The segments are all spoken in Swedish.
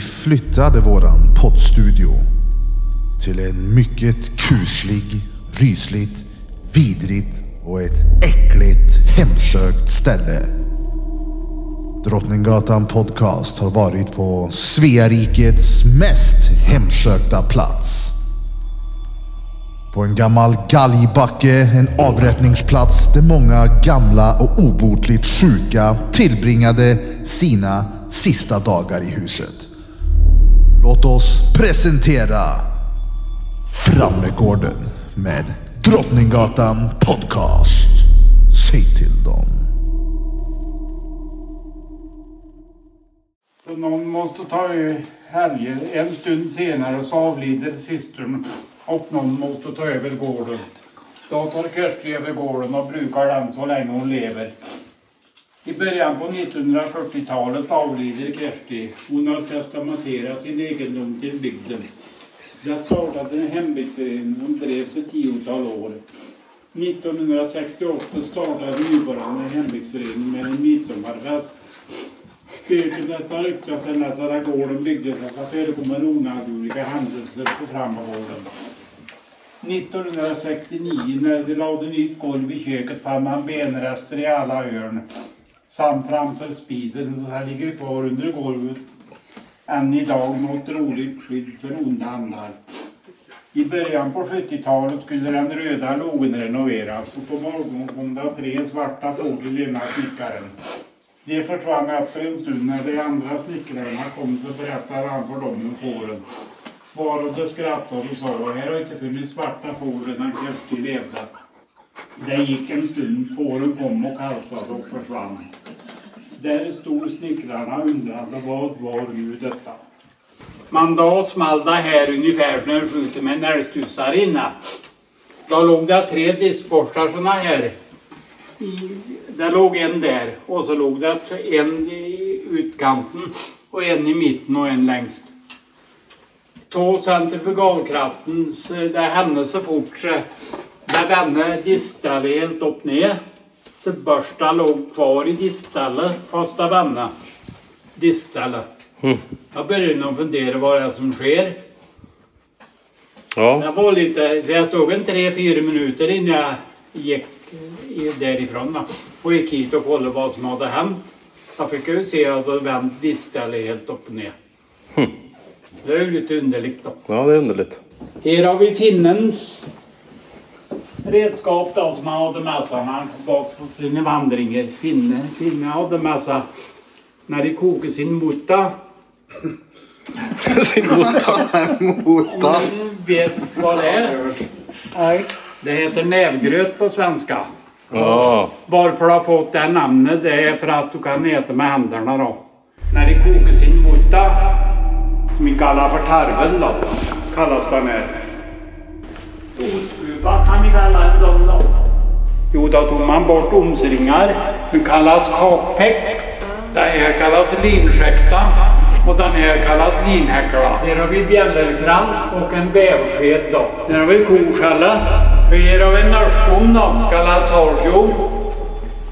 flyttade våran poddstudio till en mycket kuslig, rysligt, vidrigt och ett äckligt, hemsökt ställe. Drottninggatan Podcast har varit på Svearikets mest hemsökta plats. På en gammal galgbacke, en avrättningsplats där många gamla och obotligt sjuka tillbringade sina sista dagar i huset. Låt oss presentera Framlegården med Drottninggatan Podcast. Säg till dem. Så någon måste ta ö- Härje. En stund senare så avlider systern och någon måste ta över gården. Då tar Kersti över gården och brukar den så länge hon lever. I början på 1940-talet avlider Kersti. Hon har testamenterat sin egendom till bygden. Där startade en hembygdsförening som drevs ett tiotal år. 1968 startade nuvarande hembygdsförening med en midsommarfest Spöket har ryktat sedan dess att gården byggdes att det förekommer onödiga händelser på Frammagården. 1969 när de lade nytt golv i köket fann man benrester i alla hörn. Samt framför spisen så här ligger kvar under golvet än idag något roligt skydd för onda andar. I början på 70-talet skulle den röda lågen renoveras och på morgonen kom det tre svarta tåg till ena snickaren. De försvann efter en stund när de andra snickarna kom så berättade han för dem om fåren. Varade skrattade och sa här har inte funnits svarta får sedan Kersti levde. Det gick en stund, fåren kom och halsade och försvann. Där stod snickarna och undrade vad var nu detta? Men då small det här ungefär när de skjuter med en älgstusarinna. Då låg det tre diskborstar såna här i- Där låg en där och så låg det en i utkanten och en i mitten och en längst. Två centrifugalkraften, så det hände så fort så när denne distade helt upp ner så börsta låg kvar i diststället, fast det vände diststället. Jag började nog fundera vad det är som sker. Ja, Jag var lite, jag stod en tre, fyra minuter innan jag gick i- därifrån då. och gick hit och kollade vad som hade hänt. Jag fick ju se att det vänt diskstället helt upp och ner. Det är ju lite underligt då. ja det är underligt. Här har vi finnens redskap då som han hade med sig när han gavs på sina vandringar. Finne, finne hade med sig när de kokade sin mutta. Sin motta. Mota. Ni vet vad det är? Det heter nävgröt på svenska. Ja, Varför du har fått det namnet det är för att du kan äta med händerna då. När det kokar sin mutta, som vi kallar för tarven då, kallas den här. Ostkupa kan vi kalla en sån då. Jo, då tog man bort omsringar, som kallas kakpäck. Den här kallas linskäkta och den här kallas linhäckla. Här har vi bjällerkrans och en bäversked då. Här har vi koskälla. Här har vi en norskon då, som kallas torrkjol.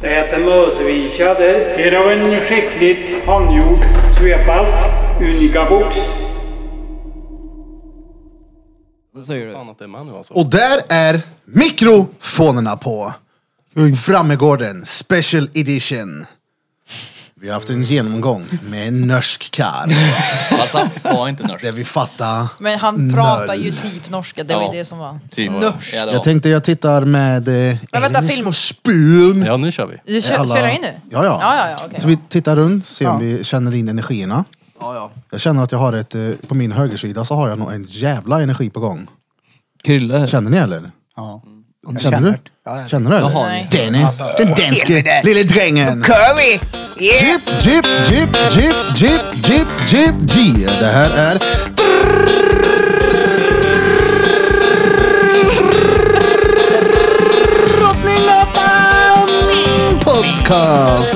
Det heter Mösevika där. Här har vi en skickligt handgjord svepast, unika box. Vad säger du? fan att det är man nu alltså. Och där är mikrofonerna på. Frammegården Special Edition. Vi har haft en genomgång med en norsk karl Fast Alltså, han var inte norsk. där vi fattar. Men han pratar ju typ norska, det var Ja. ju det som var... Typ. Norsk. Ja, det var. Jag tänkte jag tittar med eh, Men vänta, Elin film. små spön. Ja, nu kör vi. Du kö- Alla- spelar in nu? Ja, ja. Ja, ja, ja, okej. Så vi tittar runt, ser om vi känner in energierna. ja, ja. Jag känner att jag har ett, eh, på min högersida så har jag nog en jävla energi på gång. Krille. Känner ni eller? Ja. Känner du? Ja, jag- Känner du eller? har Alltså, Nej. Danny, den danske lille drängen. Curly! Yeah! Jip, jip, jip, jip, jip, jip, jip, G. Det här är... Drottninggatan Podcast.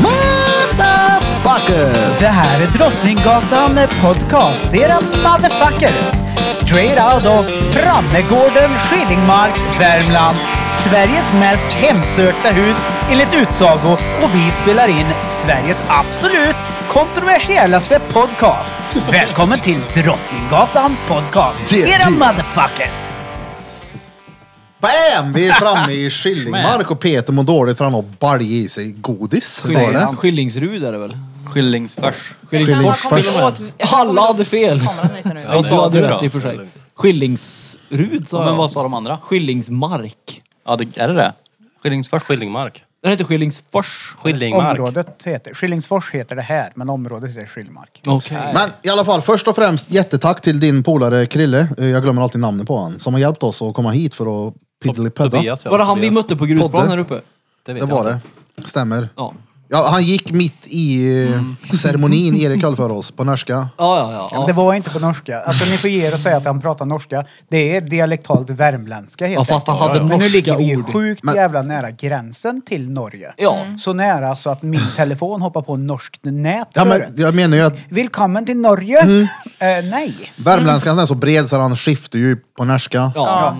Motherfuckers! Det här är Drottninggatan Podcast. Det är era motherfuckers. Straight out of Frammegården, Skillingmark, Värmland. Sveriges mest hemsökta hus enligt utsago och vi spelar in Sveriges absolut kontroversiellaste podcast. Välkommen till Drottninggatan Podcast. Yeah, Era yeah. motherfuckers! Bam! Vi är framme i Skillingmark och Peter mår dåligt för han har balj i sig godis. Så var det. Skillingsrud är det väl? Skillingsfärs. Skillingsfors Jag kommer först. inte åt- jag kommer Alla hade fel. ihåg kameran lite nu. Ja, du sa hade du rätt då? i och för sig. Skillingsrud sa Ja, jag. men vad sa de andra? Skillingsmark. Ja, det, är det det? Skillingsfärs? Skillingmark. Den heter Skillingsfors. Skillingmark. Området heter, Skillingsfors heter det här, men området heter Skillmark. Okej. Men i alla fall, först och främst jättetack till din polare Krille. Eh, Jag glömmer alltid namnet på honom. Som har hjälpt oss att komma hit för att piddly-pedda. Tobias, ja. Var det han vi Tobias. mötte på grusplan Podde. här uppe? vet Det jag var inte. det. Stämmer. Ja. Mm. Ja, han gick mitt i eh, ceremonin Erik höll för oss på norska. Ja, ja, ja. Det ja. var inte på norska. Alltså ni får ge er och säga att han pratar norska. Det är dialektalt värmländska helt ja fast han enkelt. hade Men nu ligger norska vi ju ord. sjukt Men- jävla nära gränsen till Norge. Ja. Mm. Så nära så att min telefon hoppar på norskt nät. Ja, för men Mm. jag menar ju att Välkommen till Norge! Eh, nej. värmländskan är så bred så han skiftar ju på norska. ja.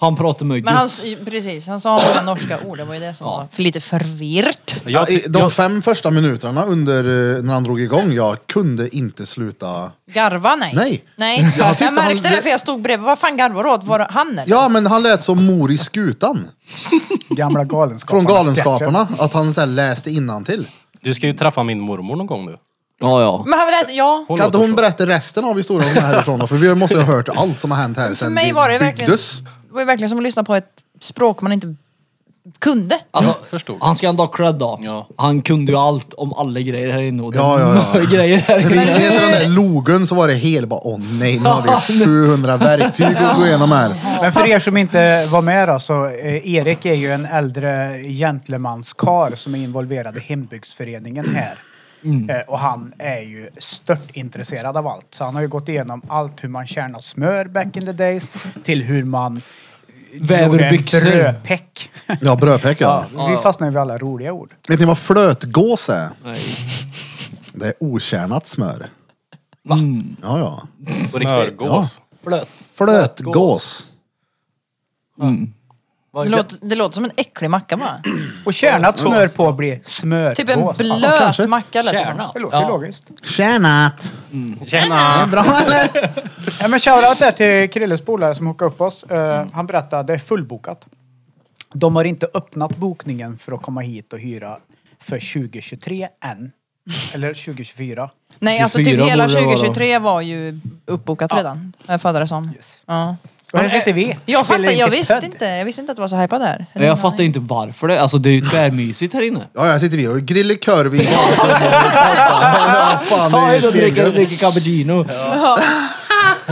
Han pratade Men mycket. han, s- precis, han sa många norska ord, det var ju det som var för lite förvirrt. Ja, i de fem första minuterna under eh, när han drog igång, jag kunde inte sluta. Garva nej. Nej. nej. Jag Jag, tyckte han- märkte det för jag stod bredvid. Vad fan garvar du åt? Var det han eller? Ja, men han lät som mor i skutan. Gamla Från Galenskaparna. Galenskaparna. Att han så här läste innantill. Du ska ju träffa min mormor någon gång nu. Ja, ja. Men han läste, ja. Kan inte hon berätta resten av historien om det härifrån då? För vi måste ju ha hört allt som har hänt här För sen mig vi var det verkligen, byggdes. det var ju verkligen som att lyssna på ett språk man inte kunde. Alltså, förstod. han ska ändå ha cred då. Ja. Han kunde ju allt om alla grejer här inne. Och det Ja, är ja, ja. mycket grejer här Ringde inne. till den där logen så var det helt bara, åh nej, nu har vi 700 verktyg att gå igenom här. Men för er som inte var med då, så eh, Erik är ju en äldre gentlemanskar som är involverad i hembygdsföreningen här. Mm. Eh, och han är ju stört intresserad av allt. Så han har ju gått igenom allt hur man kärnar smör back in the days till hur man Väver gjorde en byxor. brödpäck. Ja, brödpäck ja. Ja, vi fastnar ju vid alla roliga ord. Vet ni vad flötgås är? Nej. Det är okärnat smör. Mm. Ja, ja. Smörgås. Flöt. Flötgås. Mm. Det låter, det låter som en äcklig macka bara. Och kärnat smör på blir smörgås. Typ en Ja, kanske. blöt macka lät det som. Det Kärna. låter ju Ja. logiskt. Kärnat. Är det Tjena! bra eller? Ja, men shoutout där till Krilles polare som hookade upp oss. Eh, Han berättade att det är fullbokat. De har inte öppnat bokningen för att komma hit och hyra för 2023 än. Eller 2024. Nej, alltså 24 typ hela borde det vara då. 2023 var ju uppbokat redan. har Jag fattar det som. Ja. Och här sitter vi. eh, Jag Spelar fattar, in E jag till visste Ted. inte. Jag visste inte att det var så hypat där. Nej, Jag fattar inte varför det. Alltså det är ju tvärmysigt här inne. Ja, här sitter vi och grillar korv i gasen. Ja, fan, det Ta är en och dricka, stengött. dricka cappuccino.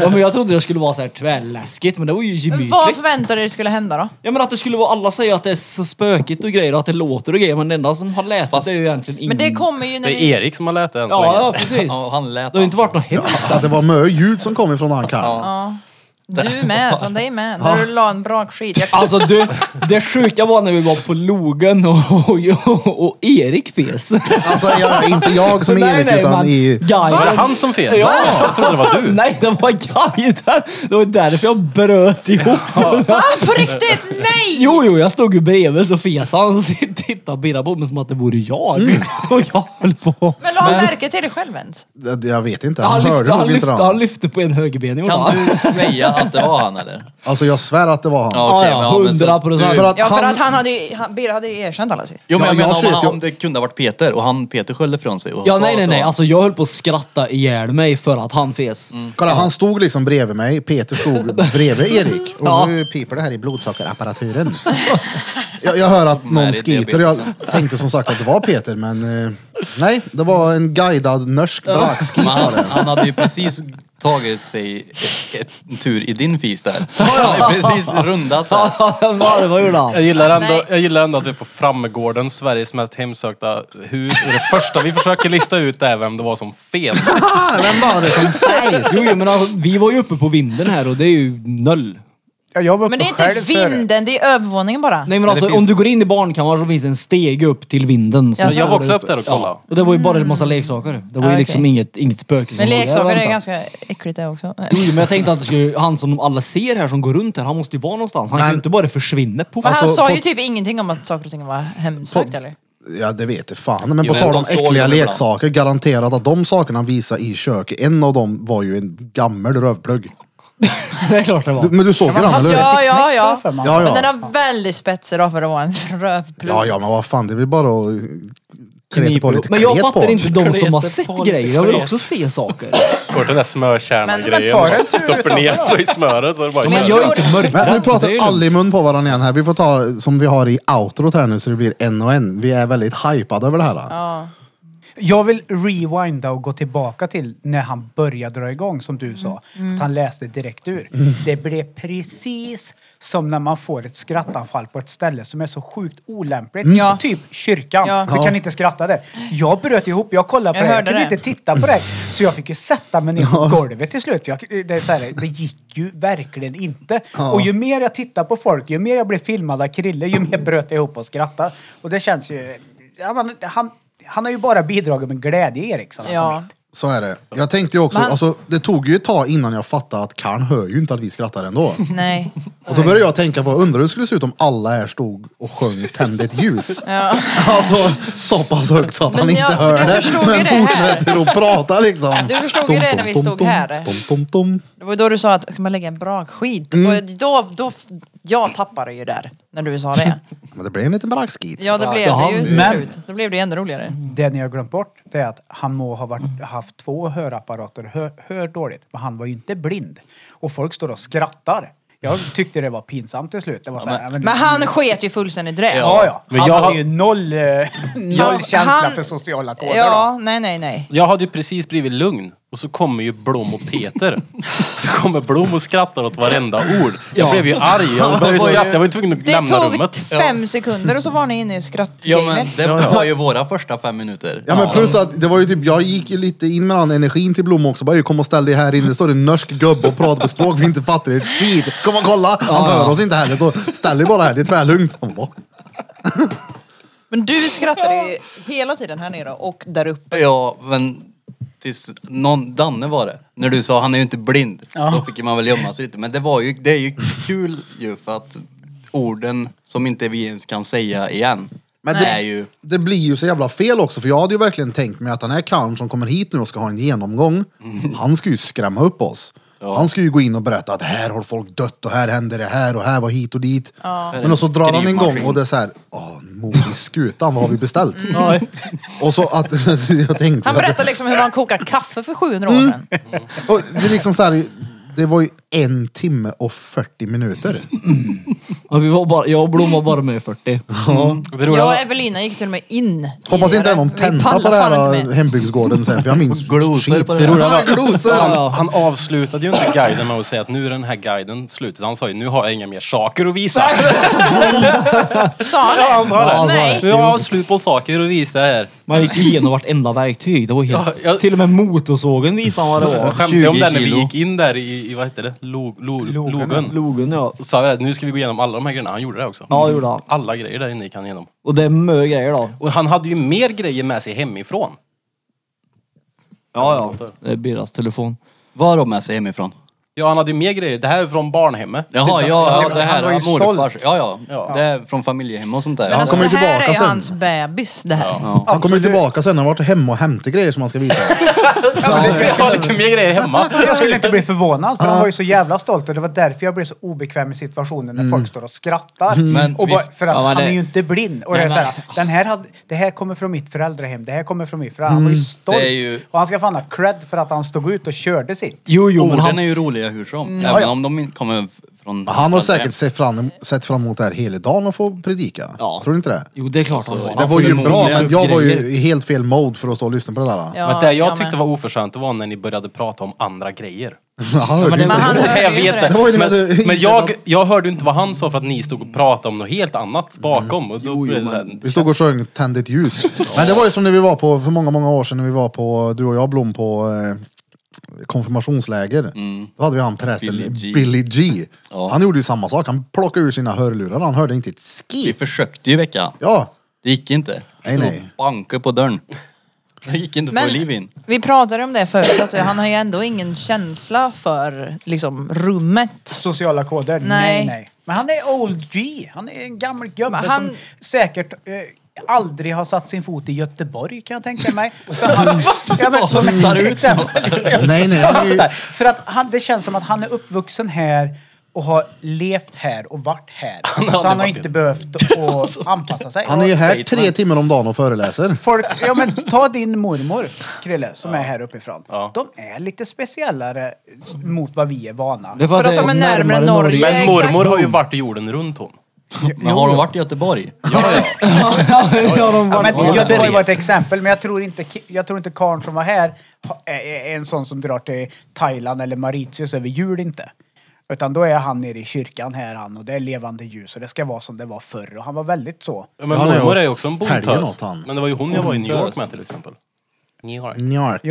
Ja. men jag trodde det skulle vara så här tvärläskigt men det var ju Vad gemytligt. förväntade du dig skulle hända då? Ja men att det skulle vara, alla säger att det är så spökigt och grejer och att det låter och grejer men det enda som har lätet Fast- det är ju egentligen ingen... Men det kommer ju när Det vi... är Erik som har lärt det än så Ja, ja länge. precis. Ja, han lät Det har ju inte varit något hemskt. Att det var mycket ljud som kom ifrån han Karl. Du med, från dig med. När du la en brakskit. Jag... Alltså du, det sjuka var när vi var på logen och, och, och, och Erik fes. Alltså, jag, inte jag som Nej, Erik, nej, utan men i... guiden. Var det han som fel? Ja. Jag trodde det var du. Nej, det var guiden. Det var därför jag bröt ihop. Va? "Ah, På riktigt? Nej! Jo, jo, jag stod ju bredvid så fes han och tittade Birra på mig som att det vore jag. Mm. Och jag höll på. Men la han märke till det själv ens? Det- Jag vet inte, han, Han hörde lyfte, han, nog inte lyfte, det. han lyfte på en högerben. gjorde Kan han? du säga att det var han eller? Alltså jag svär att det var han. Ja, okej, ja, men- ja, men så- 100%. du- För att Ja, för han, att han hade ju... Han, Birre hade ju erkänt alla sig. Jo men Ja, jag jag menar ser om, att han, jag- om det kunde ha varit Peter och han Peter sköljde från sig. Och Ja, sa nej, att nej, det nej. var- Alltså jag höll på att skratta ihjäl mig för att han fes. Mm. kolla, han stod liksom bredvid mig, Peter stod bredvid Erik. Och Ja. nu piper det här i blodsockerapparaturen. jag, jag hör att någon är skiter jag tänkte som sagt att det var Peter men eh, nej, det var en guidad norsk brakskit Men var han, det. han hade ju precis tagit sig ett, ett, en tur i din fis där. Han hade ju precis rundat där. Vad vad gjorde han? Jag gillar, ändå, Nej. jag gillar ändå att vi är på Frammegården, Sveriges mest hemsökta hus. Och det första vi försöker lista ut är vem det var som fel. Ah, vem var det som Jo, jo, men alltså, vi var ju uppe på vinden här och det är ju noll. Ja, jag var Men det är uppe inte själv före. vinden, det är övervåningen bara. Nej men alltså finns- om du går in i barnkammaren så finns det en steg upp till vinden. som Ja, så- går Jag var också upp där och kollade. Och det var ju bara en massa leksaker. Det var Mm. Ja, ju okej. liksom inget, inget spöke som Men låg där och leksaker är väntade. ganska äckligt det också. Jo, men jag tänkte att det skulle, han som alla ser här som går runt här, han måste ju vara någonstans. Han Men- kan ju inte bara försvinna på... Men han Alltså, sa på- ju typ ingenting om att saker och ting var hemsökt eller? Ja det vet jag fan. Men på Jo, tal de om såg äckliga dem ibland. leksaker, garanterat att de sakerna visade i köket. En av dem var ju en gammal rövplugg. det är klart det var. Du, men du såg ju den eller hur? Ja, ja, ja. För man. Ja, Men ja. den har väldigt spetsig då för att vara en rövplugg. Ja, ja, men vad fan, det är väl bara att kleta på lite Men jag klet på fattar den. inte de som har Kletar sett på lite grejer. Jag vill klet. också se saker. Kort den där smörkärna-grejen. Men- men ta en tur Doppar ner sig i smöret så är det bara Men Men jag kött. jag är tror- inte mörkrädd. Men nu Det är pratar ju alla i mun på varandra igen här. Vi får ta som vi har i outrot här nu så det blir en och en. Vi är väldigt hypade över det här. Ja. Jag vill rewinda och gå tillbaka till när han började dra igång, som Mm. du sa. Att han läste direkt ur. Det blev precis som när man får ett skrattanfall på ett ställe som är så sjukt olämpligt. Mm. Ja. Typ kyrkan. Ja. Du kan inte skratta där. Jag bröt ihop, jag kollade på Jag det, jag hörde kunde det. inte titta på det. Så jag fick ju sätta mig ner på golvet till slut. Jag, det, är så här, det gick ju verkligen inte. Och ju mer jag tittar på folk, ju mer jag blev filmad av Krille, ju mer bröt jag ihop och skrattade. Och det känns ju... Ja, men han, han har ju bara bidragit med glädje, Eriksson. ja. Så är det. Jag tänkte ju också, Men- alltså, det tog ju ett tag innan jag fattade att Karn hör ju inte att vi skrattar ändå. Nej. Och då började jag tänka på, undrar hur det skulle se ut om alla här stod och sjöng Tänd ett ljus. Ja. Alltså så pass högt så att Men han inte jag- hör jag det. förstod ju Men det här. fortsätter att prata liksom. Du förstod ju det när vi stod här. Tom, tom, tom. Det var ju då du sa att ska man lägga en brakskit. Mm. Och då, då, jag tappade ju där när du sa det. Men det blev en liten braxkit. Ja, det blev Ja, det ju. men- slut. Då blev det ju ännu roligare. Det ni har glömt bort det är att han må ha varit, haft två hörapparater och hör, hör dåligt, men han var ju inte blind. Och folk står och skrattar. Jag tyckte det var pinsamt till slut. Det var så här, ja, men, Men han sket ju fullständigt direkt. Ja, ja. Men Han jag hade har- ju noll, eh, noll Han- känsla han- för sociala koder. då. Ja, nej, nej, nej. Jag hade ju precis blivit lugn och så kommer ju Blom och Peter. Så kommer Blom och skrattar åt varenda ord. Jag blev ju arg. Jag började skratta. Jag var ju tvungen att Det lämna tog rummet. fem sekunder och så var ni inne Ja i men skrattgamet. det var ju våra första fem minuter. Ja men plus att det var ju typ, jag gick ju lite in med den energin till Blom också. Bara, "Ju, kom och ställ dig här inne, det står en norsk gubbe och pratar på språk vi inte fattar ett skit. Kom och kolla, han hör oss inte heller så ställ dig bara här, det är tvärlugnt. Han bara, Men du skrattade ju hela tiden här nere och där uppe. Ja, men tills någon, Danne var det. När du sa han är ju inte blind. Då fick man väl gömma sig lite. Men det var ju, det är ju kul ju för att orden som inte vi ens kan säga igen. Men det är ju... det blir ju så jävla fel också för jag hade ju verkligen tänkt mig att den här karln som kommer hit nu och ska ha en genomgång, han ska ju skrämma upp oss. Han ska ju gå in och berätta att här har folk dött och här händer det här och här var hit och dit. Men och så drar han igång och det är så här, åh, mor i skutan, vad har vi beställt? Och så att, jag tänkte Han att berättade liksom hur man kokar kaffe för 700 år sedan. Och det är liksom så här, det var ju en timme och 40 minuter. Ja, vi var bara, jag och Blom var bara med i 40. Det roliga Jag och var- Evelina gick till och med in Hoppas inte det är någon tidigare. Vi tenta pallar på det fan inte här med. hembygdsgården sen, för jag minns Glosor skit. på det. Det roliga Ja, glosor! Ja. Han avslutade ju inte guiden med att säga att nu är den här guiden slut. Han sa ju nu har jag inga mer saker att visa. Sa han det? Han sa det. Nej. Nu har jag slut på saker att visa här. Man gick igenom vartenda verktyg. Det var helt... Ja, jag- Till och med motorsågen visade vad det var. Jag skämtade om 20 det när vi kilo. gick in där i, i vad hette det? Log, log, logen. Logen ja. Så sa vi att nu ska vi gå igenom alla de här grejerna. Han gjorde det också. Ja, det gjorde han. Alla grejer där inne gick han igenom. Och det är mö grejer då. Och han hade ju mer grejer med sig hemifrån. Ja, ja. Det är Birras telefon. Vad har de med sig hemifrån? Ja, han hade ju mer grejer. Det här är från barnhemmet. Jaha, ja, ja det här var ju är morfars. Ja, ja, Det är från familjehem och sånt där. Men Han alltså, kommer det ju här är tillbaka ju sen. hans bebis det här. Han kommer ju tillbaka sen, han har varit hemma och hämtat grejer som han ska visa. Jag har lite mer grejer hemma. Jag skulle inte bli förvånad, för han var ju så jävla stolt och det var därför jag blev så obekväm i situationen när folk står och skrattar. Men och bara, visst- för att Ja, men han det- är ju inte blind. Och det, är så här, den här hade, det här kommer från mitt föräldrahem, det här kommer från mitt föräldrahem. Han var Mm. ju stolt. Det är ju- Och han ska fan ha cred för att han stod ut och körde sitt. Jo, jo, men Orden han... är ju roliga hur som. Ja, Även ja. om de inte kommer från... Han har säkert sett fram, sett fram emot det här hela dagen och få predika. Ja. Tror du inte det? Jo, det är klart han Det var. var ju bra, men jag var ju grejer. i helt fel mode för att stå och lyssna på det där. Ja, Men det jag med. tyckte var oförskämt det var när ni började prata om andra grejer. Han hörde ju Men inte. han hörde jag ju inte vet det. Det var ju när du Men, men insåg jag, att- jag hörde ju inte vad han sa för att ni stod och pratade om något helt annat bakom. Och då blev det så här- Vi stod och sjöng Tänd ett ljus. Men det var ju som när vi var på, för många, många år sedan när vi var på, du och jag Blom, på eh, konfirmationsläger. Då hade vi han prästen Mm. Billy G. Billy G. Ja. Han gjorde ju samma sak. Han plockade ur sina hörlurar. Han hörde inte ett Vi skit. försökte ju väcka han. Ja, Det gick inte. Nej, Stod nej. och bankade på dörren. Det gick inte att få Men- liv in. Vi pratade om det förut, alltså, han har ju ändå ingen känsla för liksom, rummet. Sociala koder? Nej. Nej. nej, Men han är old G. Han är en gammal gubbe Men han- som säkert eh, aldrig har satt sin fot i Göteborg kan jag tänka mig. För han, ja, men, som ett exempel. Nej, nej, han är ju- För att han, det känns som att han är uppvuxen här och har levt här och varit här. så han har inte behövt att anpassa sig. Han är ju Och här tre timmar om dagen och föreläser. Folk, ja, men, ta din mormor, Krille, som är här uppifrån. De är lite speciellare mot vad vi är vana. För att de är närmare Norge. Men exakt. mormor har ju varit jorden runt hon. Men har de varit i Göteborg? ja, de Ja, var, men Göteborg var ett exempel, men jag tror inte, ki- jag tror inte karln som var här ha- är- är en sån som drar till Thailand eller Mauritius över jul inte. Utan då är han nere i kyrkan här han och det är levande ljus och det ska vara som det var förr. Och han var väldigt så. Men Han är ju- mormor är ju också en Helgen bondtös. åt han. Men det var ju hon jag var i New York med till exempel. New York. Njark.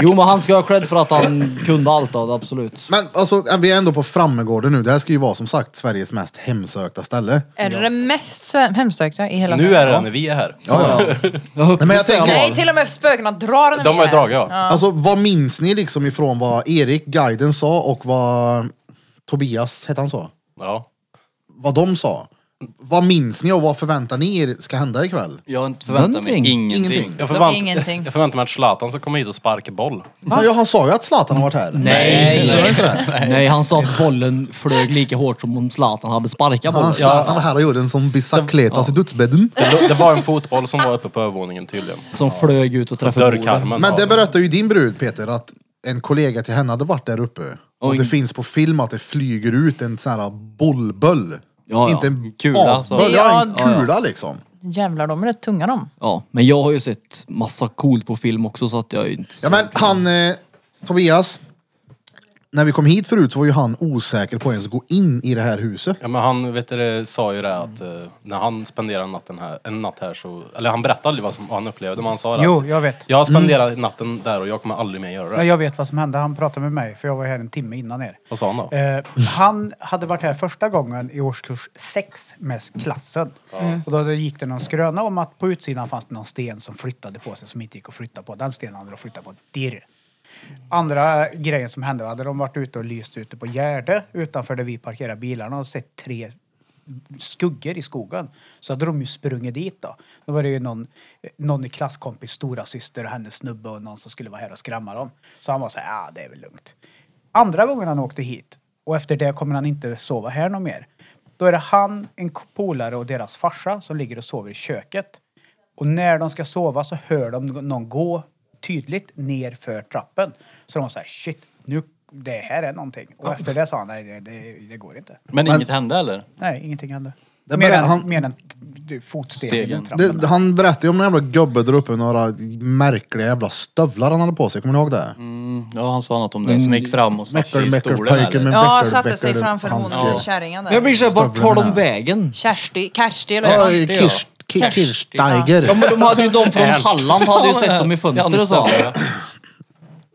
jo men han ska ha cred för att han kunde allt av det, absolut. Men alltså, vi är ändå på Frammegården nu. Det här ska ju vara som sagt Sveriges mest hemsökta ställe. Är det det mest hemsökta i hela Nu är det när vi är här. Ja, ja. Jag hoppas men jag det tänker- var- Nej, till och med spökena drar den De har med. ju dragit ja. Alltså vad minns ni liksom ifrån vad Erik, guiden, sa och vad Tobias, hette han så? ja. Vad de sa? Vad minns ni och vad förväntar ni er ska hända ikväll? Jag har inte förväntat mig Någonting. ingenting. Ingenting. Jag, förvänt, Ingenting. jag förväntar mig att Zlatan ska komma hit och sparka boll. Ja, han sa ju att Zlatan har varit här. Nej! Det var inte det. Nej, han sa att bollen flög lika hårt som om Zlatan hade sparkat Han, bollen. Zlatan var här och gjorde en sån bisakletas i dödsbädden. Det, det var en fotboll som var uppe på övervåningen tydligen. Som flög ut och träffade bordet. Dörrkarmen. Men var det berättade ju din brud Peter, att en kollega till henne hade varit där uppe. Och det finns på film att det flyger ut en sån här bollböll. ja. Inte en Kula, kula. så. Ja, ja, en Ja, ja. kula liksom. Jävlar, de är rätt tunga de. Ja, men jag har ju sett massa coolt på film också så att jag är ju inte... Ja men han, eh, Tobias. När vi kom hit förut så var ju han osäker på att ens gå in i det här huset. Ja men han vet du, det, sa ju det att eh, när han spenderade natten här, en natt här så, eller han berättade aldrig vad, som, vad han upplevde men han sa det Jo, att jag vet. jag spenderade Mm. natten där och jag kommer aldrig mer göra det. Men jag vet vad som hände. Han pratade med mig, för jag var här en timme innan er. Vad sa han då? Eh, han hade varit här första gången i årskurs 6 med klassen. Och då gick det någon skröna om att på utsidan fanns det någon sten som flyttade på sig som inte gick att flytta på. Den stenen hade de flyttat på. Dirr. Andra grejen som hände hade de varit ute och lyst ute på Gärde utanför där vi parkerar bilarna och sett tre skuggor i skogen. Så hade de ju sprungit dit då. Då var det ju någon, någon i klasskompis stora syster och hennes snubbe och någon som skulle vara här och skrämma dem. Så han var så här, ah, det är väl lugnt. Andra gången han åkte hit och efter det kommer han inte sova här någon mer. Då är det han, en k- polare och deras farsa som ligger och sover i köket. Och när de ska sova så hör de någon gå tydligt ner för trappen. Så de var så här, shit, nu, det här är någonting. Och efter det sa han, nej det, det, det går inte. Men, inget hände eller? Nej, ingenting hände. Det mer, bara- än, han- mer än du, fotstegen. Stegen. trappen Det, han berättade ju om någon jävla gubbe där uppe, några märkliga jävla stövlar han hade på sig. Kommer ni ihåg det? Mm. Ja, han sa något om det som gick fram och satte sig Mecker, i mecker, stolen. pojken eller? Mm, med Ja, mecker, satte sig becker, framför hon handske. och kärringen där. Jag blir såhär, vart tar de vägen? Kersti, Kersti eller Ja, vad? eh, Kirst- Ki- Kirsteiger. Ja men de hade ju de från Halland hade ju sett dem i Ja, fönstret det och så. stämmer, ja.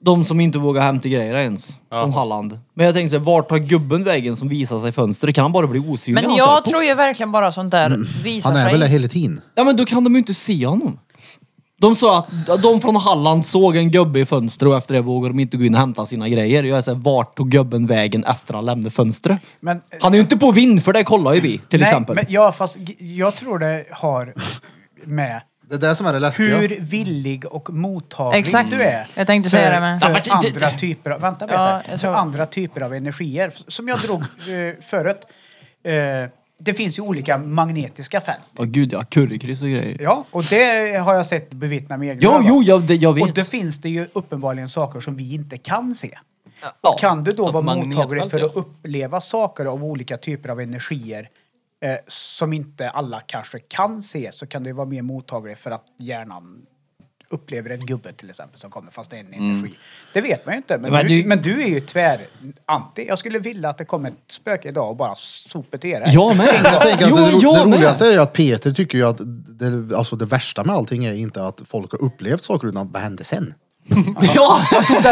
De som inte vågar hämta grejer ens. Från Halland. Men jag tänkte såhär, vart tar gubben vägen som visar sig i fönstret? Kan han bara bli alltså. osynlig? Men Han jag säger, tror ju verkligen bara sånt där visar Mm. Han är väl det sig. hela tiden. Ja men då kan de ju inte se honom. De sa att de från Halland såg en gubbe i fönstret och efter det vågade de inte gå in och hämta sina grejer. Jag är såhär, vart tog gubben vägen efter han lämnade fönstret? Men- han är ju inte på vind för det kollar ju vi till exempel. Nej, men ja, fast g- jag tror det har med Det är det som är det läskiga. hur villig och mottaglig Exakt. du är. Jag tänkte för- säga det med. För Ja, men det- andra typer av, vänta, Ja, Peter, jag för tror- andra typer av energier. F- Som jag drog eh, förut. Eh, det finns ju olika magnetiska fält. Åh gud ja, currykryss och grejer. Ja, och det har jag sett bevittna med egna Jo, ögon. jo, jag, det- jag Och vet. då finns det ju uppenbarligen saker som vi inte kan se. ja. Kan du då Att vara magnetfält, mottaglig för ja. att uppleva saker av olika typer av energier eh, som inte alla kanske kan se så kan du vara mer mottaglig för att hjärnan upplever en gubbe till exempel som kommer fast det är en energi. Det vet man ju inte. Men, Men du, du- men du är ju tvär anti. Jag skulle vilja att det kom ett spöke idag och bara sopade till er. här. Jag med. Jag tänker jo, alltså, det, ro- jag det med. roligaste är ju att Peter tycker ju att det, alltså det värsta med allting är inte att folk har upplevt saker utan vad hände sen? Ja,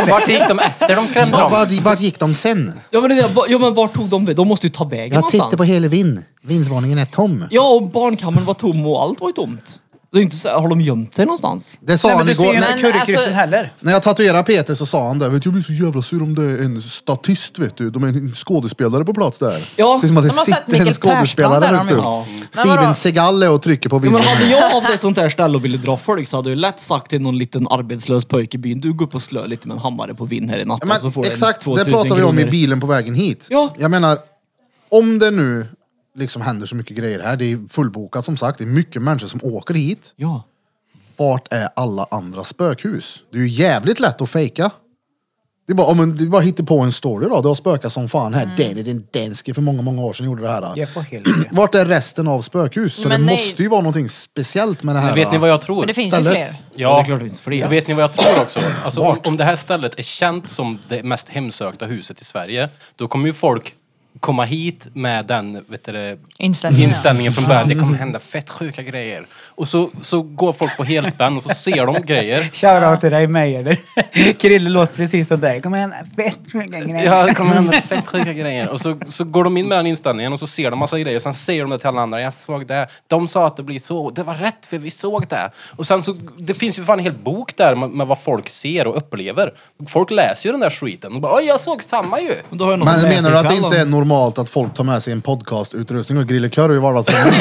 Vart gick de efter de skrämde Ja, dem? vart, vart gick de sen? ja, men det, är- ja, men vart tog de vägen? De måste ju ta vägen Jag någonstans. tittar på hela vind. Vindsvarningen är tom. Ja, och barnkammaren var tom och allt var ju tomt. Så inte så, har de gömt sig någonstans? Det sa Nej, men han du ser igår. ju Men inte currykrisen alltså- heller. När jag tatuerade Peter så sa han det. Vet, du, jag blir så jävla sur om det är en statist vet du. De är en skådespelare på plats där. Ja, det är som att det de har sett sitter en Mikael Persbrandt skådespelare där, högst upp. har Men vadå? Steven Seagal är och trycker på Ja, men videon. hade jag haft ett sånt här ställe och ville dra folk så hade jag lätt sagt till någon liten arbetslös pojke i byn, du går upp och slö lite med en hammare på vinn här i natten så Men, får du en exakt, det 2000 pratade vi om i kronor. bilen på vägen hit. Ja. Jag menar, om det nu liksom händer så mycket grejer här. Det är fullbokat som sagt. Det är mycket människor som åker hit. Ja. Vart är alla andra spökhus? Det är ju jävligt lätt att fejka. Det är bara, ja, men det är bara hitta på en story då. Det har spökat som fan här. Den är den danske för många, många år sedan gjorde det här. Jag får helvete. Vart är resten av spökhus? Så Men det nej. måste ju vara någonting speciellt med det här. Men vet ni vad jag tror? Men det finns ju Stället. fler. Ja, det Ja, är klart det finns fler. Och Vet ni vad jag tror också? Alltså, om, Vart? om det här stället är känt som det mest hemsökta huset i Sverige, då kommer ju folk komma hit med den vet du, det, Inställningen, ja. inställningen från början. Det kommer hända fett sjuka grejer. Och så, så går folk på helspänn och så ser de grejer. Shoutout till dig Meijer. Krille låter precis som dig. Kom igen, fett sjuka grejer. Ja, det kommer hända fett sjuka grejer. Och så, så går de in med den inställningen och så ser de massa grejer. Sen säger de det till alla andra. Jag såg det. De sa att det blir så. Det var rätt för vi såg det. Och sen så, det finns ju fan en hel bok där med, med vad folk ser och upplever. Folk läser ju den där skiten. De bara, "Oj, jag såg samma ju. Men, då har jag något att Men läsa menar du att det ikväll inte är då. normalt att folk tar med sig en podcastutrustning och grillar curry i vardagsrummet?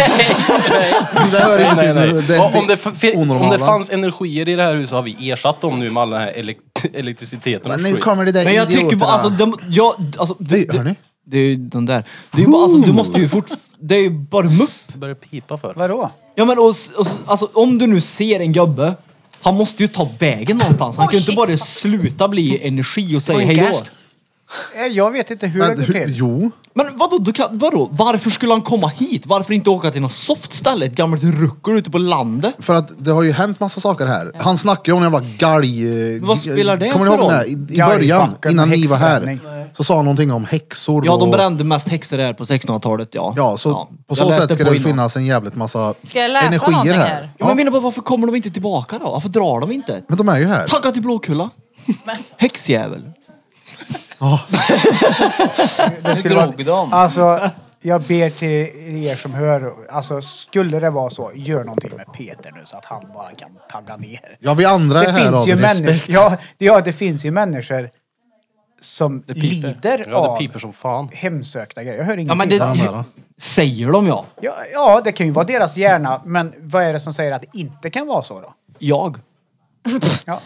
det hör inte Nej, till nej. det, det, Och om, det f- fi- om det onormala. fanns energier i det här huset har vi ersatt dem nu med all den här elek- elektriciteten och Men nu skit. kommer det där Men jag tycker bara, idioterna. alltså, de, ja, alltså, du, Det- hörni? du, det är ju den där. Det är ju bara, alltså, du måste ju fort, det är ju bara mupp. Det börjar pipa för. Vadå? Ja men och, s- och, s- alltså, om du nu ser en gubbe, han måste ju ta vägen någonstans. Han kan ju inte bara sluta bli energi och säga hej då. Eh, Jag vet inte hur Men, det går hur, till. jo, Men vadå, du kan, vadå, varför skulle han komma hit? Varför inte åka till något soft ställe? Ett gammalt ruckel ute på landet? för att det har ju hänt massa saker här. Han snackar ju om en jävla galg... eh, Vad spelar det Kommer ni för ihåg den roll? här? I, i början, Galgbacken, innan ni var här, häxbränning. så sa han någonting om häxor Ja, de och- brände mest häxor här på 1600-talet, ja. Ja, så på Jag så läste sätt ska på det väl innan. finnas en jävligt massa Ska jag läsa energier någonting här. här? Ja, men jag menar bara, varför kommer de inte tillbaka då? Varför drar de inte? Men de är ju här. Tagga till Blåkulla. Häxjävel. Det skulle drog vara, dem. alltså, jag ber till er som hör, alltså skulle det vara så, gör någonting med Peter nu så att han bara kan tagga ner. Ja, vi andra är Det här av finns ju respekt. människor, ja, ja, det finns ju människor som piper. lider Ja, det av piper som fan. hemsökta grejer. Jag hör ingenting. Ja, men Mm, de här, det... då? Säger de ja? ja, ja, det kan ju vara deras hjärna, men vad är det som säger att det inte kan vara så då? Jag? Ja.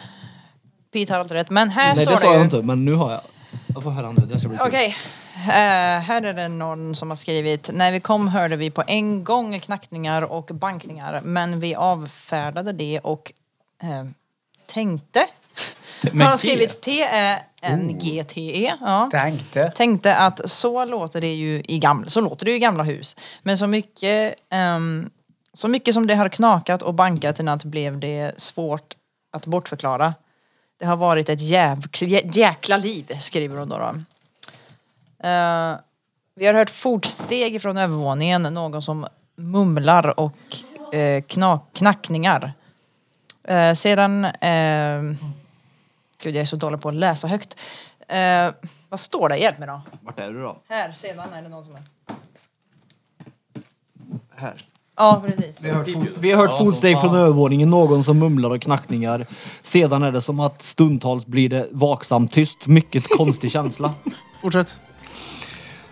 Pete har alltid rätt. Men här Nej, står det det sa ju... jag inte, men nu har jag. Jag får höra nu, det ska bli kul. Okej, Eh, här är det någon som har skrivit. När vi kom hörde vi på en gång knackningar och bankningar men vi avfärdade det och eh, tänkte. Han har skrivit E T-E-N-G-T-E. E, Ja. Tänkte. Tänkte att så låter det ju i gamla, så låter det ju i gamla hus. Men så mycket, ehm, så mycket som det har knakat och bankat i natt blev det svårt att bortförklara. Det har varit ett jävla, jäkla liv, skriver hon då. då. Eh, vi har hört fotsteg från övervåningen, någon som mumlar och eh, knak, knackningar. Eh, sedan... Eh, gud, jag är så dålig på att läsa högt. Eh, vad står det? Hjälp mig då. Vart är du då? Här, sedan är det någon som är... Här. Ja, precis. Vi har hört, fot- vi har hört fotsteg från övervåningen, någon som mumlar och knackningar. Sedan är det som att stundtals blir det vaksamt tyst. Mycket konstig känsla. Fortsätt.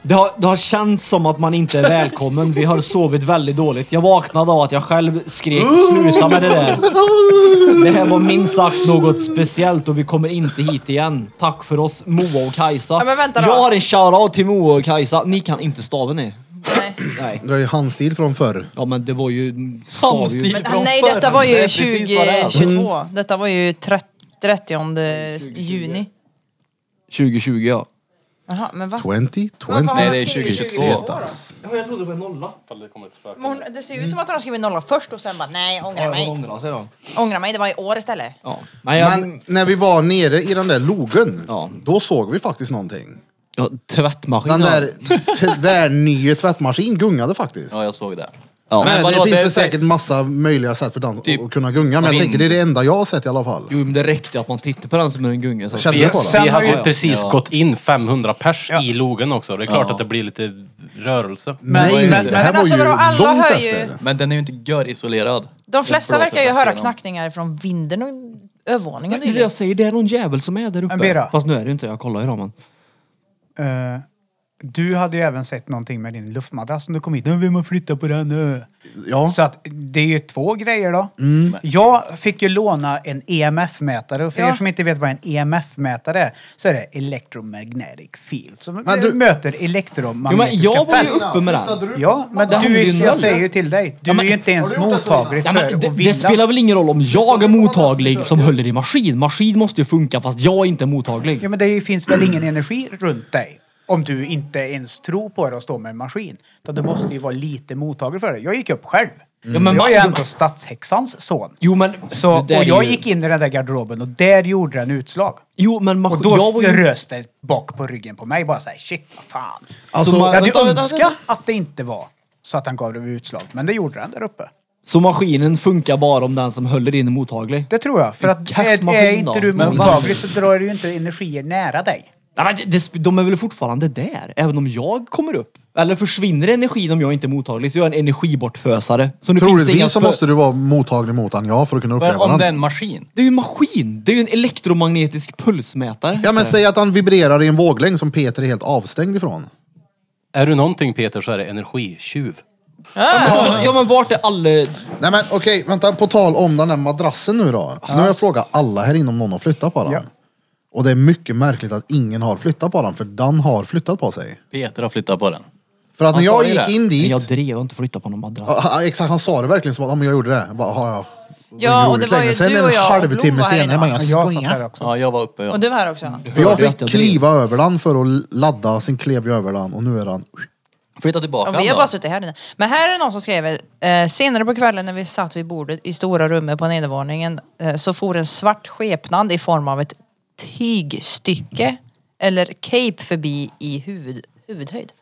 Det har, det har känts som att man inte är välkommen. Vi har sovit väldigt dåligt. Jag vaknade av att jag själv skrek sluta med det där. Det här var minst sagt något speciellt och vi kommer inte hit igen. Tack för oss Moa och Kajsa. Ja, men vänta då. jag har en shoutout till Moa och Kajsa. Ni kan inte stava ni. Nej. Nej. Det är ju handstil från förr. Ja men det var ju... Stav ju. Handstil. Men, Från nej, förr. detta var Det är ju precis vad det är. Mm. 2022. Detta var ju 30 juni. 2020 ja. Jaha, men va? 20, 20. Nej, det är 2022. Ja, jag trodde det var en nolla. Ifall det kommer ett spöke. Men hon, det ser ju ut som att hon har skrivit nolla först och sen bara nej, ångra Ja, jag mig. ångrar sig då. Ångra mig, det var i år istället. Ja. Men jag, Men när vi var nere i den där logen, Ja. då såg vi faktiskt någonting. ja, tvättmaskin. Den ja. där tvärnya tvättmaskin gungade faktiskt. Ja, jag såg det. Ja, men det vadå, finns väl säkert massa möjliga sätt för dans Typ att kunna gunga, men jag vind. tänker det är det enda jag har sett i alla fall. Jo men det räckte att man tittar på den som en gunga. Så. Kände du på Sen det? Vi har hade ju- ju precis Ja. gått in 500 pers Ja. i logen också. Det är klart att det blir lite rörelse. Nej, Men- nej, men- det här men var alltså ju vadå, alla långt hör ju- efter. Men den är ju inte görisolerad. De flesta Den verkar ju blåser höra igenom. knackningar från vinden och övervåningen. Det är det jag säger, det är någon jävel som är där Men uppe. Bira. Fast nu är det ju inte, jag kollar ju då men. Eh, du hade ju även sett någonting med din luftmadrass som du kom hit. Nu vill man flytta på den eh?" nu. Ja. Så att det är ju två grejer då. Mm. Jag fick ju låna en EMF-mätare och för Ja. er som inte vet vad en EMF-mätare är så är det electromagnetic field som Men du- möter Jo, men elektromagnetiska jag var ju fält. uppe med den. Ja, men Det hade du ju är, noll. jag säger ju till dig, du Ja, men- är ju inte ens mottaglig Ja, för men att det, vinda. det spelar väl ingen roll om jag är mottaglig som håller i maskin. Maskin måste ju funka fast jag är inte mottaglig. Ja, men det finns väl ingen energi runt dig? Om du inte ens tror på det och står med en maskin. Utan du måste ju vara lite mottaglig för det. Jag gick upp själv. Ja, men jag är man- ändå stadshäxans son. Jo men... Så, det där och är jag ju- gick in i den där garderoben och där gjorde den utslag. Jo men Och maskin... då Jag var ju... rös det bak på ryggen på mig. Bara såhär, shit vad fan. Alltså, Så man- Jag hade vänta, ju vänta, önskat att det inte var så att han gav det utslag. Men det gjorde den där uppe. Så maskinen funkar bara om den som håller in är mottaglig. Det tror jag. För att är, kaffemaskin är inte då? du Men mottaglig så drar du ju inte energier nära dig. Nej, men det, det, sp- de är väl fortfarande där, även om jag kommer upp. Eller försvinner energin om jag inte är mottaglig så jag är en energibortfösare. Så nu finns det inga Troligtvis så spö- måste du vara mottaglig mot han, ja, för att kunna Men uppleva om den. det är en maskin. Det är ju en maskin! Det är ju en elektromagnetisk pulsmätare. Ja men säg att han vibrerar i en våglängd som Peter är helt avstängd ifrån. Är du någonting Peter så är det energitjuv. Ja, ja men vart är alla... Nej men okej, vänta. På tal om den där madrassen nu då. Nu har jag frågat alla här inne om någon har flyttat på den. Ja. Och det är mycket märkligt att ingen har flyttat på den, för den har flyttat på sig. Peter har flyttat på den. För att när Han sa jag ju gick det. in Men dit, jag drev och inte flytta på någon madrass. Ja, han- exakt, han sa det verkligen som att ja, men jag gjorde det. Jag bara, ja, ja. Ja, Jag och gjorde det var länge ju sedan. du och en jag och halvtimme Blom var här senare. inne. Men jag Jag satt skojar. där också. Ja, jag var uppe Och ja. du var här Mm. också? För jag Hörde jag att fick jag kliva över den för att ladda, sen klev jag över den och nu är den... Flytta tillbaka Ja, vi har den bara då. suttit här inne. Men här är någon som skriver, eh, senare på kvällen när vi satt vid bordet i stora rummet på nedervåningen eh, så for en svart skepnad i form av ett tygstycke eller cape förbi i huvud, huvudhöjd.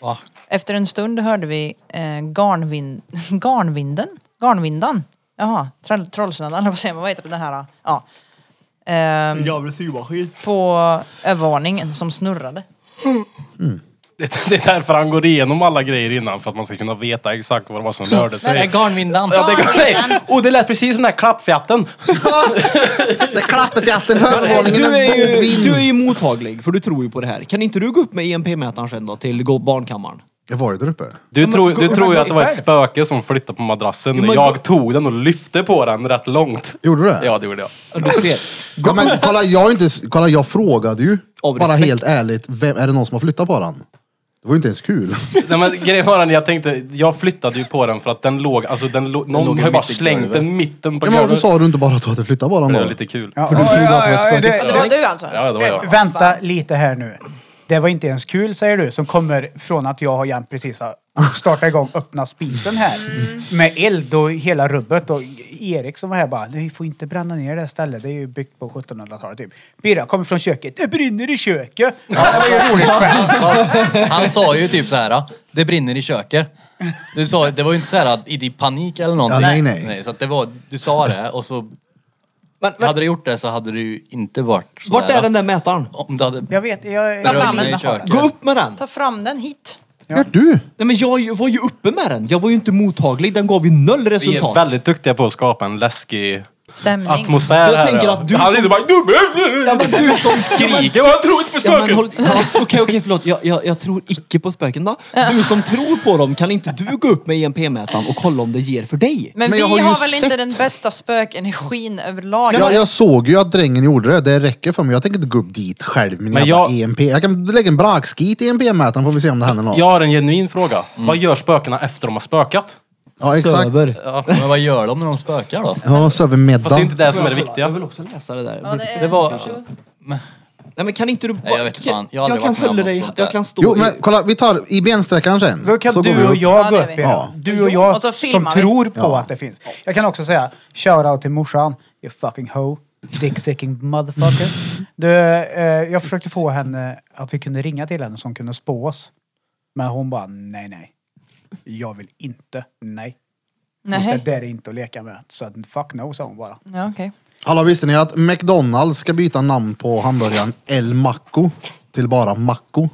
Va? Efter en stund hörde vi eh, garnvin, garnvinden, garnvindan. Jaha, troll, trollsnön, eller vad säger man, vad heter den här? Ja. Ehm, Jävla symaskin. på övervåningen som snurrade. Det, det är därför han går igenom alla grejer innan, för att man ska kunna veta exakt vad det var som rörde Det är sig. garnvindan. Ja, det, nej. Och det lät precis som den där klappfjatten. Det klappar fjatten på övervåningen, Du är, en ju, bovin. du är ju mottaglig, för du tror ju på det här. Kan inte du gå upp med EMP-mätaren sen då till gå- barnkammaren? Jag var ju där uppe. Du tror, gå- du tror ju men att det var gå ett själv. spöke som flyttade på madrassen. men gå- jag tog den och lyfte på den rätt långt. Gjorde du det? Ja, det gjorde jag. Ja, Du ser. Ja, men kolla, jag, har inte, kolla, jag frågade ju. Av bara respekt. helt ärligt, vem, är det någon som har flyttat på den? Det var ju inte ens kul. Nej, men grejen var den, jag tänkte, jag flyttade ju på den för att den låg, alltså den låg, någon låg har ju mitt bara i slängt golvet. den mitten på Ja, men varför golvet. sa du inte bara att du hade flyttat på den Det då? var lite kul. Ja, Ja, För du ja, trodde att det ja, var ett ja, spöke. Ja, det var du alltså? det var jag. Vänta lite här nu. Det var inte ens kul säger du, som kommer från att jag och Jan precis har startat igång öppna spisen här. Med eld och hela rubbet och Erik som var här bara, nej vi får inte bränna ner det här stället, det är ju byggt på 1700-talet typ. Birra kommer från köket, det brinner i köket! Ja, det var ju roligt skämt. Fast han sa ju typ så här, det brinner i köket. Du sa, det var ju inte så här "Ah, i din panik eller någonting. Ja, nej, nej. så att det var, du sa det och så Men, men hade du gjort det så hade du ju inte varit så vart här. "Ah, är den där mätaren? Om du hade Jag vet, jag... Där drömt framme. i köket. Gå upp med den! Ta fram den hit. Är du? Nej men jag är ju- var ju uppe med den. Jag var ju inte mottaglig. Den gav ju noll Vi är resultat. väldigt duktiga på att skapa en läskig Stämning. atmosfär Så jag här. tänker ja. att du Han är som- inte bara... Ja, men du som Skriker, jag tror inte på Ja, men spöken! håll... ja, okej, okej, förlåt. Jag, jag, jag tror icke på spöken då. Du som tror på dem, kan inte du gå upp med EMP-mätaren och kolla om det ger för dig? Men, Men vi jag har har, ju väl sett- inte den bästa spökenergin överlag? Jag, jag såg ju att drängen gjorde det. Det räcker för mig. Jag tänker inte gå upp dit själv med Men jävla jag- EMP. Jag kan lägga en brakskit i EMP-mätaren får vi se om det händer något. Jag har en genuin fråga. Mm. Vad gör spökena efter de har spökat? Ja, exakt. Söver. Men vad gör de när de spökar då? Ja, söver Fast det är inte middag. det som är det Jag viktiga. vill också läsa det där. Det var- Nej men kan inte du... jag vet fan. Jag har aldrig kan varit med om hålla något dig... sånt där. Jag kan stå Jo, i- men kolla, vi tar i bensträckaren sen. Då kan så går vi du och upp. Ja, jag gå det upp är i vi. Ja. det. Du och jag Och så som filmar vi. tror på Ja. att det finns. Jag kan också säga, shout-out till morsan. You fucking ho. Dick sicking motherfucker. Du, eh, jag försökte få henne att vi kunde ringa till henne som kunde spå oss. Men hon bara, nej nej. Jag vill inte. Nej. Nej. Det där är inte att leka med. Så att fuck no sa hon bara. Ja, okej. Alla visste ni att McDonalds ska byta namn på hamburgaren El Maco till bara Maco.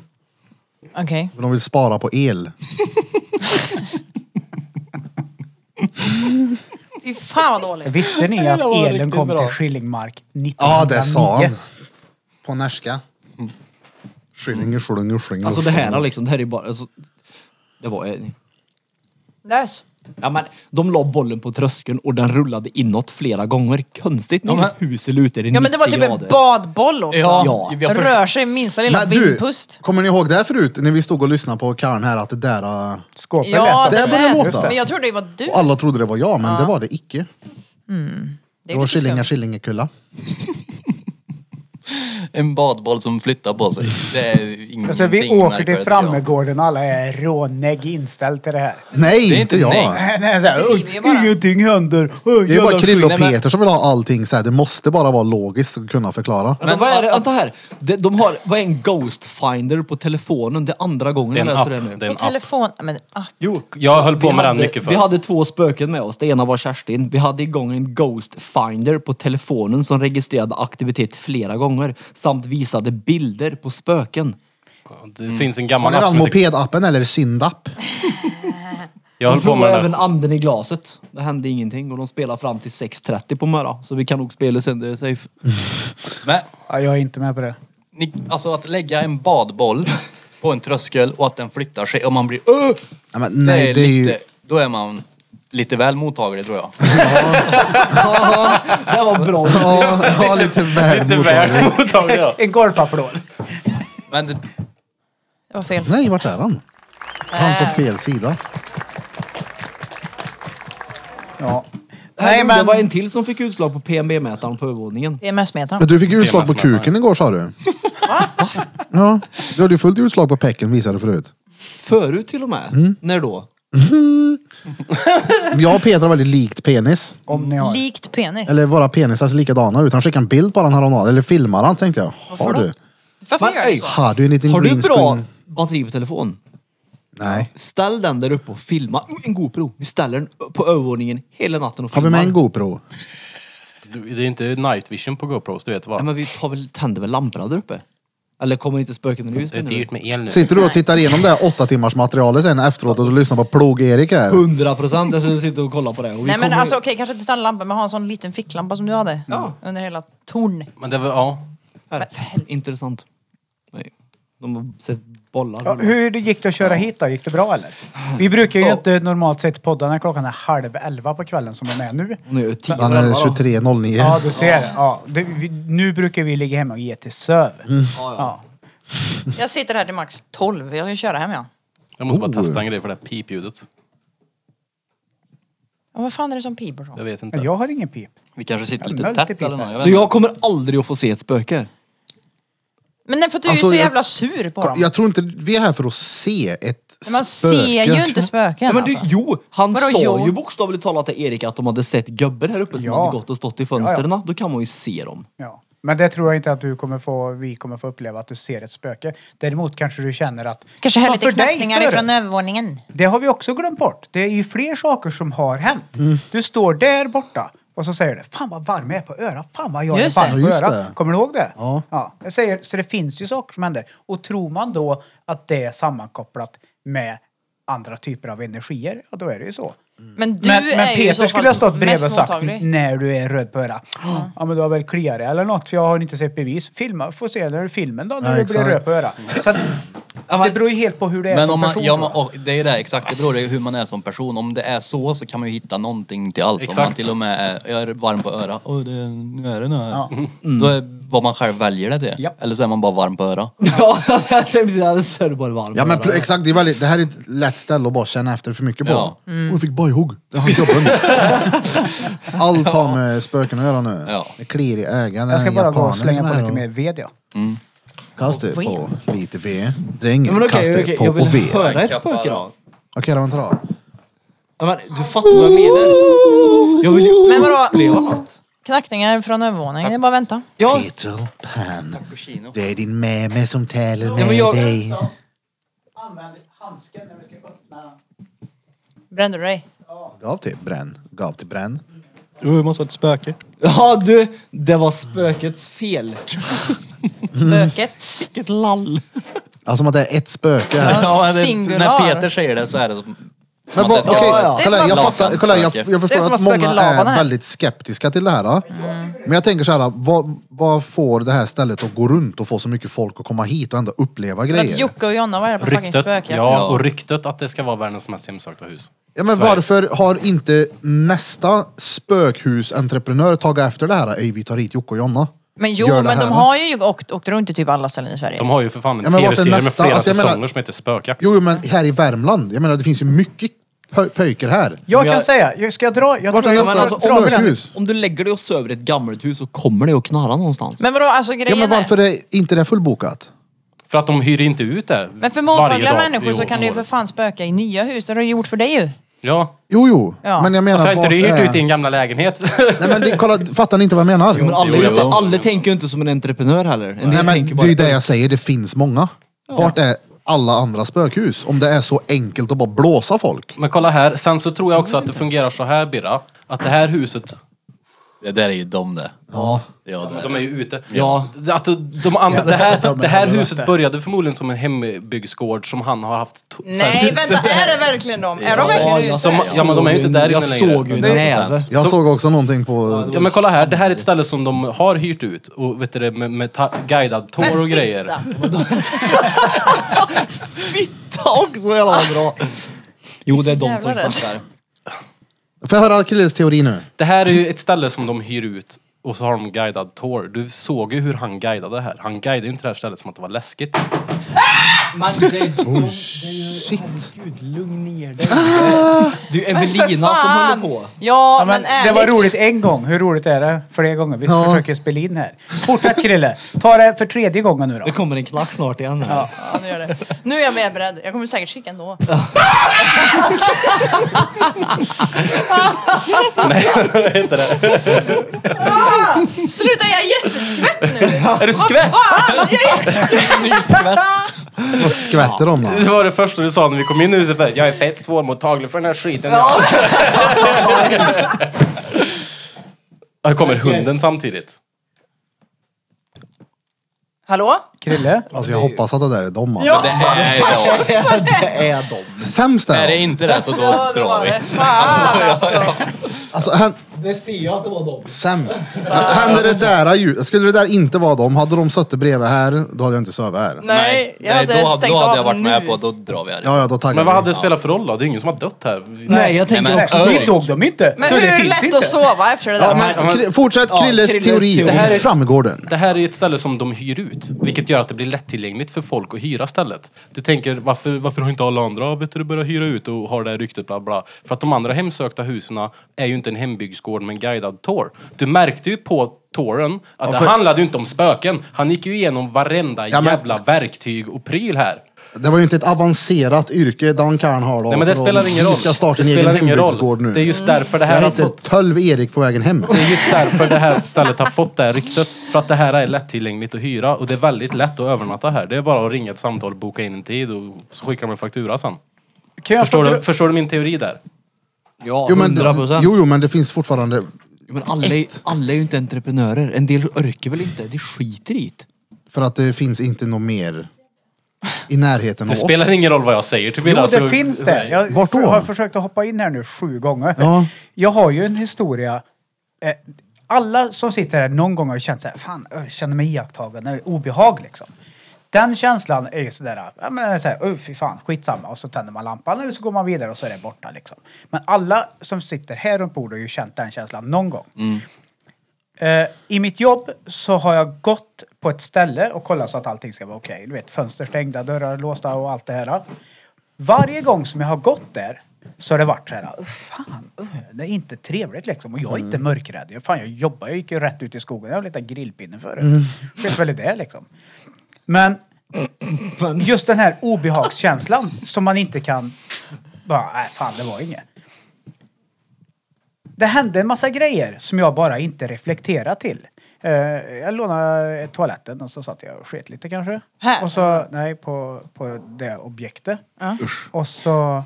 Okej. För de vill spara på el. Fy fan vad dåligt. Visste ni att var elen riktigt kom bra. till Skillingmark 1909? Ja, det sa han. På norska. Skillinge, skillinge, skillinge. Alltså det här liksom, det här är bara... Alltså, det var... eh, Läs. Ja, men, de la bollen på tröskeln och den rullade inåt flera gånger. Konstigt nog. Ja, Huset lutar i Ja men det var 90 typ en grader. badboll också. Ja, Ja. jag förstår. Rör sig minsta lilla Men du, vindpust. kommer ni ihåg det här förut? När vi stod och lyssnade på Karn här att det där... äh, Skåpet Ja, lät det det. är började lät. låta. Men jag trodde det var du. Och alla trodde det var jag, men det var det icke. Det Det är var lite Skillinga, skumt. Skillingekulla. En badboll som flyttar på sig. Det är ju ingenting Alltså vi åker märkvärdigt, till Frammegården och alla är rånägg inställd till det här. Nej, Det är inte inte jag. nej. Nej, så här, Det driver ju bara. Ingenting händer. Det är bara Krill och Nej, men- Peter som vill ha allting så här. Det måste bara vara logiskt att kunna förklara. Men, Alltså, vad är det? Vänta här. De, de har, vad är en ghost finder på telefonen? Det är andra gången Det är jag en läser det app. nu. Det är en På app. telefon. Men ah, Jo, Jag höll på vi med den hade- mycket Vi förr. hade två spöken med oss. Det ena var Kerstin. Vi hade igång en Ghost Finder på telefonen som registrerade aktivitet flera gånger samt visade bilder på spöken. Det finns en Har gammal ni app den som heter... mopedappen eller Syndapp? Jag höll på Prova med den även där. anden i glaset. Det hände ingenting och de spelar fram till 6.30 på morgonen. Så vi kan nog spela sen, det är safe. Men Ja, jag är inte med på det. ni, alltså att lägga en badboll på en tröskel och att den flyttar sig och man blir "Åh!" Nej, men, nej, det är ju... lite, Då är man lite väl mottaglig tror jag. Det var bra. Ja, ja, lite väl Lite mottaglig. väl mottaglig. ja. En golfapplåd. Men det, det var fel. Nej, vart är han? Han på fel sida. Ja. Nej, Nej, men... Det men... var en till som fick utslag på PMB-mätaren på övervåningen. E Men PMS-metaren. du fick ju utslag på mest med kuken igår sa du. Va? Ja, du hade ju fullt utslag på pecken visade du förut. Förut till och med. Mm. När då? Jag och Peter har väldigt likt penis. Om ni har... Likt penis. Eller våra penisar ser likadana ut. Han skickade en bild på den häromdagen, eller filmade han tänkte jag. Har Varför då? du? Varför Men, gör du öj. så? Har du en liten Har du green bra screen? batteri på telefon? Nej. Ställ den där uppe och filma. Mm, En GoPro. Vi ställer den på övervåningen hela natten och Har filmar. vi med en GoPro? Du- Det är inte night vision på GoPros, du vet Nej, vad. men vi tar väl, tänder väl lamporna där uppe? Eller kommer inte spökena i Det är huset nu? dyrt med el nu. Sitter du och tittar igenom det här åtta timmars materialet sen efteråt och du lyssnar på Plog-Erik här? 100 procent. Jag skulle sitta och kolla på det. Och vi Nej men kommer- alltså okej, kanske inte stanna lampan men ha en sån liten ficklampa som du hade. Under hela torn. Men det var, ja. Här. för helvete. Intressant. Nej. De har sett bollar. Ja, hur gick det att köra hit då? Gick det bra eller? Vi brukar ju inte normalt sett podda när klockan är halv elva på kvällen som de är nu. Nu är det 10 Han är 23.09. Ja, du ser. Ja, det, vi, nu brukar vi ligga hemma och ge till söv. Ja. Jag sitter här till max 12. Jag ska köra hem ja. Jag måste Oh. bara testa en grej för det här pipljudet. ja vad fan är det som piper då? Jag vet Men inte. jag har ingen pip. vi kanske sitter Ja, lite tätt multipliper. eller något. Jag vet Så inte. jag kommer aldrig att få se ett spöke. Men nej, för att du Alltså, är så jag- jävla sur på dem. Jag tror inte vi är här för att se ett Men man spöke. ser ju inte spöken Ja, men du, alltså. jo, han Vadå, sa jo? ju bokstavligt talat till Erik att de hade sett gubbar här uppe som Ja. hade gått och stått i fönstren. Då kan man ju se dem. Ja. Men det tror jag inte att du kommer få, vi kommer få uppleva att du ser ett spöke. Däremot kanske du känner att... Kanske hör Som lite för dig knackningar förr. ifrån övervåningen. Det har vi också glömt bort. Det är ju fler saker som har hänt. Du står där borta och så säger du Fan vad varm jag är på öra. Fan vad jag Just är det. varm Ja, på just öra. det. Kommer du ihåg det? Ja. jag säger, så det finns ju saker som händer. Och tror man då att det är sammankopplat med andra typer av energier, ja då är det ju så. Men du men, är men ju i så Peter fall skulle ha stått bredvid mest och sagt mottaglig. när du är röd på öra. Ja men du har väl kliat dig eller något för jag har inte sett bevis. Filma, få se när du filmen då när Ja, du exakt. blir röd på öra. Så att, det beror ju helt på hur det är Men som om man, person. ja, tror men, jag. och det är det, exakt. Det beror ju hur man är som person. Om det är så så kan man ju hitta någonting till allt. Om man Exakt. till och med är, jag är varm på öra. Åh, det, nu är det här. Mm. Mm. Då är vad man själv väljer det till. Ja. Eller så är man bara varm på öra. Ja, jag tänkte precis det. bara varm. Ja men pl- exakt, det, är väldigt, det här är ett lätt ställe att bara känna efter för mycket på. Ja. Och jag fick bajhugg. Det är han gubben. Allt har med spöken att göra nu. Ja. Det kliar i ögonen. Jag ska den bara gå japanen och som slänga är på här lite och- mer ved ja. Kasta Och på lite ved. Drängen, Ja, men okej, kasta okej, på jag och vill ved. Okej höra ett spöke då. då, vänta då. Ja, men, du fattar vad jag menar. Jag vill ju Men vadå? uppleva något. Knackningar från övervåningen. Det är bara att vänta. Ja, Peter Pan. Det är din meme som talar med men jag- dig. Brände du dig? Gav till bränn. Gav till bränn. Jo, det måste vara ett spöke. Ja du, det var spökets fel. Spöket? Vilket lall. Alltså som att det är ett spöke här. Ja, det, Singular. när Peter säger det så är det som, som Men att det vad, ska okej, vara- ja. kolla, Det är jag, som att- fattar, kolla, jag, jag Det är förstår som att att spöka många lavan är här. väldigt skeptiska till det här. Mm. Men jag tänker så här, vad, vad får det här stället att gå runt och få så mycket folk att komma hit och ändå uppleva För att grejer? Jocke och Jonna var här på fucking Ryktet, spökjakt. ja, och ryktet att det ska vara världens mest hemsökta hus. Ja, men Så är det. varför har inte nästa spökhusentreprenör tagit efter det här? Ej, vi tar hit Jocke och Jonna. Men Gör jo, det men här, de va? har ju åkt, åkt runt till typ alla ställen i Sverige. De har ju för fan en Ja, men vart är tv-serie med nästa? flera Alltså, jag säsonger menar- som heter Spökjakt. Jo, jo, men här i Värmland. Jag menar, det finns ju mycket pö- pöjker här. Jag Men kan jag- säga, jag- ska jag dra? Jag Vart är tror jag nästa? Men drar- alltså, drar om, den. du, Hus. om du lägger dig och söver i ett gammalt hus så kommer det att knarra någonstans. Men vadå, alltså Ja, grejen men varför är inte det fullbokat? För att de hyr inte ut det är... Men varje för mottagliga dag människor i så år- kan det ju för året. fan spöka i nya hus. Det har du gjort för dig ju. Ja. Alltså, Jo, jo. Ja. Men jag menar... Varför har inte vart du är- hyrt ut din gamla lägenhet? Nej, men det, kolla, fattar ni inte vad jag menar? Men alla, Jo, jo. alla tänker ju inte som en entreprenör heller. En del Nej, men tänker det bara är ju det jag säger, det finns många. Vart är alla andra spökhus? Om det är så enkelt att bara blåsa folk. Men kolla här, sen så tror jag också att det fungerar så här Birra, att det här huset, Det där är ju dom det. Ja. Ja, det är. de är ju ute. Ja. Att de andra, det, här, det här huset började förmodligen som en hembygdsgård som han har haft... to- Nej, vänta, är det verkligen dem? Är de Ja, verkligen jag ute? Som- ja, men de är ju inte där inne Jag längre. såg ju en Det- näve. Jag såg också någonting på... Ja men kolla här, det här är ett ställe som de har hyrt ut och vet du det, med, med ta- guidad Men tour och grejer. fitta. Ta också jävla bra. Jo, det är de som Jävlar. knarrar. Får jag höra Killes teori nu? Det här är ju ett ställe som de hyr ut och så har de guidad tour. Du såg ju hur han guidade här. Han guidade ju inte det här stället som att det var läskigt. Men det är... Oh, shit. Gud, lugn ner dig. Det är ju Evelina som håller på. Ja, Ja, men, men det ärligt. var roligt en gång. Hur roligt är det? Flera gånger. Vi Ja. försöker spela in här. Fortsätt Krille. Ta det för tredje gången nu då. Det kommer en knack snart igen. här. Ja, nu, gör det. nu är jag mer beredd. Jag kommer säkert skicka ändå. Heter det. Sluta, jag är jätteskvätt nu! Är du skvätt? Fan, jag är jätteskvätt! Vad skvätter de då? Det var det första du sa när vi kom in i huset. Jag är fett svårmottaglig för den här skiten. Här kommer hunden samtidigt. Hallå? Krille. Alltså jag hoppas att det där är dem alltså. Ja, Det är dom. Det är de. Sämst Är är det de. inte det så ja då det drar var vi. det. Fan alltså. Alltså, hän- Det ser jag att det var de. sämst. Händer det där ljud- Skulle det där inte vara dem, hade de suttit bredvid här, då hade jag inte sovit här. Nej, jag hade då, stängt då hade av jag varit nu. med på, då drar vi här. Ja, ja, då taggar Men vad vi. hade det spelat för roll då? Det är ingen som har dött här. Nej, jag Nej, tänker men- också... Vi såg dem inte. Men så det hur finns lätt inte. att sova efter det där? Ja, men, Kri- fortsätt Ja, Krilles Krilles teori. teori. Och Det här är hur ett- framgår den? Det här är ju ett ställe som de hyr ut, vilket gör att det blir lättillgängligt för folk att hyra stället. Du tänker, varför, varför har inte alla andra vet du, börjat hyra ut och har det här ryktet bla bla? För att de andra hemsökta husen är ju inte en hembygdsgård med en guidad tour. Du märkte ju på touren att Ja, det för- handlade ju inte om spöken. Han gick ju igenom varenda Ja, men- jävla verktyg och pryl här. Det var ju inte ett avancerat yrke Dan Karn har då. Nej men det för att spelar ingen roll. Vi ska starta Det en spelar egen ingen hembygdsgård nu. roll. Det är just därför det här jag har hette fått... Tölv Erik på vägen hem. Det är just därför det här stället har fått det här ryktet. För att det här är lättillgängligt att hyra och det är väldigt lätt att övernatta här. Det är bara att ringa ett samtal, boka in en tid och så skickar de en faktura sen. Kan jag Förstår få du, dra- förstår du min teori där? Ja, Jo men, 100 procent. jo, jo, men det finns fortfarande... Men alla, är- alla är ju inte entreprenörer. En del orkar väl inte? De skiter i det. För att det finns inte något mer i närheten av Det oss. spelar ingen roll vad jag säger till Jo, Birra. det så- finns det. Jag Vart då? har försökt att hoppa in här nu sju gånger. Ja. Jag har ju en historia. Eh, Alla som sitter här någon gång har ju känt så här, fan, jag känner mig iakttagen, det är obehag liksom. Den känslan är ju sådär, ja men så här, "Åh, fy fan, skitsamma. Och så tänder man lampan och så går man vidare och så är det borta liksom. Men alla som sitter här runt bordet har ju känt den känslan någon gång. Eh, I mitt jobb så har jag gått på ett ställe och kollat så att allting ska vara okej. Du vet, fönster stängda, dörrar låsta och allt det här. Varje gång som jag har gått där så har det varit så här, "Åh, fan, uh, det är inte trevligt liksom. Och jag är inte mörkrädd. Jag, fan, jag jobbar, jag gick ju rätt ut i skogen. Jag har letat grillpinne förut. Det är väl det liksom. Men just den här obehagskänslan som man inte kan, bara, nej fan det var inget. Det hände en massa grejer som jag bara inte reflekterar till. Eh, jag lånade toaletten och så satt jag och sket lite kanske. Här? Och så, nej, på, på det objektet. Och så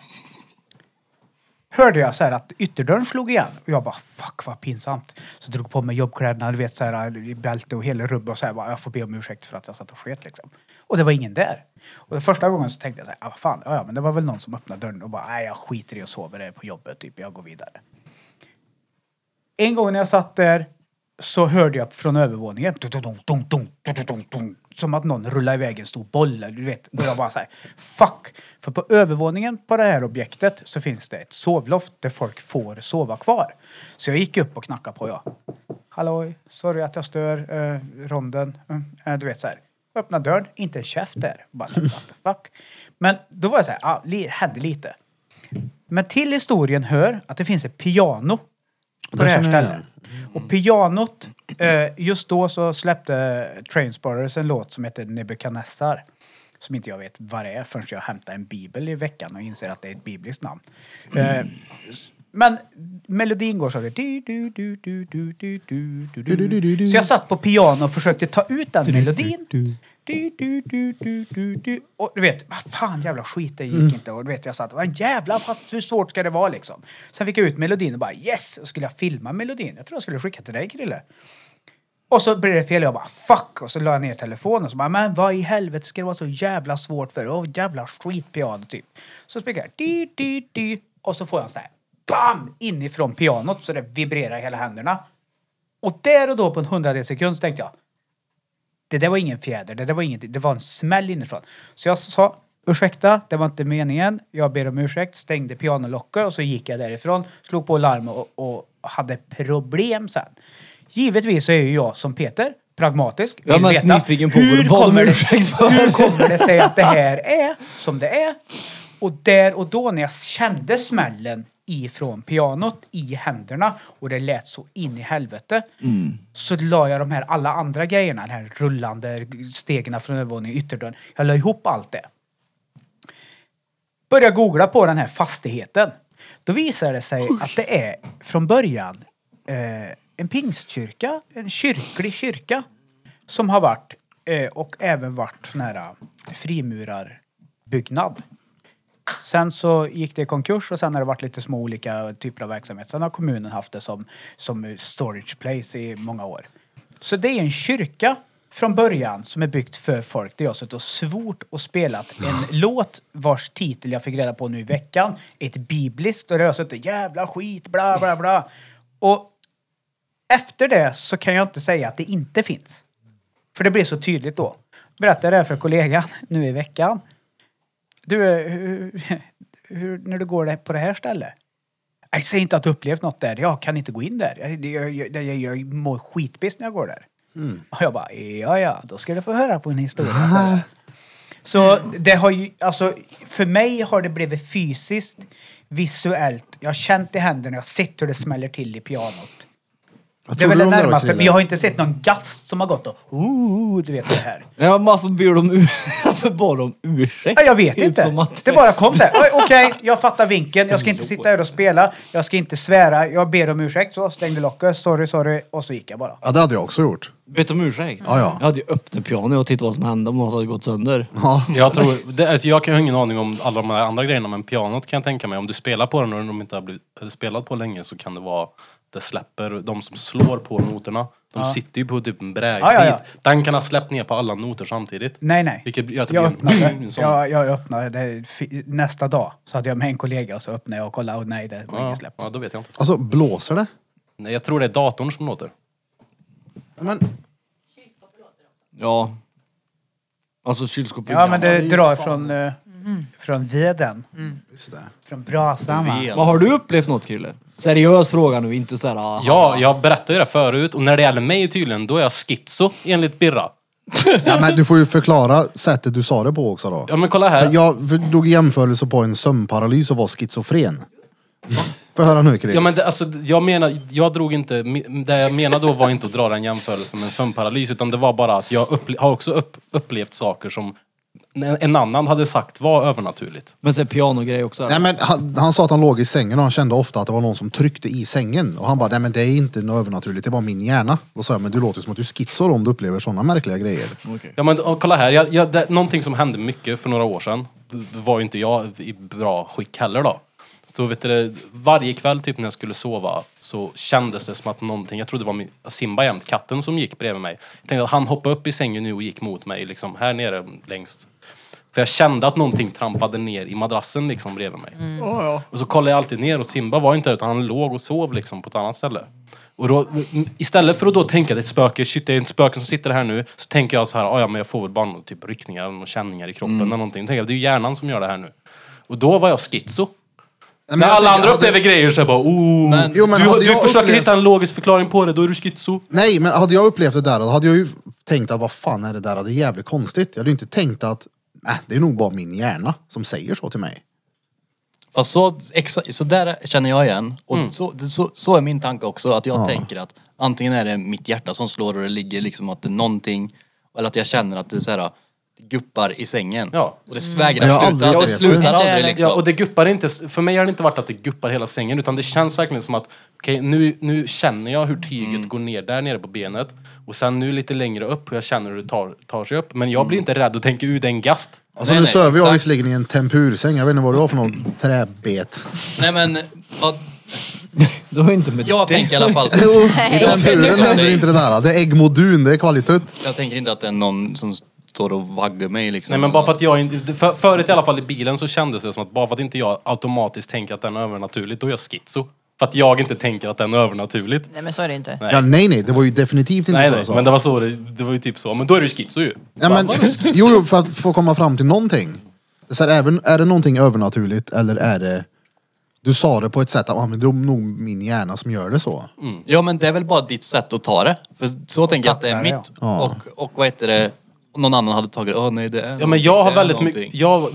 hörde jag så här att ytterdörren slog igen. Och jag bara fuck vad pinsamt. Så drog på mig jobbkläderna, du vet så här i bälte och hela rubbet och så här bara, jag får be om ursäkt för att jag satt och sket liksom. Och det var ingen där. Och den första gången så tänkte jag så här, ah, vad fan, ja, ja men det var väl någon som öppnade dörren och bara, nej jag skiter i och sover det är på jobbet typ, jag går vidare. En gång när jag satt där så hörde jag från övervåningen dun, dun, dun, dun, dun, dun, dun, dun, som att någon rullade iväg en stor boll. eller Du vet. Och jag bara så här, fuck! För på övervåningen på det här objektet så finns det ett sovloft där folk får sova kvar. Så jag gick upp och knackade på. Jag. Halloj, sorry att jag stör eh, ronden. Mm, eh, du vet så här. Öppna dörren, inte en käft där. Bara så här, what the fuck. Men då var jag så här, ah, li- hände lite. Men till historien hör att det finns ett piano på det här känner jag stället. Och pianot, eh, just då så släppte Trainspotters en låt som heter Nebukadnessar. Som inte jag vet vad det är förrän jag hämtar en bibel i veckan och inser att det är ett bibliskt namn. Eh, men melodin går så här. Du, du, du, du, du, du, du, du, du, du. Så jag satt på piano och försökte ta ut den melodin. Du, du, du, du, du, du. Och du vet, vad fan jävla skit det gick inte. Och du vet, jag satt, vad jävla, vad- hur svårt ska det vara liksom? Sen fick jag ut melodin och bara yes! Och skulle jag filma melodin. Jag tror jag skulle skicka till dig Krille. Och så blev det fel jag bara fuck! Och så la jag ner telefonen och så bara men vad i helvete ska det vara så jävla svårt för? Åh jävla skitpiano typ. Så spelar jag di, di, di. Och så får jag en sån här BAM! Inifrån pianot så det vibrerar i hela händerna. Och där och då på en hundradels sekund så tänkte jag det där var ingen fjäder, det där var ingenting, det var en smäll inifrån. Så jag sa ursäkta, det var inte meningen, jag ber om ursäkt, stängde pianolocket och så gick jag därifrån, slog på larm och, och hade problem sen. Givetvis så är ju jag som Peter pragmatisk. Jag är vill mest veta, nyfiken på vad hur du bad om kommer det- ursäkt för. Hur kommer det sig att det här är som det är? Och där och då när jag kände smällen ifrån pianot i händerna och det lät så in i helvete så la jag de här alla andra grejerna, den här rullande stegen från övervåningen, ytterdörren. Jag la ihop allt det började googla på den här fastigheten. Då visade det sig att det är från början eh, en pingstkyrka, en kyrklig kyrka som har varit eh, och även varit sån här eh, frimurarbyggnad. Sen så gick det i konkurs och sen har det varit lite små olika typer av verksamhet. Sen har kommunen haft det som, som storage place i många år. Så det är en kyrka från början som är byggt för folk. Där jag har suttit och svort och spelat en låt vars titel jag fick reda på nu i veckan. Ett bibliskt och där har jag suttit jävla skit, bla bla bla. Och efter det så kan jag inte säga att det inte finns. För det blir så tydligt då. Berättade det här för kollegan nu i veckan. Du, eh, hur, hur, när du går där- på det här stället? Nej, säg inte att du upplevt något där. Jag kan inte gå in där. Jag, jag, jag, jag, jag mår skitbiss när jag går där. Mm. Och jag bara, ja, ja, då ska du få höra på en historia. säger jag. Så det har ju, alltså för mig har det blivit fysiskt, visuellt. Jag har känt i händerna, jag har sett hur det smäller till i pianot. Vad Det är tror väl du det om det då, närmaste, Krille? men jag har inte sett någon gast som har gått och ooh, du vet det här. Nej, men varför ber de ur... varför bad de ursäkt? Ja, jag vet Typ inte. som att- Det bara kom så här. "Oj, Okej, jag fattar vinkeln. Jag ska inte sitta här och spela. Jag ska inte svära. Jag ber om ursäkt. Så stängde locket. Sorry, sorry. Och så gick jag bara. Ja, det hade jag också gjort. Bett om ursäkt? Ja, ja. Jag hade ju öppnat piano och tittat vad som hände om något hade gått sönder. Ja. Jag, tror, det, alltså jag kan ju ha ingen aning om alla de här andra grejerna, men pianot kan jag tänka mig. Om du spelar på den och de inte har blivit, eller spelat på länge så kan det vara, det släpper. De som slår på noterna, de sitter ju på typ en brädbit. Ja, ja, ja. Den kan ha släppt ner på alla noter samtidigt. Nej, nej. Vilket gör att det jag blir en- liksom. öppnade. en sån- Jag, jag öppnade det, fi- nästa dag. Så hade jag med en kollega och så öppnade jag och kollade. Och nej, det var Ja, inget släpp. ja, då vet jag inte. Alltså, blåser det? Nej, jag tror det är datorn som låter. Men, Ja. Alltså kylskåp Ja, men det drar från, eh, Mm. från veden. Just det. Från brasan, va? Vad har du upplevt något Krille? Seriös fråga nu, inte såhär... ah, Ja, jag berättade ju det förut och när det gäller mig tydligen, då är jag schizo enligt Birra. Ja, men du får ju förklara sättet du sa det på också då. Ja men kolla För här. jag för- drog jämförelse på en sömnparalys och var schizofren. Får jag höra nu Chris? Ja, men det, alltså, jag, menar, jag drog inte, det jag menade då var inte att dra den jämförelsen med en sömnparalys utan det var bara att jag upple, har också upp, upplevt saker som en- en annan hade sagt var övernaturligt. Men såhär pianogrej också. Nej, men han, han sa att han låg i sängen och han kände ofta att det var någon som tryckte i sängen. Och han bara, nej men det är inte något övernaturligt, det var min hjärna. Då sa jag, men du låter som att du skitsar om du upplever sådana märkliga grejer. Ja men och, kolla här, jag, jag, det, någonting som hände mycket för några år sedan det var ju inte jag i bra skick heller då. Så vet du, det, varje kväll typ när jag skulle sova så kändes det som att någonting, jag trodde det var min, Simba jämt, katten som gick bredvid mig. Jag tänkte att han hoppade upp i sängen nu och gick mot mig liksom här nere längst. För jag kände att någonting trampade ner i madrassen liksom bredvid mig. Och så kollade jag alltid ner och Simba var inte där utan han låg och sov liksom på ett annat ställe. Och då, m- istället för att då tänka att det är ett spöke, shit det är ett spöke som sitter här nu. Så tänker jag så här, "Ah, ja men jag får väl bara någon typ ryckningar och känningar i kroppen Mm. eller någonting. Då tänker jag, det är ju hjärnan som gör det här nu. Och då var jag schizo. Nej, men När jag alla tänker, andra hade- upplever grejer så är jag bara oh. Men- Jo, men du hade du jag försöker upplevt- hitta en logisk förklaring på det, då är du schizo. Nej, men hade jag upplevt det där då hade jag ju tänkt att vad fan är det där? Det är jävligt konstigt. Jag hade ju inte tänkt att nej, det är nog bara min hjärna som säger så till mig. Fast så, exa- så där känner jag igen. Och Mm. så, det- så, så är min tanke också. Att jag tänker att antingen är det mitt hjärta som slår och det ligger liksom att det är någonting. Eller att jag känner att det är så här guppar i sängen. Ja. Mm. Och det vägrar Men jag har sluta. aldrig och upplevt slutar det. aldrig liksom. Ja, och det guppar inte, för mig har det inte varit att det guppar hela sängen utan det känns verkligen som att okej nu, nu känner jag hur tyget Mm. går ner där nere på benet och sen nu lite längre upp hur jag känner hur det tar, tar sig upp. Men jag Mm. blir inte rädd och tänker ut en gast. Alltså Nej, nu nej, söver jag exakt. visserligen i en tempursäng. Jag vet inte vad det var för något träbet. Nej men, vad, Du har inte med jag tänker i alla fall Jo, så. I tempuren händer inte det där. Det är äggmodun, det är kvalitet. Jag tänker inte att det är någon som står och vaggar mig liksom. Nej men bara för att jag inte, för, förut i alla fall i bilen så kändes det som att bara för att inte jag automatiskt tänker att den är övernaturligt, då är jag schizo. För att jag inte tänker att den är övernaturligt. Nej men så är det inte. Ja, nej, nej, det var ju definitivt inte Nej, så nej, jag sa. men det var så det, det var ju typ så. Men då är du schizo ju. Ja, men, jo, jo, för att få komma fram till någonting. Det är, så här, även, är det någonting övernaturligt eller är det... Du sa det på ett sätt att ah, men det är nog min hjärna som gör det Mm. så. Mm. Ja men det är väl bara ditt sätt att ta det. För så tänker jag att det är Tackar, ja. mitt. Och, och vad heter det, om någon annan hade tagit åh nej det är Ja, men jag har det är väldigt någonting." mycket, jag,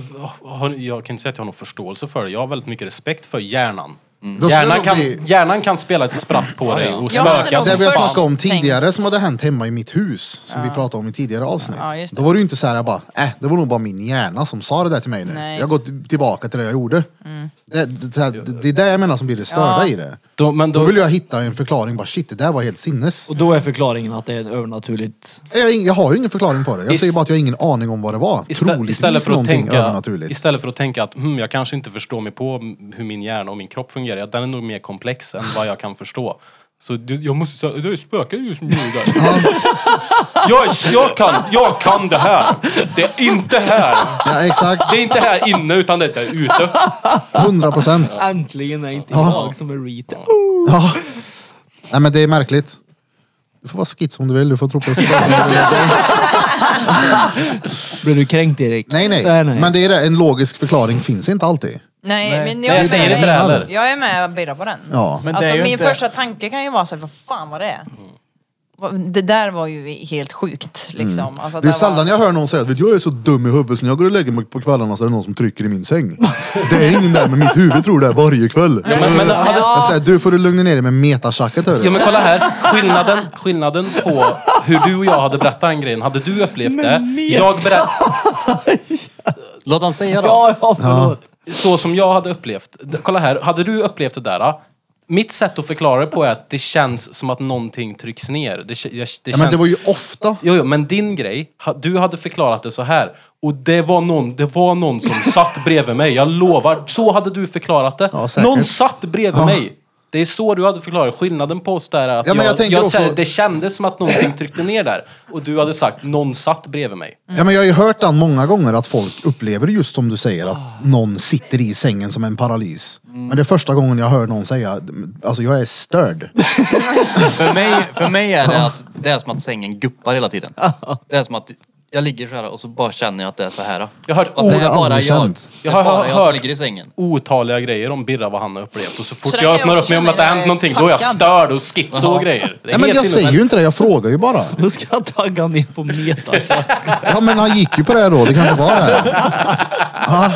har, jag kan inte säga att jag har någon förståelse för det, jag har väldigt mycket respekt för hjärnan. Mm. Då skulle Hjärnan, de kan, bli- Alltså, hjärnan kan spela ett spratt på dig och Jag hade spöka nog Det vi har Fast snackat om tänkt. tidigare som hade hänt hemma i mitt hus, som vi pratade om i tidigare avsnitt. Ja, just det. Då var det ju inte så här, jag bara, äh, det var nog bara min hjärna som sa det där till mig nu. Nej. Mm. Jag går t- tillbaka till det jag gjorde. Det, det, det, här- det är det jag menar som blir det störda i det. Då, men Då då, vill jag hitta en förklaring, bara shit, det där var helt sinnes. Och då är förklaringen att det är övernaturligt. Jag, har ing- jag har ju ingen förklaring på det. Jag Ist- säger bara att jag har ingen aning om vad det var. istä- Troligtvis istället, för att någonting tänka, övernaturligt. istället för att tänka att hmm, jag kanske inte förstår mig på m- hur min hjärna och min kropp fungerar, den är nog mer komplex än vad jag kan förstå. Så du- jag måste säga, det är spökar just nu där. jag, är- jag, kan, jag kan det här! Det är inte här! Ja, exakt, Det är inte här inne utan det är där ute. 100 procent. Äntligen är inte Ja. jag som är Rita. Ja. Nej men det är märkligt. Du får vara skits om du vill, du får tro på det. Blir du kränkt Erik? Nej, nej Nej, nej, nej. men det är det. En logisk förklaring finns inte alltid. Nej, men jag, Nej, är jag säger med- inte det heller. Jag är med och birrar på den. Ja. Men det alltså är ju min inte- första tanke kan ju vara såhär, vad fan var det? Vad- Det där var ju helt sjukt liksom. Alltså, Mm. Det är där var- sällan jag hör någon säga att jag är så dum i huvudet så när jag går och lägger mig på kvällarna så är det någon som trycker i min säng. Det är ingen där, men mitt huvud tror det är varje kväll. men- men hade- jag säger, du får du lugna ner dig med metaschacket hörru. Ja men kolla här, skillnaden, skillnaden på hur du och jag hade berättat den grejen. Hade du upplevt det, jag berätt, Låt han säga då. Ja, ja, förlåt. så som jag hade upplevt. D- Kolla här, hade du upplevt det där? ah, Mitt sätt att förklara det på är att det känns som att någonting trycks ner. Det, kä- jag, det ja, känns, men det var ju ofta. jo, jo, men din grej, ha- du hade förklarat det så här. Och det var, någon, det var någon som satt bredvid mig, jag lovar. Så hade du förklarat det. Ja, säkert. någon satt bredvid Ja. mig. Det är så du hade förklarat skillnaden på oss där. är Att Ja, men jag tänker också- kände- det kändes som att någonting tryckte ner där. Och du hade sagt, någon satt bredvid mig. Ja, men jag har ju hört den många gånger att folk upplever just som du säger att någon sitter i sängen som en paralys. Men det är första gången jag hör någon säga, alltså jag är störd. För mig, för mig är det att det är som att sängen guppar hela tiden. Det är som att jag ligger så här och så bara känner jag att det är så här. Jag har hört Fast det är ordet bara aldrig jag. känt. Det Jag är har bara jag som hört ligger i sängen. otaliga grejer om Birra vad han har upplevt och så fort Så där jag kan öppnar jag upp mig om känna att det har när hänt jag är någonting då är jag taggad. störd och schizo och grejer. Det är Ja, men helt jag sinnessjukt. säger ju inte det, jag frågar ju bara. Då ska jag tagga ner på meta. Ja men han gick ju på det här då, det kanske var det. Ja.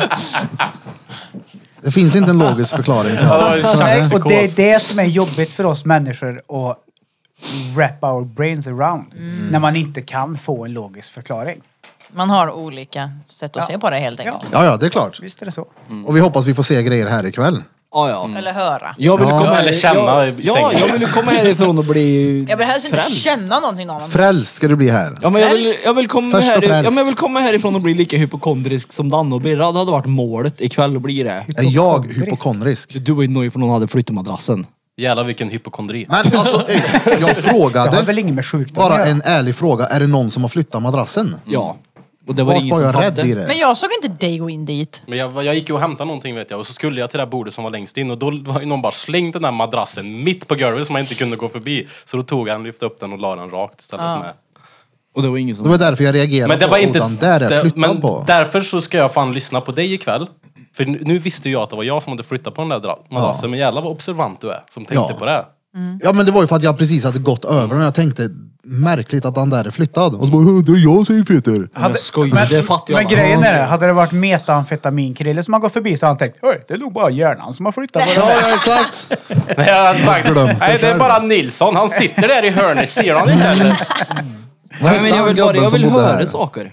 Det finns inte en logisk förklaring till det var ju det. Så är Nej, det. chansigt. och det är det som är jobbigt för oss människor att wrap our brains around. Mm. När man inte kan få en logisk förklaring. Man har olika sätt att se på det helt enkelt. Ja, ja, det är klart. Visst är det så? Och vi hoppas vi får se grejer här ikväll. Ja, ja. Eller höra. Jag vill Ja, komma eller här- känna jag, i Ja, sängen. jag vill ju komma härifrån och bli Jag vill helst inte frälst. känna någonting av honom. Frälst ska du bli här. Ja, men jag, vill, Frälst. jag, vill komma Först och här, ja, främst. men jag vill komma härifrån och bli lika hypokondrisk som Danne och Birra. Det hade varit målet. Ikväll blir det. Är jag hypokondrisk? Du var ju nöjd för någon hade flyttat Mm. madrassen. Jävlar vilken hypokondri. Men alltså, ey, jag Jag har väl frågade. inget med sjukdom Bara att göra. en ärlig fråga. Är det någon som har flyttat madrassen? Ja. Och det var Vart ingen var som jag rädd hade. i det? Men jag såg inte dig gå in dit. Men jag, jag gick ju och hämtade någonting vet jag och så skulle jag till det där bordet som var längst in och då var ju någon bara slängt den där madrassen mitt på golvet som jag inte kunde gå förbi. Så då tog jag den, lyfte upp den och la den rakt istället med. Och det var ingen Det som... var därför jag reagerade Men det på var inte... utan där är det- flyttad men på. därför så ska jag fan lyssna på dig ikväll. För nu nu visste ju jag att det var jag som hade flyttat på den där dra- madrassen. Men jävlar vad observant du är som tänkte Ja. på det. Ja men det var ju för att jag precis hade gått över när jag tänkte märkligt att han där är flyttad. Och så bara, "Hö, det är jag som är Peter. Jag skojar, det fattar jag men alla. grejen är det, hade det varit metamfetaminkrille som har gått förbi så hade han tänkt Oj, det är nog bara hjärnan som har flyttat på Ja, ja exakt. Nej, jag hade sagt, Glömt nej det är själv. bara Nilsson, han sitter där i hörnet, ser han inte heller? Vad Nej, men hette jag han vill, bara, gubben jag som vill bodde höra här? saker.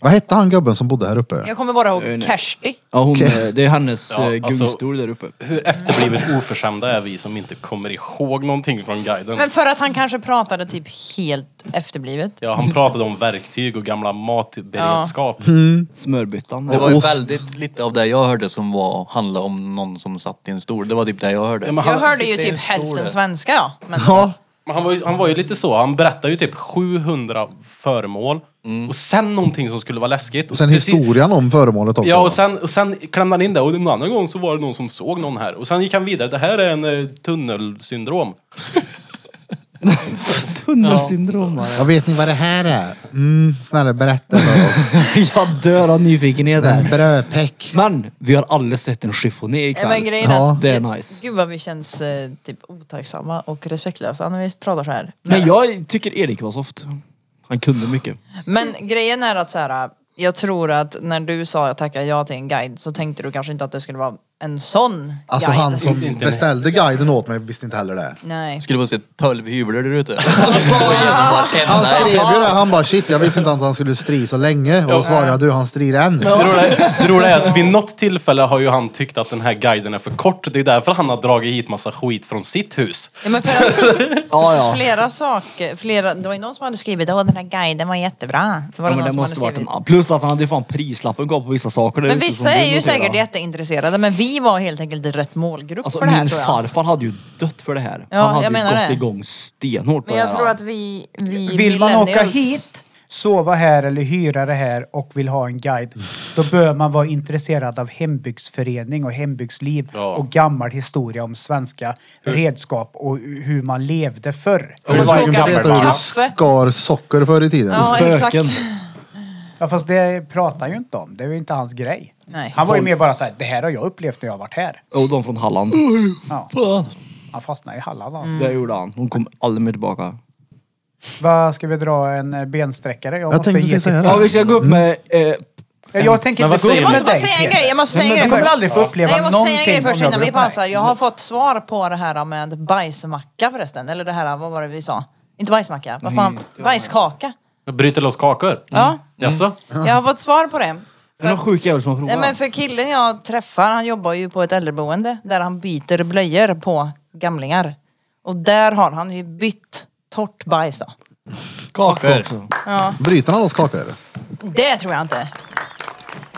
Vad hette han gubben som bodde här uppe? Jag kommer bara ihåg Kersti. Ja, hon, Okej. eh, Det är hennes Ja, eh, alltså- gungstol där uppe. Hur efterblivet oförskämda är vi som inte kommer ihåg någonting från guiden? Men för att han kanske pratade typ helt efterblivet. Ja, han pratade om verktyg och gamla matberedskap. Smörbyttan. Det var ju Ost. väldigt lite av det jag hörde som var, handlade om någon som satt i en stol. Det var typ det jag hörde. Ja, men Jag han, hörde ju sitter i en typ stol hälften där. svenska ja. Men Ja, men han, var ju, han var ju lite så, han berättade ju typ 700 föremål och sen någonting som skulle vara läskigt. Mm. och sen precis- historien om föremålet också. Ja, och sen, och sen klämde han in det och en annan gång så var det någon som såg någon här. Och sen gick han vidare, det här är en eh, tunnelsyndrom. Tunnelsyndrom. Ja, vet ni vad det här är? Mm, snälla berätta för oss. Jag dör av Det är nyfikenheten. brödpäck. Men vi har alla sett en chiffoné Nej, men ikväll. grejen är Ja. att, Det är nice. gud vad vi känns eh, typ otacksamma och respektlösa när vi pratar så här. Men jag tycker Erik var soft. Han kunde mycket. Men grejen är att så här, jag tror att när du sa jag tackar ja till en guide så tänkte du kanske inte att det skulle vara en sån Alltså guide. han som beställde guiden åt mig visste inte heller det. Nej. Skulle bara se tolv hyvlor där ute. Han skrev ju det, han bara shit jag visste inte att han skulle stri så länge. Och då svarade jag du han strir än. Det roliga, det roliga är att vid något tillfälle har ju han tyckt att den här guiden är för kort. Det är ju därför han har dragit hit massa skit från sitt hus. Ja, men för att Ja, ja. flera saker, flera, det var ju någon som hade skrivit att den här guiden var jättebra. Det var det Ja, men någon det som hade måste varit skrivit. en, plus att han hade ju fan prislappen kvar på vissa saker där Men ute vissa som vi är ju noterar. säkert jätteintresserade men vi var helt enkelt i rätt målgrupp Alltså för det här min tror jag. farfar hade ju dött för det här. Ja, han hade jag ju menar gått det. igång stenhårt på Men jag det här. tror att vi, vi Vill man åka millennials- hit, sova här eller hyra det här och vill ha en guide, då bör man vara intresserad av hembygdsförening och hembygdsliv Ja. och gammal historia om svenska redskap och hur man levde förr. Jag vill Koka verkligen veta hur du kaffe. skar socker förr i tiden. Ja Spöken. exakt. Ja, fast det pratar han ju inte om. Det är ju inte hans grej. Nej. Han var ju mer bara så här, det här har jag upplevt när jag har varit här. Och de från Halland. Ja. Han fastnade i Halland. han. Det gjorde han. Hon kom aldrig mer tillbaka. Vad ska vi dra en eh, bensträckare? Jag, måste tänkte precis ge säga till- det. Ja, vi ska gå upp med... Eh, Ja, Jag tänker Men inte vad gå säger Jag du? måste upp med bara dig. säga en Peter. grej, jag måste Nej, säga men en grej Du kommer först. aldrig få uppleva Nej, jag måste någonting säga en grej först om jag innan vi går upp med pausar. dig. Jag har fått svar på det här med bajsmacka förresten. Eller det här, vad var det vi sa? Inte bajsmacka, vad fan? Bajskaka. Jag Bryter loss Mm. kakor. Ja, Jaså? jag har fått svar på det. det är någon sjuk jävel som har Nej, provat. men för killen jag träffar, han jobbar ju på ett äldreboende där han byter blöjor på gamlingar. Och där har han ju bytt torrt bajs då. Kakor. Bryter han hans kakor? Det tror jag inte.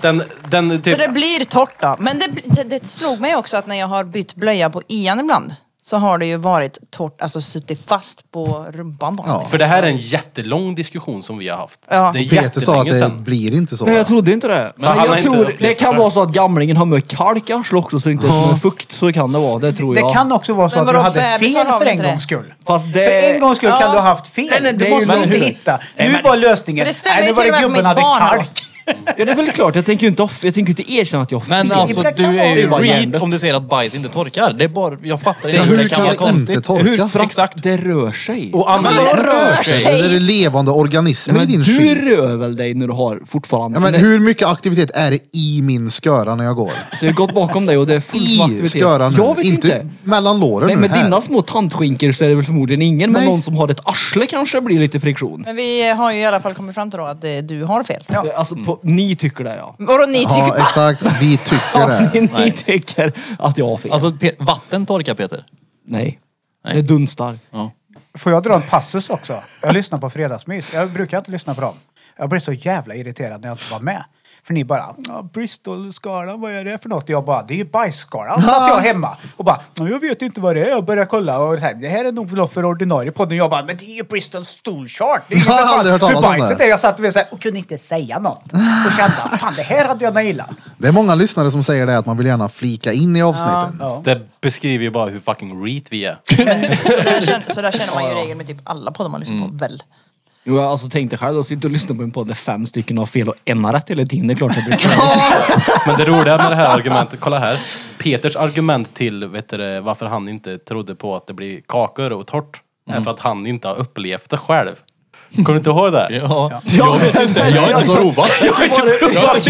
Den, den Så typ... det blir torrt då. Men det, det, det slog mig också att när jag har bytt blöja på Ian ibland så har det ju varit torrt, alltså suttit fast på rumpan bara. Ja. För det här är en jättelång diskussion som vi har haft. Ja. Det är Peter sa att jättelänge det sedan. blir inte så. Nej, jag trodde inte det. Men han har jag inte tror upplevt det kan det. vara så att gamlingen har mycket kalk i arslet också så det inte är så med fukt. Så kan det vara. Det tror Det jag. kan också vara så Men att du vadå, hade bebisar fel har för väl en inte det? gångs skull. Fast För det... en gångs skull Ja. kan du ha haft fel. Nej, nej, det du är måste ju- inte men- hitta. Nej, Nu men- var lösningen. Men det stämmer nej, nu ju var till och med det gubben med hade mitt barn då. kalk. Ja, det är väl klart. Jag tänker ju inte, off- jag tänker ju inte erkänna att jag har fel. Men alltså Det kan du vara är ju bara reet hjärnet. om du säger att bajs inte torkar. Det är bara, jag fattar inte Men hur hur det kan kan vara det inte konstigt. torka? För Hur, att- exakt. Det rör sig. Och använder... rör Men Det är levande organismer men i din du skit. rör väl dig när du har fortfarande... Ja, men Nej, hur mycket aktivitet är det i min sköra när jag går? Så jag har gått bakom dig och det är fullt med I aktivitet. sköra nu. Jag vet inte. mellan låren Nej, nu. med här. dina små tandskinkor så är det väl förmodligen ingen, men Nej. någon som har ett arsle kanske blir lite friktion. Men vi har ju i alla fall kommit fram till då att eh, du har fel. Alltså på, ni tycker det ja. Vadå ni tycker... Ja, exakt. Vi tycker ja ni, det. ni tycker att jag har fel. Alltså pe- vatten torkar Peter. nej. Nej. Det dunstar. Ja. Får jag dra en passus också? Jag lyssnar på Fredagsmys. Jag brukar inte lyssna på dem. Jag blev så jävla irriterad när jag inte var med. För ni bara, "Ja, Bristol-skalan, vad är det för något? Jag bara, det är ju bajsskalan, satt jag hemma. Och bara, "Ja, jag vet inte vad det är. Jag började kolla och så här, det här är nog något för ordinarie podden. Jag bara, men det är ju Bristol Stool Chart. Det är ju Jag har för fan aldrig hört hur talas om bajset det. är. Jag satt och blev så här, och kunde inte säga något. Och kände, fan det här hade jag gillat. Det är många lyssnare som säger det att man vill gärna flika in i avsnitten. Ja. Det beskriver ju bara hur fucking reet vi är. Så Alltså, där känner, så där känner man ju i regel med typ alla poddar man lyssnar Mm. på, väl? Jo, jag alltså tänkte själv att sitta och lyssna på en podd där fem stycken har fel och en har rätt hela tiden. Det är klart jag brukar. Men det roliga med det här argumentet, kolla här. Peters argument till vet du, det, varför han inte trodde på att det blir kakor och torrt, är för att han inte har upplevt det själv. Kommer du inte ihåg det? Ja. Jag har inte provat. Jag har inte provat.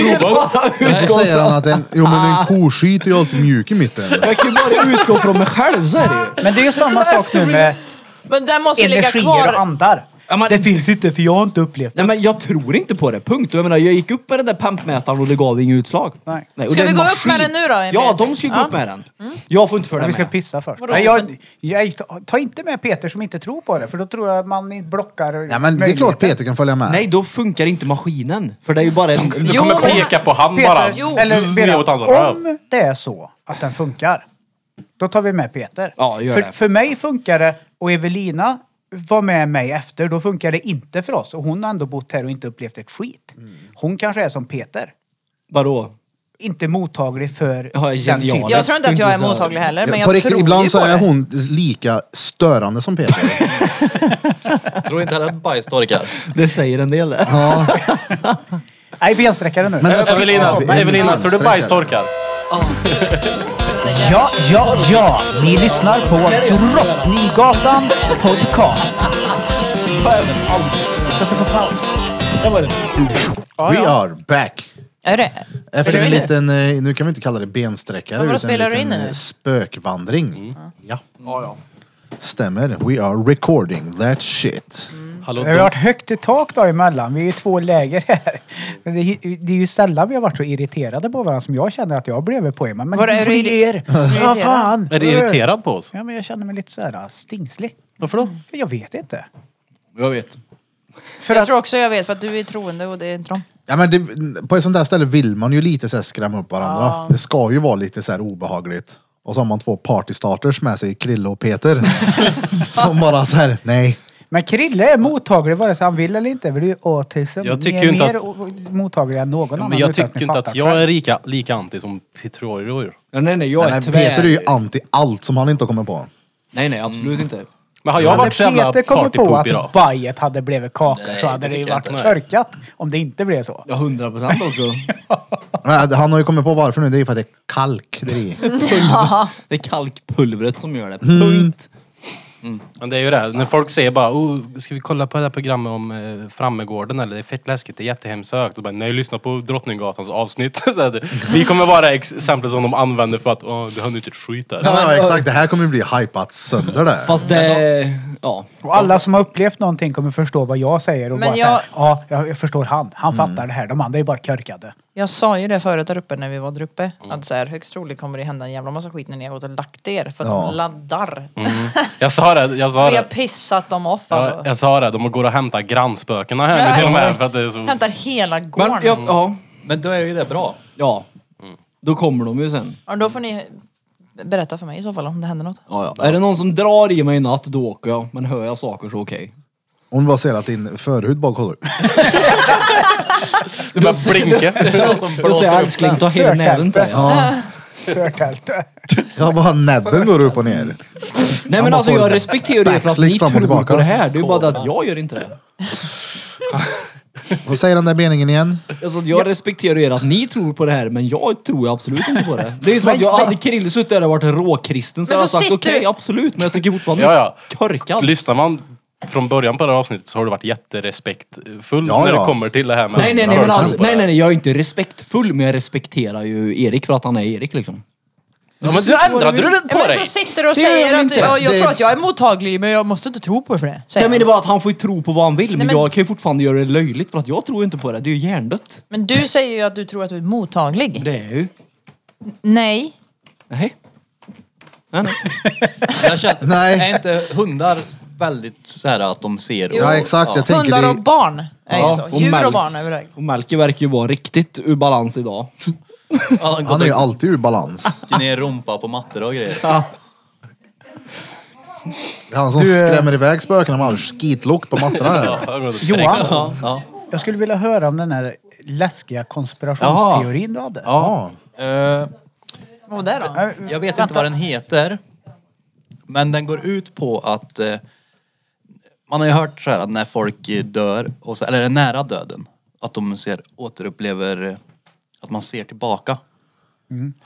Men så Alltså, säger han att en, jo, men en koskit är ju alltid mjuk i mitten. Jag kan ju bara utgå från mig själv, så är det ju. Men det är ju samma sak nu med Men den måste ju ligga energier och kvar. andar. Ja, men- Det finns inte, för jag har inte upplevt Nej men jag tror inte på det, punkt. Och Jag menar jag gick upp med den där pampmätaren och det gav inget utslag. Nej. och Ska vi det är gå bara upp med skit. den nu då, Emil? Ja, de ska ju gå Ja. Mm. upp med den. Jag får inte följa Men vi ska med. pissa först. Vadå? Nej, jag, jag, ta- ta inte med Peter som inte tror på det, för då tror jag man inte blockar Ja, men det är klart Peter kan följa med. Nej, då funkar inte maskinen. För det är ju bara en... Du Jo, kommer men- peka på han bara. Peter, Jo. eller Ner åt hans Peter, röv. om det är så att den funkar, då tar vi med Peter. Ja, gör för, det. för mig funkar det, och Evelina var med mig efter, då funkar det inte för oss. Och hon har ändå bott här och inte upplevt ett skit. Mm. Hon kanske är som Peter. Vadå? Inte mottaglig för Ja, den genial. typen. Jag tror inte att jag är mottaglig heller, men jag tror ju ibland så på är det. hon lika störande som Peter. Jag tror inte heller att bajs torkar. Det säger en del. Ja, Nej, bensträckare nu. men alltså- Ja, Evelina, en Evelina tror du bensträckare. bajstorkar? Ja, ja, ja. Ni lyssnar på Drottninggatan Podcast. Sätter på paus. Det var det. We are back! Är det? Efter Är en du redo? liten, eh, nu kan vi inte kalla det bensträckare, Men vadå, utan en spelar du liten in nu? Mm. eh, spökvandring. Ja. Stämmer. We are recording that shit. Hallå, Det har varit högt i tak då emellan. Vi är i två läger här. Men Det, det är ju sällan vi har varit så irriterade på varandra som jag känner att jag har blivit på er. Men Var är gud, du vad irri- er? Vad fan? är du irriterad på oss? Ja, men jag känner mig lite så här äh, stingslig. Varför då? För Jag vet inte. Jag vet. För jag att, tror också jag vet, för att du är troende och det är inte de. Ja, men det, på ett sånt där ställe vill man ju lite så här skrämma upp varandra. Det ska ju vara lite så här obehagligt. Och så har man två partystarters med sig, Krille och Peter. som bara så här, nej. men Krille är mottaglig vare sig han vill eller inte. För du är autism. Jag tycker Ni är ju inte mer att- o- mottaglig än någon Ja, annan. men jag utan ni tycker inte fattar att jag själv. är lika, lika anti som Petrorio. Nej, nej, nej. Jag nej är men tvär... Peter är ju anti allt som han inte har kommit på. Nej, nej, absolut inte. Men har jag Hade varit så jävla Peter kommit på partypoop att idag? bajet hade blivit kaka Nej, så hade det det ju tycker jag varit inte. körkat om det inte blev så. Ja, hundra procent också. Men han har ju kommit på varför nu, det är ju för att det är kalk där i. Det är kalkpulvret som gör det. Punkt. Men det är ju det, här, när folk säger bara oh, ska vi kolla på det här programmet om eh, Frammegården eller det är fett läskigt, det är jättehemsökt. Och bara, Nej, lyssna på Drottninggatans avsnitt. så att, vi kommer vara exempel som de använder för att oh, det händer inte ett skit där. Ja, exakt. Det här kommer ju bli hypat sönder det. Fast det... Ja. Och alla som har upplevt någonting kommer förstå vad jag säger och Men bara jag- säga, ja, jag, jag förstår han. Han Mm. fattar det här. De andra är bara körkade. Jag sa ju det förut där uppe när vi var där uppe. Mm. Att så här, högst troligt kommer det hända en jävla massa skit när ni har gått och lagt er. För att Ja. de laddar. Jag sa det, jag sa Vi har Mm, det. pissat dem off Jag, alltså. jag sa det, de går och hämtar grannspökena här Ja, nu till och med. exakt. För att det är så... Hämtar hela Men, gården. ja, ja. Men då är ju det bra. Ja. Då kommer de ju sen. Ja, då får ni berätta för mig i så fall om det händer något. Ja, ja. Är det någon som drar i mig i natt, då åker jag. Men hör jag saker så okej. Om du bara ser att din förhud bara kollar. Du bara blinkar. Det är någon som Då säger jag blåser upp älskling, ta hela Förtälte. näven säger jag. Förtälte. Jag bara näbben går upp och ner. Nej man men alltså får jag respekterar er för att backslick ni fram och tror tillbaka. på det här. Det är ju bara det att jag gör inte det. Vad säger den där meningen igen? Alltså, att jag respekterar er att ni tror på det här, men jag tror ju absolut inte på det. Det är som att jag hade Krille suttit där och varit råkristen så Men hade jag så sagt sitter okej, du- absolut, men jag tycker fortfarande Ja, ja. korkad. Lyssnar man från början på det här avsnittet så har du varit jätterespektfull Ja, när ja. det kommer till det här med Nej nej nej, men förutsättningar alltså, på det nej här. nej nej, jag är inte respektfull men jag respekterar ju Erik för att han är Erik liksom. Ja, men du ändrade du det på Ja, men dig? så sitter du och Det gör säger jag att inte. ja, jag Det- tror att jag är mottaglig men jag måste inte tro på det för det. säger Jag menar han. bara att han får ju tro på vad han vill, men, men- jag kan ju fortfarande göra det löjligt för att jag tror inte på det. Det är ju hjärndött. Men du säger ju att du tror att du är mottaglig. Det är ju. Nej. Nej. Nej, nej. Jag känner, Nej. Är inte hundar väldigt så här att de ser? Ja, exakt. Jag tänker Hundar det- och barn är Ja, ju så. och Djur män. och barn överlag. Och Melker verkar ju vara riktigt ur balans idag. Ja, han Han är ju går alltid ur balans. och ner rumpa på mattor och grejer. Det är Han som Du, eh, skrämmer iväg spökena med all skitlukt på mattorna. här. Ja, jag går och tänker. Johan, Ja. jag skulle vilja höra om den här läskiga konspirationsteorin du hade. ja. Eh, Vad var det då? Jag vet inte vad den heter. Men den går ut på att eh, man har ju hört så här att när folk eh, dör, och så, eller är nära döden, att de ser, återupplever, eh, att man ser tillbaka.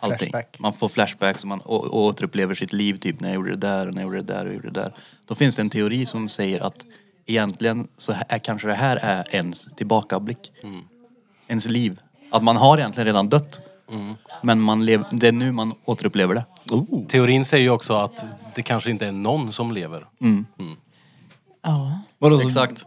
allting. flashback. Man får flashbacks och man å- å- återupplever sitt liv, typ när jag gjorde det där och när jag gjorde det där och gjorde det där. Då finns det en teori som säger att egentligen så är kanske det här är ens tillbakablick. Ens liv. Att man har egentligen redan dött. Men man lev, det är nu man återupplever det. Teorin säger ju också att det kanske inte är någon som lever. Ja. Vadå, så- Exakt.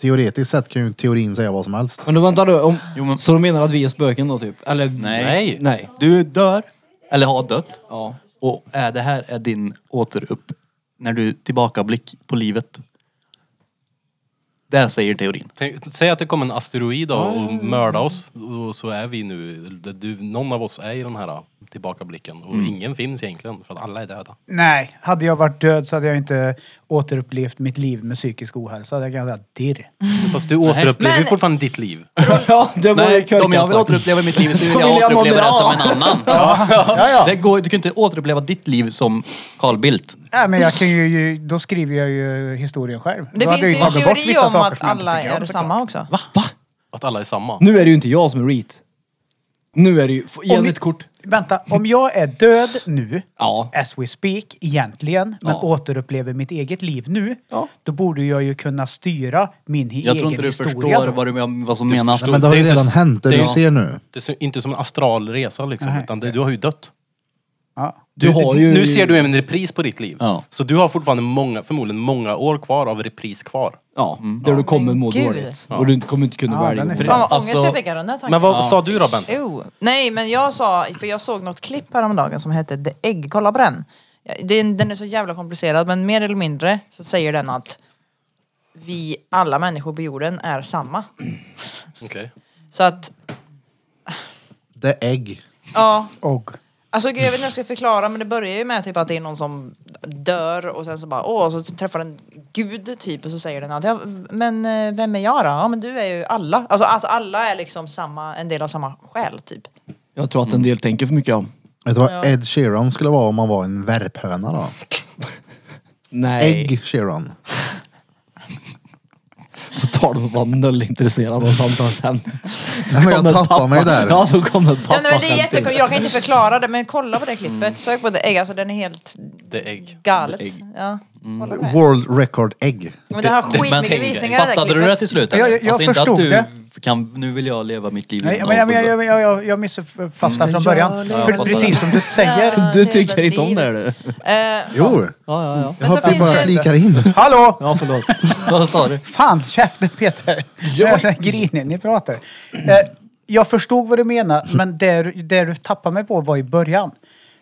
Teoretiskt sett kan ju teorin säga vad som helst. Men då vänta nu, om, Jo, men- så de menar att vi är spöken då typ? Eller? Nej. Nej. Nej. Du dör, eller har dött. Ja. Och är det här är din återupp... När du tillbakablick på livet. Det säger teorin. Tänk, säg att det kom en asteroid då och mördade oss. Och så är vi nu, det- du, någon av oss är i den här ah, tillbakablicken. Och ingen finns egentligen för att alla är döda. Nej, hade jag varit död så hade jag inte återupplevt mitt liv med psykisk ohälsa. Det kan jag säga dirr. Fast du återupplever ju Men- fortfarande ditt liv. ja, det var ju Nej, korkat om jag vill sagt. återuppleva mitt liv så Så vill jag vill jag må återuppleva det bra. som en annan. Det går, du kan inte återuppleva ditt liv som Carl Bildt. Nej, men jag kan ju- ju, då skriver jag ju historien själv. Men Det Då hade finns ju en jag tagit bort teori vissa om saker att som jag inte alla tycker om, är såklart. samma också. Va? Att alla är samma. Nu är det ju inte jag som är reet. Nu är det ju, f- ge Om mig vi- ett kort. Vänta, om jag är död nu, Ja. as we speak, egentligen, men Ja. återupplever mitt eget liv nu, Ja. då borde jag ju kunna styra min he- Jag egen tror inte du historia. förstår då. vad, du, vad som menas. Nej, men det har det är ju inte redan s- hänt, det det är du ju- ser nu. Det är så- inte som en astral resa liksom, Nej. utan det, du har ju dött. Ja. Du, Du har ju- Nu ser du en repris på ditt liv. Ja. Så du har fortfarande många, förmodligen många år kvar av repris kvar. Ja, där du kommer må Men gud. dåligt. Och du kommer inte kunna Ja, välja. den är om det. Fan vad Alltså- ångest jag fick av den där tanken. Men vad sa du då Bente? Jo. Nej, men jag sa, för jag såg något klipp häromdagen som hette The Egg, kolla på den. Den, den är så jävla komplicerad, men mer eller mindre så säger den att vi alla människor på jorden är samma. Okej. Så att, Det är ägg. ja, Och, Alltså gud, jag vet inte hur jag ska förklara men det börjar ju med typ att det är någon som dör och sen så bara åh, så träffar den gud typ och så säger den att ja, men eh, vem är jag då? Ja men du är ju alla. Alltså, alltså alla är liksom samma, en del av samma själ typ. Jag tror att Mm. en del tänker för mycket om. Vet du vad Ed Sheeran skulle vara om han var en värphöna då? Nej. Ägg Sheeran. På tal om att vara nollintresserad av samtal sen. Nej, men jag Kommer tappar pappa- mig där. Ja, då kommer pappa Ja, nej, men det är skämt till. jättekul, jag kan inte förklara det men kolla på det klippet. Sök på det ägg, alltså den är helt Det är ägg. galet. Ja. Kolla på det. World record ägg. Men det har skitmycket visningar i det Fattade du det klippet. till slut? eller? Jag- jag- jag alltså förstod inte att du kan, nu vill jag leva mitt liv. nej, utan men jag, men avundsjuka. jag, jag, jag, jag missuppfattade Mm. från början. jag För fattar. precis som du säger. Ja, Du det är tycker inte om det livet. här du. Eh, Jo, Ja, ja, ja. jag så hoppas vi finns bara det- flikar in. Hallå! Ja, förlåt. Vad sa du? Fan, käften Peter! Jag är så här grinig, ni pratar. Eh, jag förstod vad du menar, men det du- det du tappade mig på var i början.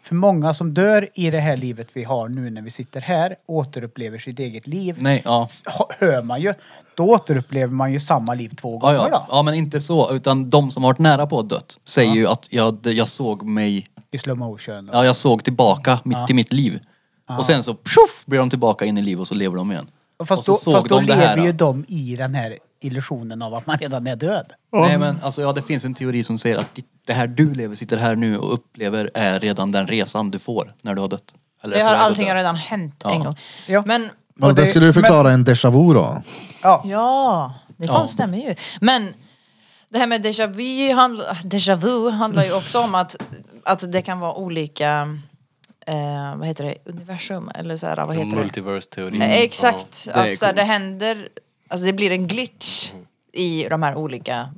För många som dör i det här livet vi har nu när vi sitter här återupplever sitt eget liv. Nej, ja. S- hö- Hör man ju. Då återupplever man ju samma liv två Ja, gånger ja. då. ja, men inte så. Utan de som har varit nära på att dött säger ju att jag, jag såg mig, I slow motion. ja, jag såg tillbaka mitt, till mitt liv. Och sen så pjoff, blir de tillbaka in i liv och så lever de igen. och Fast så då, såg fast då de det här. lever ju då. de i den här illusionen av att man redan är död. Nej men alltså ja, det finns en teori som säger att ditt- det här du lever, sitter här nu och upplever är redan den resan du får när du har dött. Eller Det är har på väg att allting dö. har redan hänt Ja. en gång. Ja. Men Men det skulle ju förklara en déjà vu då. Ja. Ja, det fan Ja. stämmer ju. Men det här med déjà vu, handl- déjà vu handlar ju också om att, att det kan vara olika eh, vad heter det, universum eller så här, vad heter det? Multiverse-teorin. Eh, Exakt, är alltså, att så här, det händer, alltså det blir en glitch i de här olika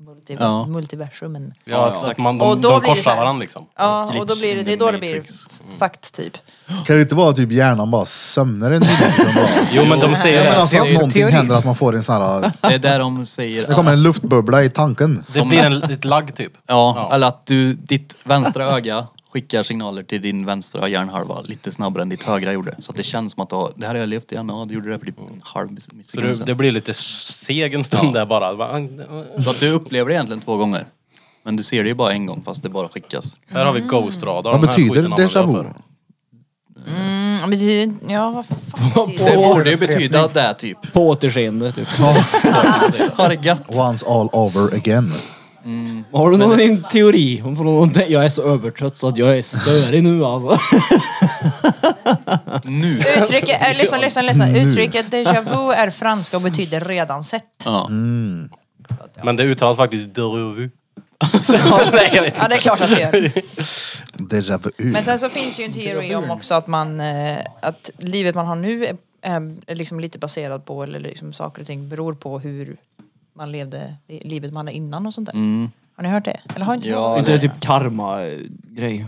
multi- Ja. multiversumen. Ja, exakt. Att man, Och de, då de blir det så korsar här- varandra liksom. Ja, och då blir det, det är då det blir Matrix. fakt typ. Kan det inte vara typ hjärnan bara sömnar en millisekund bara? Jo men de säger Ja, men det. alltså Det är att ju- någonting teori. händer, att man får en sån här... Det är där de säger Det kommer en luftbubbla i tanken. Det blir en, ett lagg typ. Ja, eller att du, ditt vänstra öga skickar signaler till din vänstra hjärnhalva lite snabbare än ditt högra gjorde. Så att det känns som att du har, det här har jag levt igen, ja du gjorde det för typ en halv Så det, sekund det sedan. blir lite seg en stund där bara. Va- Så att du upplever det egentligen två gånger. Men du ser det ju bara en gång fast det bara skickas. Här har vi Ghost Radar. Vad Den här betyder skiten använder déjà jag vu? för. Mm, men det- ja, vad fan betyder Det det? borde ju betyda det typ. På återseende typ. Ha det gött. Once all over again. Har du någon in- teori? Om får någon- Jag är så övertrött så att jag är störig nu alltså. Nu. Uttrycket, äh, lyssna, lyssna, lyssna. Uttrycket déjà vu är franska och betyder redan sett. Ja. Men det uttalas faktiskt déjà vu. Ja, det är klart att det gör. Déjà vu. Men sen så finns ju en teori om också att man, eh, att livet man har nu är, är liksom lite baserat på, eller liksom saker och ting beror på hur man levde i- livet man hade innan och sånt där. Har ni hört det? Eller har inte ni Ja, hört Inte det? det typ karma-grej?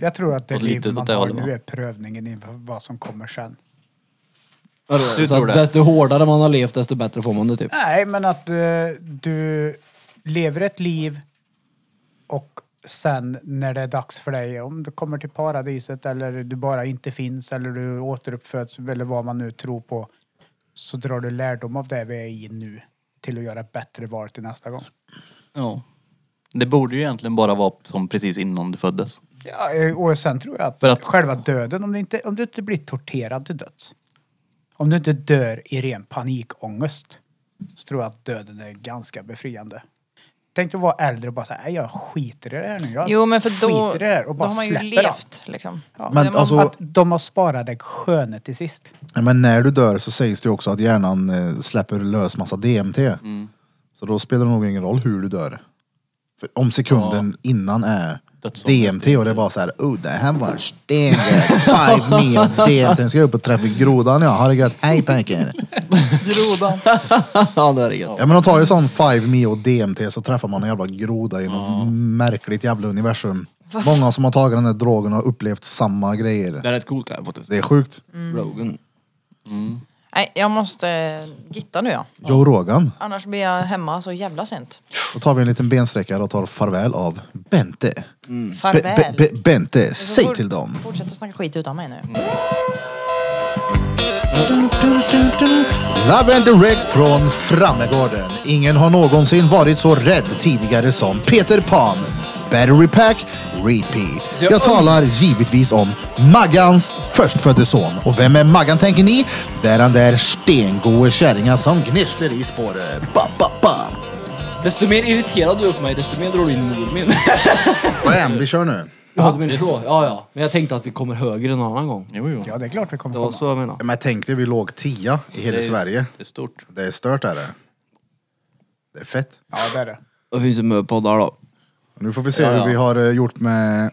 Jag tror att det Och liv lite man åt det har hållet, nu va? är prövningen inför vad som kommer sen. Du Så tror att det? Desto hårdare man har levt desto bättre får man det typ. Nej, men att eh, du lever ett liv och sen när det är dags för dig, om du kommer till paradiset eller du bara inte finns eller du återuppföds eller vad man nu tror på, så drar du lärdom av det vi är i nu till att göra ett bättre val till nästa gång. ja. Det borde ju egentligen bara vara som precis innan du föddes. Ja, eh, och sen tror jag att, För att- själva döden, om du, inte, om du inte blir torterad till döds, om du inte dör i ren panikångest, så tror jag att döden är ganska befriande. Tänk dig att vara äldre och bara säga, jag skiter i det här nu. Jag Jo men för då, skiter i det här och då bara har man ju släpper allt. levt liksom. Ja. Men man- alltså- Att de har sparat det sköne till sist. Ja, Men när du dör så sägs det ju också att hjärnan eh, släpper lös massa DMT. Så då spelar det nog ingen roll hur du dör. För om sekunden innan är Dödsångest. DMT och det är bara så här, oh det här var stengött, five neo DMT, nu ska jag upp och träffa grodan ja, ha det gött, hej pojkar. ja det är det gött. Ja men de tar ju sån five neo DMT så träffar man en jävla groda i något märkligt jävla universum. Många som har tagit den där drogen har upplevt samma Det grejer. är rätt coolt det här faktiskt. Det är sjukt. Mm. Rogan. Nej, jag måste eh, gitta nu ja. Joe Rogan. Annars blir jag hemma så jävla sent. Då tar vi en liten bensträckare och tar farväl av Bente. Be- Farväl. be- be- Bente, Så säg får- till dem. Fortsätta snacka skit utan mig nu. Love and Direct från Frammegården. Ingen har någonsin varit så rädd tidigare som Peter Pan. Battery Pack, Repeat. Jag talar givetvis om Maggans förstfödde son. Och vem är Maggan tänker ni? Det är den där stengoe kärringen som gnisslar i spåret. Ba, ba, ba. Desto mer irriterad du är på mig desto mer drar du in mor min. Bam, vi kör nu. Jag hade min fråga. Ja ja. Men jag tänkte att vi kommer högre en annan gång. Jo, jo. Ja, det är klart vi kommer Det var komma. så jag menade. Men tänk dig, vi låg tia i hela Sverige. Det är stort. Det är stört är det. Det är fett. Ja, det är det. Det finns ju mycket poddar då. Nu får vi se hur vi har eh, gjort med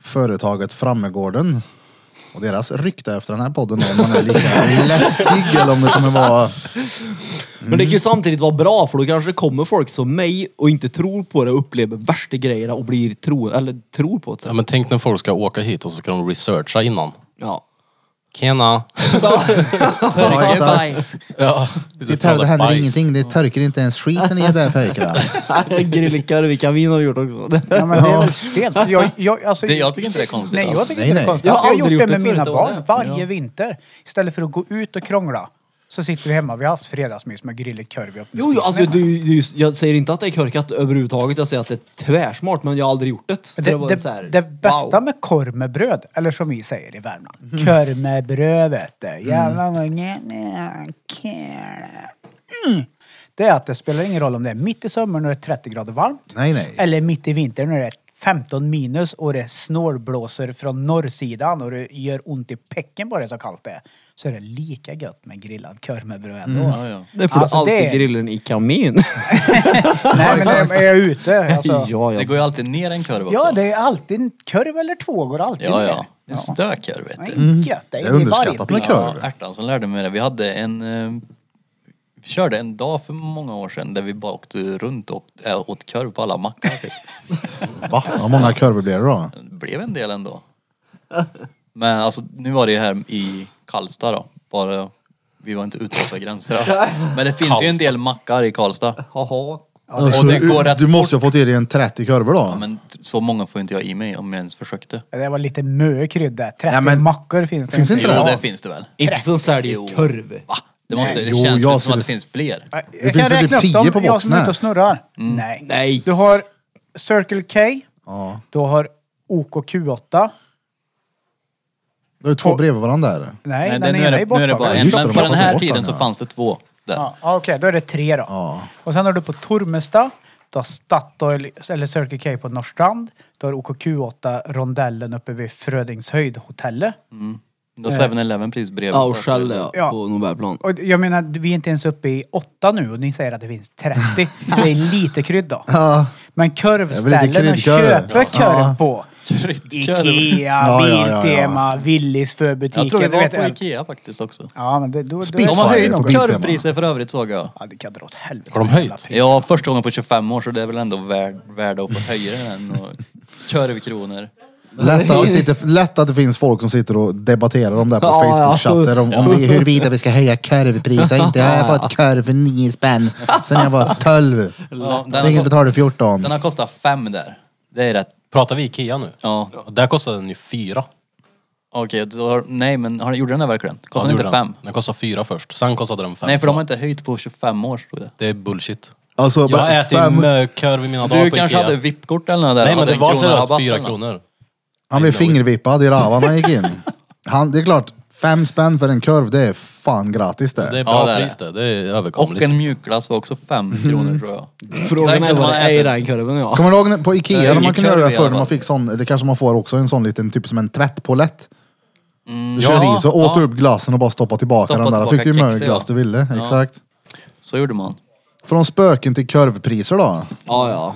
företaget Frammegården och deras rykte efter den här podden. Om man är lika läskig eller om det kommer vara... Men det kan ju samtidigt vara bra för då kanske det kommer folk som mig och inte tror på det och upplever värsta grejerna och blir tro, eller tror på Ja, det. men tänk när folk ska åka hit och så ska de researcha innan. Ja. Tjena! Ja, exakt. Ja, Det, tar, det händer ingenting. Det törker inte ens skiten i det där pojkarna. Grillkorv, vilka vin har vi gjort också. Ja, men det är väl helt... Jag, jag, alltså, Det, jag tycker inte det är konstigt Nej, alls. jag tycker Nej, inte nej. det är konstigt. Jag Jag har har gjort aldrig det gjort med det mina förut, det var barn det. varje vinter. Istället för att gå ut och krångla så sitter vi hemma. Vi har haft fredagsmys med grillad korv i öppna Jo, jo, spisen alltså hemma. du, du, jag säger inte att det är korkat överhuvudtaget. Jag säger att det är tvärsmart, men jag har aldrig gjort det. Så det, var det, så här, det, det bästa wow. med korv med bröd, eller som vi säger i Värmland, korv med bröd vet du. Jävlar vad gött det är. Korv. Mm. Det är att det spelar ingen roll om det är mitt i sommaren och det är 30 grader varmt. Nej, nej. Eller mitt i vintern när det är 15 minus och det snålblåser från norrsidan och det gör ont i pecken bara det är så kallt det är. Så är det lika gött med grillad korv med bröd ändå. Mm. Det får Alltså, du alltid det- grillen i kamin. Nej men är, är jag ute alltså. ja, ja. Det går ju alltid ner en kurva också. Ja det är alltid en korv eller två går alltid Ja, ner. ja. En stök här, vet Nej, du. gött. Det är, Det är underskattat med varje bit. korv. Ja, Ärtan som lärde mig det. Vi hade en... eh, körde en dag för många år sedan där vi bara åkte runt och äh, åt korv på alla mackar. typ. Va? Hur många kurvor blir det då? Det blev en del ändå. Men alltså nu var det ju här i Karlstad då. Bara, vi var inte utanför gränser. Men det finns ju en del mackar i Karlstad. Haha. Alltså, och det går rätt du måste ju ha fått i dig en 30 kurvor då. Men t- så många får inte jag i mig om jag ens försökte. Det var lite mö krydda. 30 Ja, men- mackor finns det Finns inte. inte Jo det? det finns det väl? Inte som säljer korv. Va? Det, måste, det Jo, känns jag jo, som skulle- att det finns fler. Det finns väl typ 10 på jag som är ute och Voxnäs? snurrar. Mm. Nej. Nej. Du har Circle K, Ja. du har OKQ8. Du har ju två bredvid varandra där. Nej, Nej, den det, nu, är ena är det, nu är det bara borttagen. en. Just det, Men de på har den tagit här bort tiden den, så ja. fanns det två där. Ja, ah, Okej, då är det tre då. Ja. Och sen har du på Tormestad, du har Statoil, eller Circle K på Norrstrand. Du har OKQ8, rondellen uppe vid Frödingshöjdhotellet. Då 7-Eleven precis bredvid. Ja, och Statoil. Shell ja, Ja. på Nobelplan. Och jag menar, vi är inte ens uppe i åtta nu och ni säger att det finns 30. det är lite krydda. Ja. Men Det är väl korvställen lite och kryddkorv. köper Ja. korv på. Ja, Ikea, ja, ja, ja. Biltema, Willys förbutiker. Jag tror det du var vet, på allt. Ikea faktiskt också. Ja, men det, då, då Spik. De har Fire höjt på Biltema. korvpriser för övrigt såg jag. Ja, det kan dra åt helvete. Har de höjt? Ja, första gången på 25 år så det är väl ändå värd, värd att få höja den. Och korvkronor. Lätt att, det sitter, lätt att det finns folk som sitter och debatterar om det här på Ja, ja. Facebook-chatter. Om, om vi, huruvida vi ska höja korvpriset. Inte har jag fått korv för 9 spänn sen jag var 12. Ja, den, Tänk har inte kostat, ta det 14. den har kostat fem där. Det är rätt. Pratar vi Ikea nu? Ja. Där kostade den ju fyra. Okej, då har, nej men har, gjorde den det verkligen? Ja, Kostade det den gjorde inte fem? Den. den kostade fyra först, sen kostade den fem. Nej, för de har inte höjt på 25 år stod det. Det är bullshit. Alltså, Jag har bara ätit fem- mökör vid mina dagar Du på kanske Ikea. hade VIP-kort eller något där? Nej men hade det en var krona seriöst rabatt fyra eller något. kronor. han blev fingervippad i rövan när han gick in. Han, det är klart, fem spänn för en korv, det är fan gratis det. Det är Ja, bra det är det. pris det, det är Och överkomligt. en mjukglass var också fem Mm. kronor tror jag. Frågan Där är kunde vad det man är i äta. den korven ja. Kommer du ihåg när- på Det är Ikea när man ingen kunde göra korv det i förr? alla När man fall. fick sån, det kanske man får också, en sån liten, typ som en tvättpolett. Du kör Mm. ja, i så åt du ja. upp glassen och bara stoppa tillbaka Stoppa den där. tillbaka fick du ju kexet, mer glass ja. du ville. Ja. Exakt. Så gjorde man. Från spöken till korvpriser då. Ja, ja.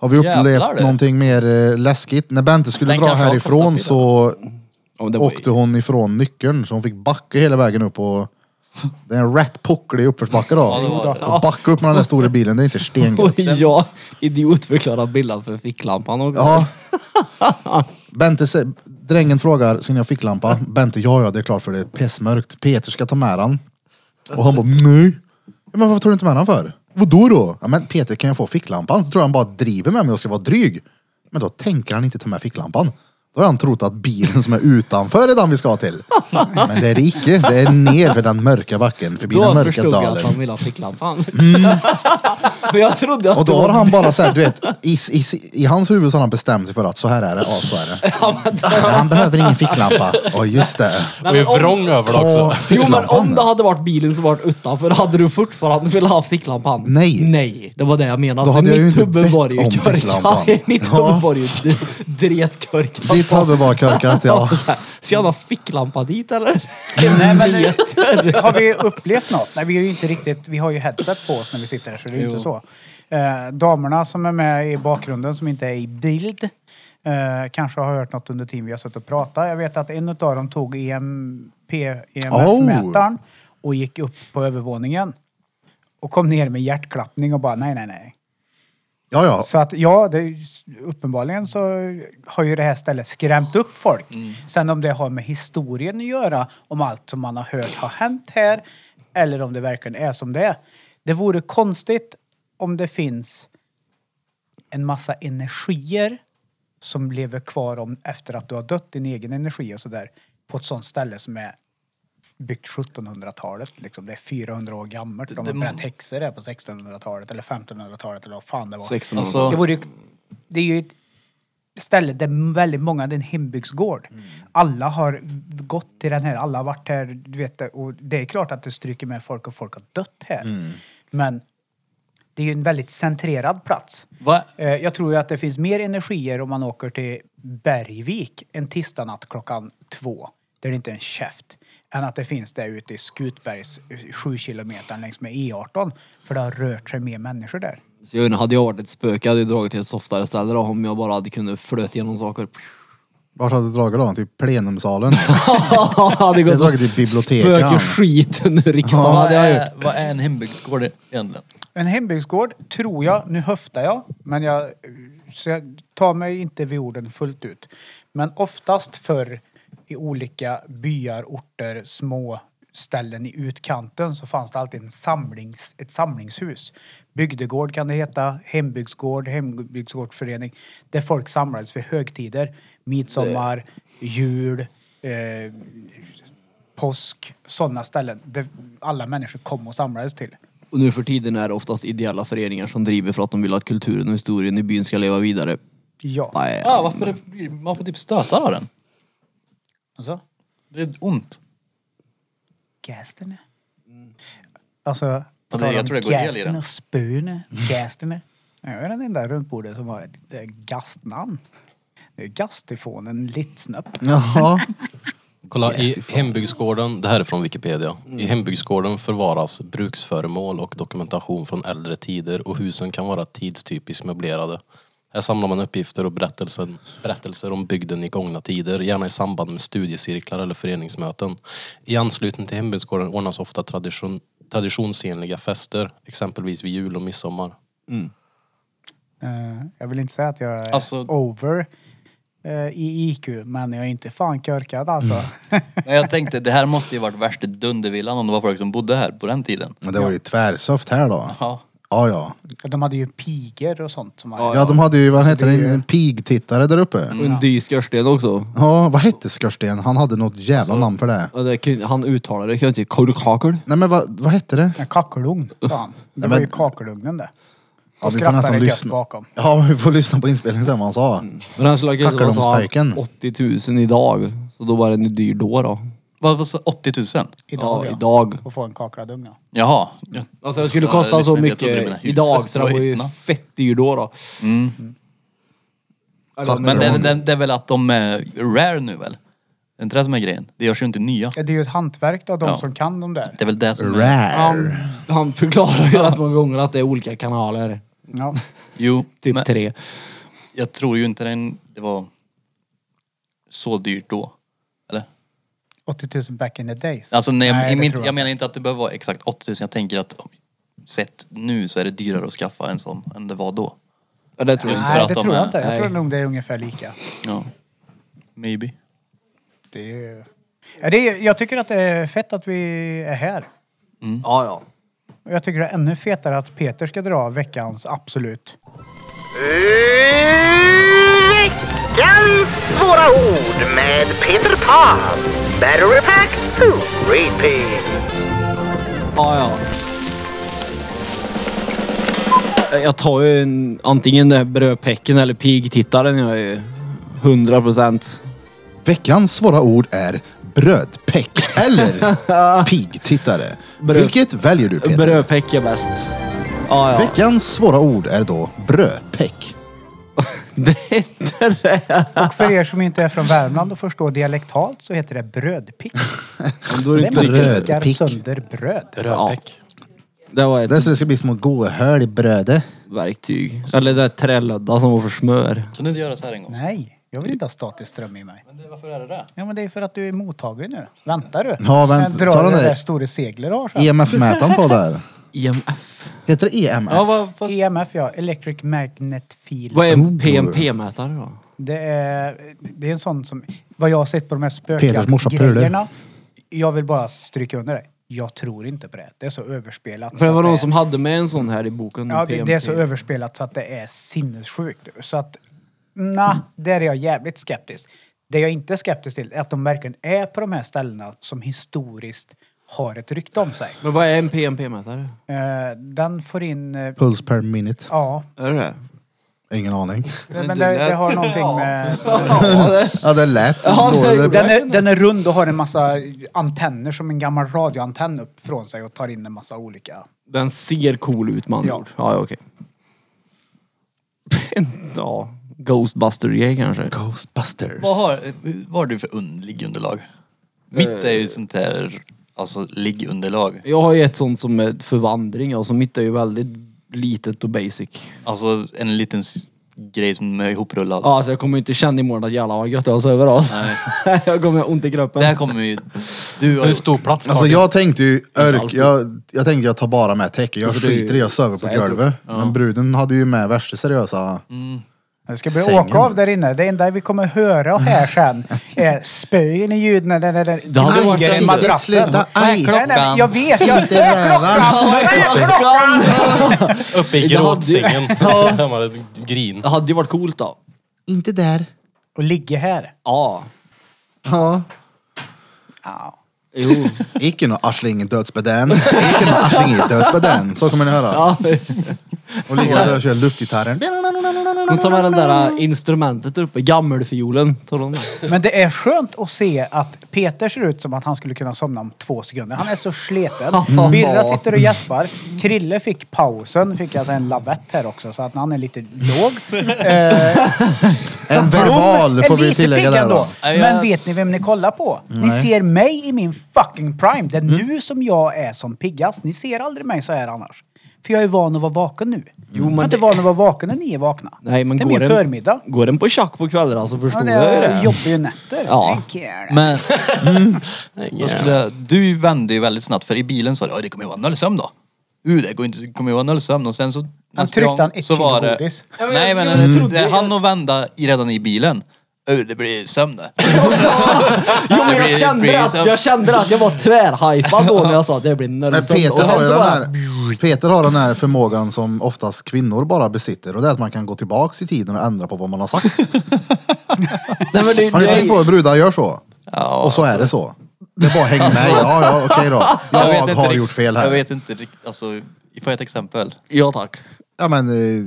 Har vi upplevt Jävlar, du. någonting mer eh, läskigt? När Bente skulle Den dra kanske har kostat härifrån fyra. så Ja, men det var ju- åkte hon ifrån nyckeln så hon fick backa hela vägen upp och det är en rätt pucklig uppförsbacke då. det var det. Och backa upp med den där stora bilen, det är inte stengött. Oj, ja. Idiot förklarar bilden för ficklampan också. Ja. Bente, se- drängen frågar, ska ni ha ficklampa? Bente, ja ja det är klart för det är pissmörkt. Peter ska ta med den. Och han bara, nej. Ja, Men varför tar du inte med den för? Vadå då? Ja, men Peter, kan jag få ficklampan? Då tror jag han bara driver med mig och ska vara dryg. Men då tänker han inte ta med ficklampan. Då har han trott att bilen som är utanför är den vi ska till. Men det är det icke. Det är ner för den mörka backen, förbi den Då mörka förstod jag att dalen. han ville ha ficklampan. Men jag trodde att Och då det har var- han bara såhär, du vet, i, i, i hans huvud så har han bestämt sig för att så här är det, ja så är det. Men han behöver ingen ficklampa. Ja just det. Och är vrång över det Ta också. Jo men om ficklampan. det hade varit bilen som varit utanför hade du fortfarande velat ha ficklampan? Nej. Nej, det var det jag menade. Då hade jag ju mitt inte huvud var bett ju om korkat. ficklampan. Mitt Ja. huvud var ju d- dretkörkat. Ditt huvud var korkat ja. Så här, Ska jag ha ficklampa dit eller? Nej, men, har vi upplevt något? Nej, vi är ju inte riktigt... Vi har ju headset på oss när vi sitter här, så det är ju inte så. Eh, damerna som är med i bakgrunden, som inte är i bild, eh, kanske har hört något under tiden vi har suttit och pratat. Jag vet att en av dem tog E EMP, EMF-mätaren och gick upp på övervåningen och kom ner med hjärtklappning och bara nej, nej, nej. Ja ja. Så att ja, det, är ju- uppenbarligen så har ju det här stället skrämt upp folk. Sen om det har med historien att göra, om allt som man har hört har hänt här, eller om det verkligen är som det är. Det vore konstigt om det finns en massa energier som lever kvar om, efter att du har dött, din egen energi och sådär, på ett sånt ställe som är byggt 1700-talet. Liksom. Det är 400 år gammalt. De har bränt häxor där på 1600-talet eller 1500-talet eller vad fan det var. Det, Alltså, vore ju, det är ju ett ställe där väldigt många, det är en hembygdsgård. Alla har gått till den här, alla har varit här, du vet, det, och det är klart att det stryker med folk och folk har dött här. Men det är ju en väldigt centrerad plats. va? Eh, Jag tror ju att det finns mer energier om man åker till Bergvik en tisdagnatt klockan två, där det inte är en käft, än att det finns där ute i Skutbergs eh, sju kilometer längs med E18, för det har rört sig mer människor där. Så jag undrar, hade jag varit ett spöke hade jag dragit till ett softare ställe då, om jag bara hade kunnat flöta igenom saker. Vart hade du dragit då? Typ plenumsalen? hade Jag har gått dragit och i biblioteket. spökat skiten ur riksdagen. Vad hade jag gjort. är, Eh, vad är en hembygdsgård egentligen? En hembygdsgård tror jag, nu höftar jag, men jag, så jag tar mig inte vid orden fullt ut. Men oftast för i olika byar, orter, små ställen i utkanten så fanns det alltid en samlings, ett samlingshus. Bygdegård kan det heta, hembygdsgård, hembygdsgårdsförening. Där folk samlades för högtider. Midsommar, jul, eh, påsk, sådana ställen. Där alla människor kom och samlades till. Och nu för tiden är det oftast ideella föreningar som driver för att de vill att kulturen och historien i byn ska leva vidare. Ja. Nej. Ah, varför, man får typ stötar av den. Alltså? Det är ont. Gästerna. Alltså, på Mm. det- tal jag om tror det går hel i gästerna den. och spöna. Gästerna. Jag vet inte, den där runt bordet som har ett eh, gastnamn. Det är gastifonen Litsnöpp. Jaha. Kolla, i hembygdsgården, det här är från Wikipedia. I hembygdsgården förvaras bruksföremål och dokumentation från äldre tider och husen kan vara tidstypiskt möblerade. Här samlar man uppgifter och berättelser, berättelser om bygden i gångna tider, gärna i samband med studiecirklar eller föreningsmöten. I anslutning till hembygdsgården ordnas ofta tradition, traditionsenliga fester, exempelvis vid jul och midsommar. Eh, jag vill inte säga att jag är Alltså- over eh, i IQ, men jag är inte fan körkad alltså. Men jag tänkte, det här måste ju varit värsta dundervillan om det var folk som bodde här på den tiden. Men det var ju tvärsöft här då. Ja. Ja, ja. De hade ju piger och sånt som var... Ja, de hade ju, vad heter det, en- en pigtittare där uppe. Och en dyr skorsten också. Ja, vad hette Skorsten? Han hade något jävla namn för det. Ja, det kun, han uttalade det, kan jag inte säga, korkakel. Nej men vad, vad hette det? En kakelugn, sa han. Det Nej, var men- ju kakelugnen det. Ja, Och skrattade gött bakom. Ja, men vi får lyssna på inspelningen sen vad han sa. Men han skulle ha kunnat ha Kackelugnsparken. 80 000 idag. Så då var den ju dyr då då. Vad var så 80 000? Idag, ja, ja. idag. Och få en kaklad ugn, ja. Jaha. Ja. Alltså det skulle Ja, kosta jag så lyssnade inte. Jag trodde det liksom mycket var idag huset. så den Det var var ju hytterna. fett dyr då då. Alltså, Mm. Eller, Men det, det, det är väl att de är rare nu väl? Det är inte det som är grejen. Det görs ju inte nya. Ja, Det är ju ett hantverk då, de Ja. som kan de där. Det är väl det som är... han, Rare. han förklarar ju rätt många gånger att det är olika kanaler. Ja. Jo, Typ men tre. jag tror ju inte den, det var så dyrt då. Eller? 80 000 back in the days. Alltså nej, Nej, i det min, tror jag. jag menar inte att det behöver vara exakt 80 000. Jag tänker att om- sett nu så är det dyrare att skaffa en sån än det var då. Ja, det tror jag Just inte. för Nej, att det de tror jag är- inte. Jag tror nej. nog det är ungefär lika. Ja. Maybe. Det är ju... Ja, det är, jag tycker att det är fett att vi är här. Mm. Ja, ja. Och jag tycker det är ännu fetare att Peter ska dra veckans Absolut. Veckans svåra ord med Peter Pan. Battery Pack to Repeat. Ja, ja. Jag tar ju en, antingen den här brödpäcken eller pigtittaren. Jag är ju 100 procent. Veckans svåra ord är brödpäck eller pigtittare. Bröd- Vilket väljer du Peter? Brödpäck är bäst. Ja, ja. Veckans svåra ord är då brödpäck. Det heter det. Och för er som inte är från Värmland och förstår dialektalt så heter det brödpick. Då är det Den inte bröd. röd. pickar Brödpick. sönder bröd. Brödpäck. Det var ett Det är så det ska bli små goda hål i brödet. verktyg. Eller det där trälödda som var för smör. Kan du inte göra så här en gång? Nej, jag vill inte ha statisk ström i mig. Men det, varför är det det? Ja men det är för att du är mottaglig nu. Vänta du. Ja, vänta. Jag Ta Drar den det där. där stora seglet du har sen. EMF-mätaren E på där. E EMF. Heter det E EMF? Ja, vad, fast, EMF E ja, Electric Magnet Field. Vad är en PMP-mätare då? Det är, det är en sån som, vad jag har sett på de här Peters morsa pular. spökjaktgrejerna. Jag vill bara stryka under det. Jag tror inte på det. Det är så överspelat. För det så var att någon är- som hade med en sån här i boken. Ja, det, det är så PMP. överspelat så att det är sinnessjukt. Så att, na, där är jag jävligt skeptisk. Det jag inte är skeptisk till är att de verkligen är på de här ställena som historiskt har ett rykte om sig. Men vad är en PMP-mätare? Eh, Den får in, eh, Puls per minute. ja, Är det det? Ingen aning. men det, det har någonting med... Ja, det lät Ja, dåligt. det- Den är, den är rund och har en massa antenner som en gammal radioantenn upp från sig och tar in en massa olika. Den ser cool ut med andra Ja. ord. Ja, okej. ja, Ghostbuster-grej kanske. Ghostbusters. vad, har, vad har du för underlig underlag? Mitt är ju sånt här, alltså liggunderlag. Jag har ju ett sånt som är förvandling och så mitt är ju väldigt litet och basic. Alltså en liten s- grej som är ihoprullad. Ja, alltså jag kommer ju inte känna imorgon att jävlar vad gött det var att sova då. jag kommer ha ont i kroppen. Där kommer ju du har Hur gjort. stor plats tar Alltså du? jag tänkte ju örk, alltid. jag, jag tänkte jag tar bara med täcke. Jag Usch, skiter i, jag sover så på är det. golvet. Men bruden hade ju med värsta seriösa... Nu ska vi Sängen. åka av där inne. Det enda vi kommer höra här sen är spöjen i ljud när den- när den Det hade varit ligger i fint. madrassen. Sluta, aj! Nej, nej, jag vet Inte inte. Vad är klockan? Vad är klockan? Uppe i Det hade- gråtsängen. Där var det ett grin. Det hade ju varit coolt då. Inte där. Och ligga här. Ja. Ja. Ja. Jo. Icke någon arsling i dödsbädden. Icke någon arsling i dödsbädden. Så kommer ni höra. ja. Och ligger där och kör luftgitarren. Hon tar med den där äh, instrumentet där uppe, gammelfiolen. Tar hon med. Men det är skönt att se att Peter ser ut som att han skulle kunna somna om två sekunder. Han är så sleten. Mm. Birra sitter och gäspar. Krille fick pausen. Fick alltså en lavett här också, så att han är lite låg. Eh, En verbal Blom får är vi lite tillägga pigg där ändå. då. Nej, jag- Men vet ni vem ni kollar på? Ni Nej. Mm. ser mig i min fucking prime. Det är nu som jag är som piggast. Ni ser aldrig mig så här annars. För jag är van att vara vaken nu. jag är men inte det- van att vara vaken när ni är vakna. Nej, men det är går min den- förmiddag. Går den på tjack på kvällarna så Ja, förstår det jag ju är det. jobbiga nätter. Ja. I care. Men jag skulle, du vände ju väldigt snabbt för i bilen sa du "Ja, det kommer ju vara noll sömn då. Uh, det går inte, det kommer ju vara noll sömn och sen så... Han nästa tryckte gång han ett så kilo var det- godis. Nej men det hann att vända i, redan i bilen. Uh, det blir sömn det. Jo men Det jag blir- kände, blir att, sömn. jag kände att jag var tvärhypad då när jag sa att det blir Men nervsömn. Peter har, ju den här, Peter har den här förmågan som oftast kvinnor bara besitter och det är att man kan gå tillbaks i tiden och ändra på vad man har sagt. Nej, men det, Har ni det, tänkt på att brudar gör så? Ja, Och så är det så. Det är bara häng med. Ja, ja, okej då. vet Jag, inte har rikt- gjort fel Jag här. vet inte riktigt, alltså, får jag ett exempel? Ja tack. Ja men, eh,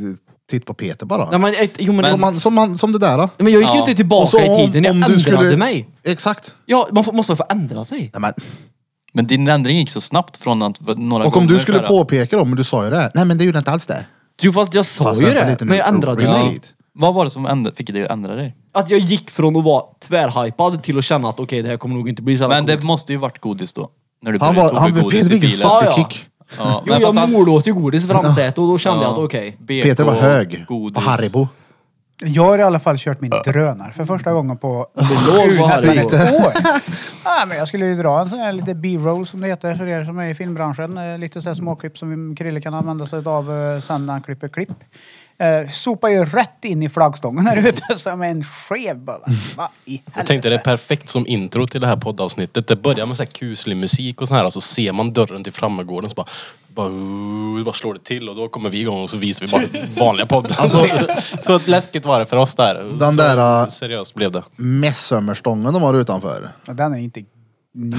titt på Peter Nej, bara. men, ett- jo, men, Som, man, som, man, som det där då. men jag gick ju Ja. inte tillbaka Och så i tiden, jag ändrade mig. Exakt. Ja, man får, måste man få ändra sig? Nej, men. Men din ändring gick så snabbt från att för några Och om du gånger skulle bara- påpeka dem, men du sa ju det. här. Nej men det gjorde inte alls det. Jo fast jag sa Fast ju vänta det, lite nu. men jag ändrade Ja. mig. Hit. Vad var det som ändra, fick dig att ändra dig? Att jag gick från att vara tvärhypad till att känna att okej det här kommer nog inte bli så jävla Men det coolt. måste ju varit godis då. När du Han var, började- tog han, du godis Peter i fick en bilen. Ja, ja. superkick. Ja, Jo men jag fast han- mordåt ju godis i framsätet och då kände Ja. jag att okej. BK, Peter var hög. På Godis. Haribo. Jag har i alla fall kört min drönare för första gången på låg på nästan ett Harry. år. Ja, men jag skulle ju dra en sån här lite B-roll som det heter för er som är i filmbranschen. Eh, Lite så här småklipp som Krille kan använda sig av eh, sen när han klipper klipp. Eh, sopar ju rätt in i flaggstången här ute som en skev bara. Mm. Vad i Jag tänkte det är helvete? perfekt som intro till det här poddavsnittet. Det börjar med så här kuslig musik och så här och så ser man dörren till framgården så bara, bara, uh, bara slår det till och då kommer vi igång och så visar vi bara vanliga podden. Alltså- så läskigt var det för oss där. så där, äh, Seriöst blev det. Mässömmerstången de har utanför. Och Den är inte ny.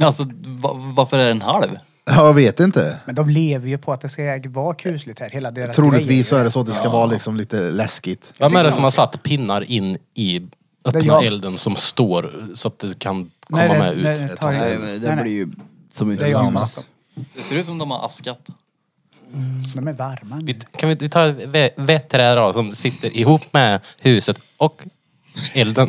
Alltså va, varför är den halv? Jag vet inte. Men de lever ju på att det ska vara kusligt här. Hela deras grej Troligtvis så ju- är det så att det ska vara liksom lite läskigt. Vem är det som har satt pinnar in i Det är öppna jag. elden som står så att det kan komma Nej, det- med ut? nej, det tar jag Nej inte. men Nej, det nej. blir ju som Det är jag som har Lamas. dem. Det ser ut som de har askat. De är varma. nu. Vi, kan vi, vi ta vetträd då som sitter ihop med huset och elden?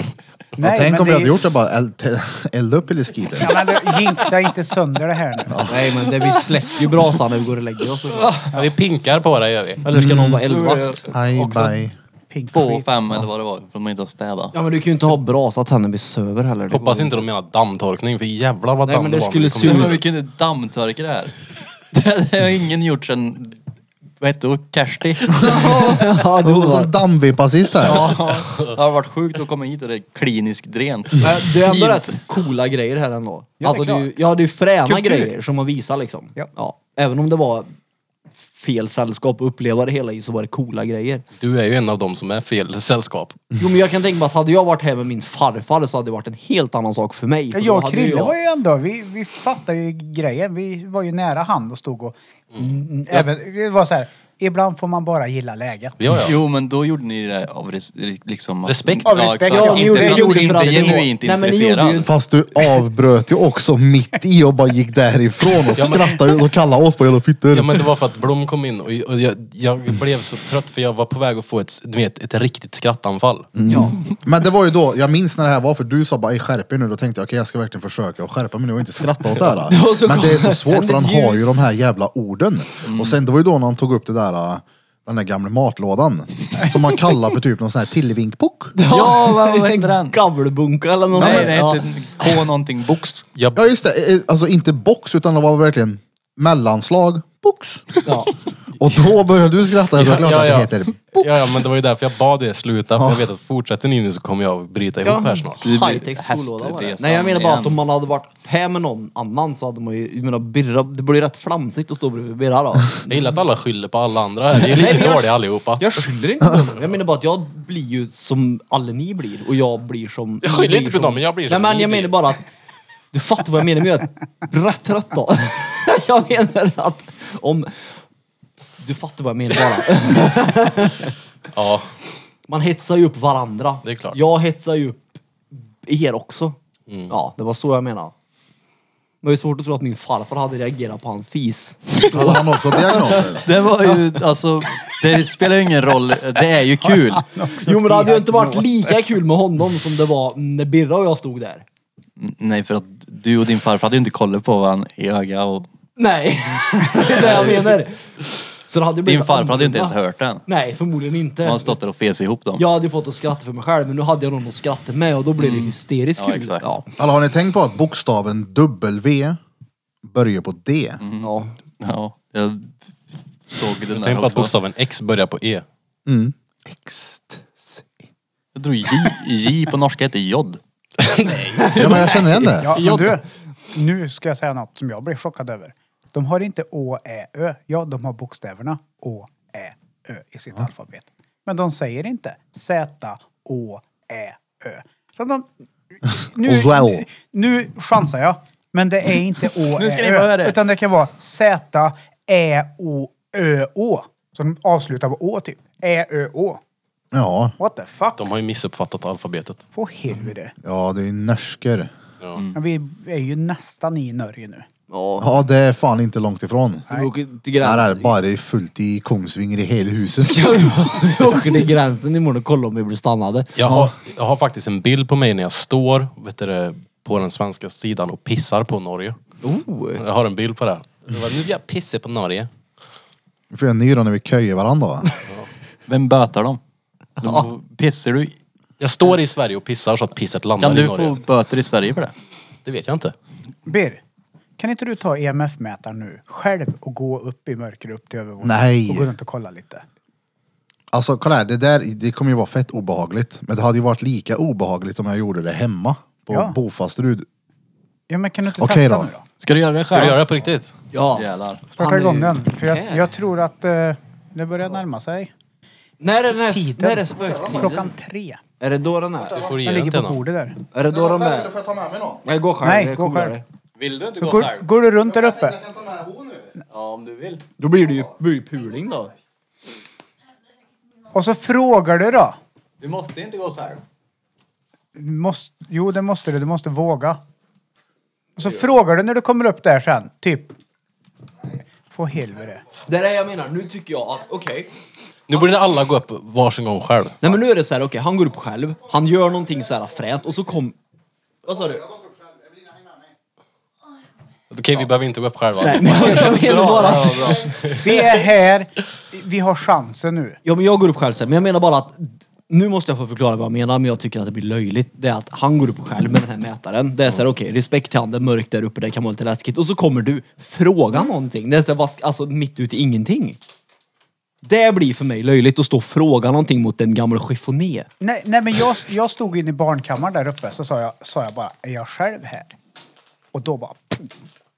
Ja, Nej, tänk men om vi det är hade ju- gjort det bara, eld, eld upp i skiten. Ja, men du, jinxa inte sönder det här nu. Nej men det vi släcker ju brasan när vi går och lägger oss. Ja, vi pinkar på det gör vi. Eller ska någon vara eldvakt? Aj, baj. Pink Två skit. och fem eller vad det var, för de har inte har städat. Ja men du kan ju inte ha brasa tänder vi söver heller. Det Hoppas går ju- inte de menar dammtorkning för jävlar vad Nej, damm men det det var. när skulle vi se Ja, kom men hit. vi kunde dammtorka det här. Det, har ingen gjort sen... Vad hette hon? Kersti? Ja, Det var det var som dammvipassist här. Det har varit sjukt att komma hit och det är kliniskt rent. Men Äh, Det är ändå Fint. rätt coola grejer här ändå. det är alltså, det är ju, klart. ja, det är ju fräna Kultur. grejer som man visar liksom. Ja. Även om det var fel sällskap att uppleva det hela i så var det coola grejer. Du är ju en av dem som är fel sällskap. Jo men jag kan tänka mig att hade jag varit här med min farfar så hade det varit en helt annan sak för mig. För då Jag och hade Krille var ju ändå, vi, vi fattade ju grejen. Vi var ju nära hand och stod och... Mm. Även, det var så här, ibland får man bara gilla läget. Ja, ja. Jo men då gjorde ni det av res, liksom... att- Respekt. Ja, Av exakt. respekt. Ja, ni gjorde- inte ni gjorde inte för att- genuint Nej, men ni gjorde intresserad. ju- Fast du avbröt ju också mitt i och bara gick därifrån och skrattade ut och kallade oss på jävla Ja fittor. men det var för att Blom kom in och, och jag, jag blev så trött för jag var på väg att få ett, du vet, ett riktigt skrattanfall. Mm. Men det var ju då, jag minns när det här var för du sa bara "Ey, skärp er nu. Då tänkte jag okej jag ska verkligen försöka och skärpa mig nu och inte skratta åt det var så här. Men det är så galet. svårt för han Ljus. har ju de här jävla orden. Och sen det var ju då när han tog upp det där äh, Den där gamla matlådan. Som man kallar för typ någon sån här tillvinkpock. Ja, vad, vad heter den? Gabbelbunka eller något Nej, sånt. det Ja. heter K någonting box. Ja just det, Eh, alltså inte box utan det var verkligen mellanslag box. Ja. Och då började du skratta, det var klart ja, ja. att det heter box. Ja, ja, men det var ju därför jag bad er sluta. För jag vet att fortsätter ni nu så kommer jag bryta ihop här snart. High-tech skolåda var det. Nej jag menar bara att om man hade varit här med någon annan så hade man ju, jag menar Birra, det blir rätt flamsigt att stå bredvid Birra då. Jag gillar att alla skyller på alla andra här. Vi är lika men jag- dåliga allihopa. Jag skyller inte på dem. Jag menar bara att jag blir ju som alla ni blir och jag blir som... Jag skyller ni inte på som- dem, men jag blir som Nej men ni jag blir. menar bara att... Du fattar vad jag menar, men jag är rätt trött då. Jag menar att om... Du fattar vad jag menar bara. Ja, Man hetsar ju upp varandra. Det är klart. Jag hetsar ju upp er också. Mm. Ja, det var så jag menar. Men det är svårt att tro att min farfar hade reagerat på hans fis. Hade han också diagnoser? Det var ju, alltså, det spelar ju ingen roll. Det är ju kul. Jo men det hade ju inte varit lika kul med honom som det var när Birra och jag stod där. Nej, för att du och din farfar hade ju inte kollat på varandra i öga och Nej, det är det jag menar. Så det hade blivit din farfar hade ju inte ens annorlunda. hört den. Nej, förmodligen Man inte. har stått där och fes ihop dem. Jag hade ju fått att skratta för mig själv, men nu hade jag någon att skratta med och då blev det hysteriskt Mm. Ja, kul. exakt. Ja, Alla har ni tänkt på att bokstaven W börjar på D? Mm. ja. Ja, jag såg den tänk där på att också. bokstaven X börjar på E. Jag tror J, J på norska heter jod. Ja men jag känner igen det. Ja, men du, nu ska jag säga något som jag blev chockad över. De har inte Å, Ä, Ö. Ja, de har bokstäverna Å, Ä, Ö i sitt alfabet. Men de säger inte Z, Å, Ä, Ö. Så de, nu, Well. nu chansar jag. Men det är inte Å, Nu ska Ä, ni få höra det. Ö. Utan det kan vara Z, Ä, O, Ö, Å. Så de avslutar på Å typ. Ä, Ö, Å. Ja, What the fuck? De har ju missuppfattat alfabetet. På helvete. ja det är ju norsker. Men Vi är ju nästan i Norge nu. Ja. Ja det är fan inte långt ifrån. Vi åker till Där är gränsen. det bara fullt i Kongsvinger i hela huset. Vi åker till gränsen imorgon och kollar om vi blir stannade. Jag har, jag har faktiskt en bild på mig när jag står vet du, det, på den svenska sidan och pissar på Norge. Jag har en bild på det. här. Jag bara, Nu ska jag pissa på Norge. Vi får göra en ny då när vi köjer varandra va? Vem bötar dem? De, pissar du? Jag står i Sverige och pissar så att pisset landar Kan i du Norge. få böter i Sverige för det? Det vet jag inte. Bir, kan inte du ta EMF-mätaren nu själv och gå upp i mörker upp till övervåningen? Nej. Och gå runt och kolla lite. Alltså kolla här, det där det kommer ju vara fett obehagligt. Men det hade ju varit lika obehagligt om jag gjorde det hemma. På Ja. Bofastrud. Ja men kan du inte Okej testa då. nu då? Ska du göra det Ska själv? du göra det på riktigt? Ja. Jävlar. Starta Han är igång ju- den. För jag, jag tror att eh, det börjar närma sig. När är det näst- Tiden. när är det spöktiden? Klockan tre. Är det då den är? Du får ge Den den till ligger på någon. bordet där. Är det då de är? jag ta med mig någon? Nej, gå själv. Nej, det gå coolare. själv. Vill du inte Så går, går du runt där uppe? kan ta med hon nu. Ja, om du vill. Då blir det ju blir det puling då. Och så frågar du då. Du måste inte gå själv. Du Måste, jo det måste du, du måste våga. Och så frågar du när du kommer upp där sen, typ. Få helvete. Det är det jag menar. Nu tycker jag att, okej. Nu borde alla gå upp varsin gång själv. Nej men nu är det så här, okej, han går upp själv. Han gör någonting så här fränt och så kom... Vad sa du? Okej, vi behöver inte gå upp själva. Nej, men jag menar bara att... Vi är här, vi har chansen nu. Ja, men jag går upp själv sen, men jag menar bara att nu måste jag få förklara vad jag menar, men jag tycker att det blir löjligt. Det är att han går upp själv med den här mätaren. Det är såhär, okej, respekt till han, det är mörkt där uppe, det kan vara lite läskigt. Och så kommer du fråga någonting. Det är såhär, alltså mitt ute i ingenting. Det blir för mig löjligt att stå och fråga någonting mot en gammal chiffoné. Nej, nej men jag, jag stod inne i barnkammaren där uppe så sa jag, sa jag bara, är jag själv här? Och då bara,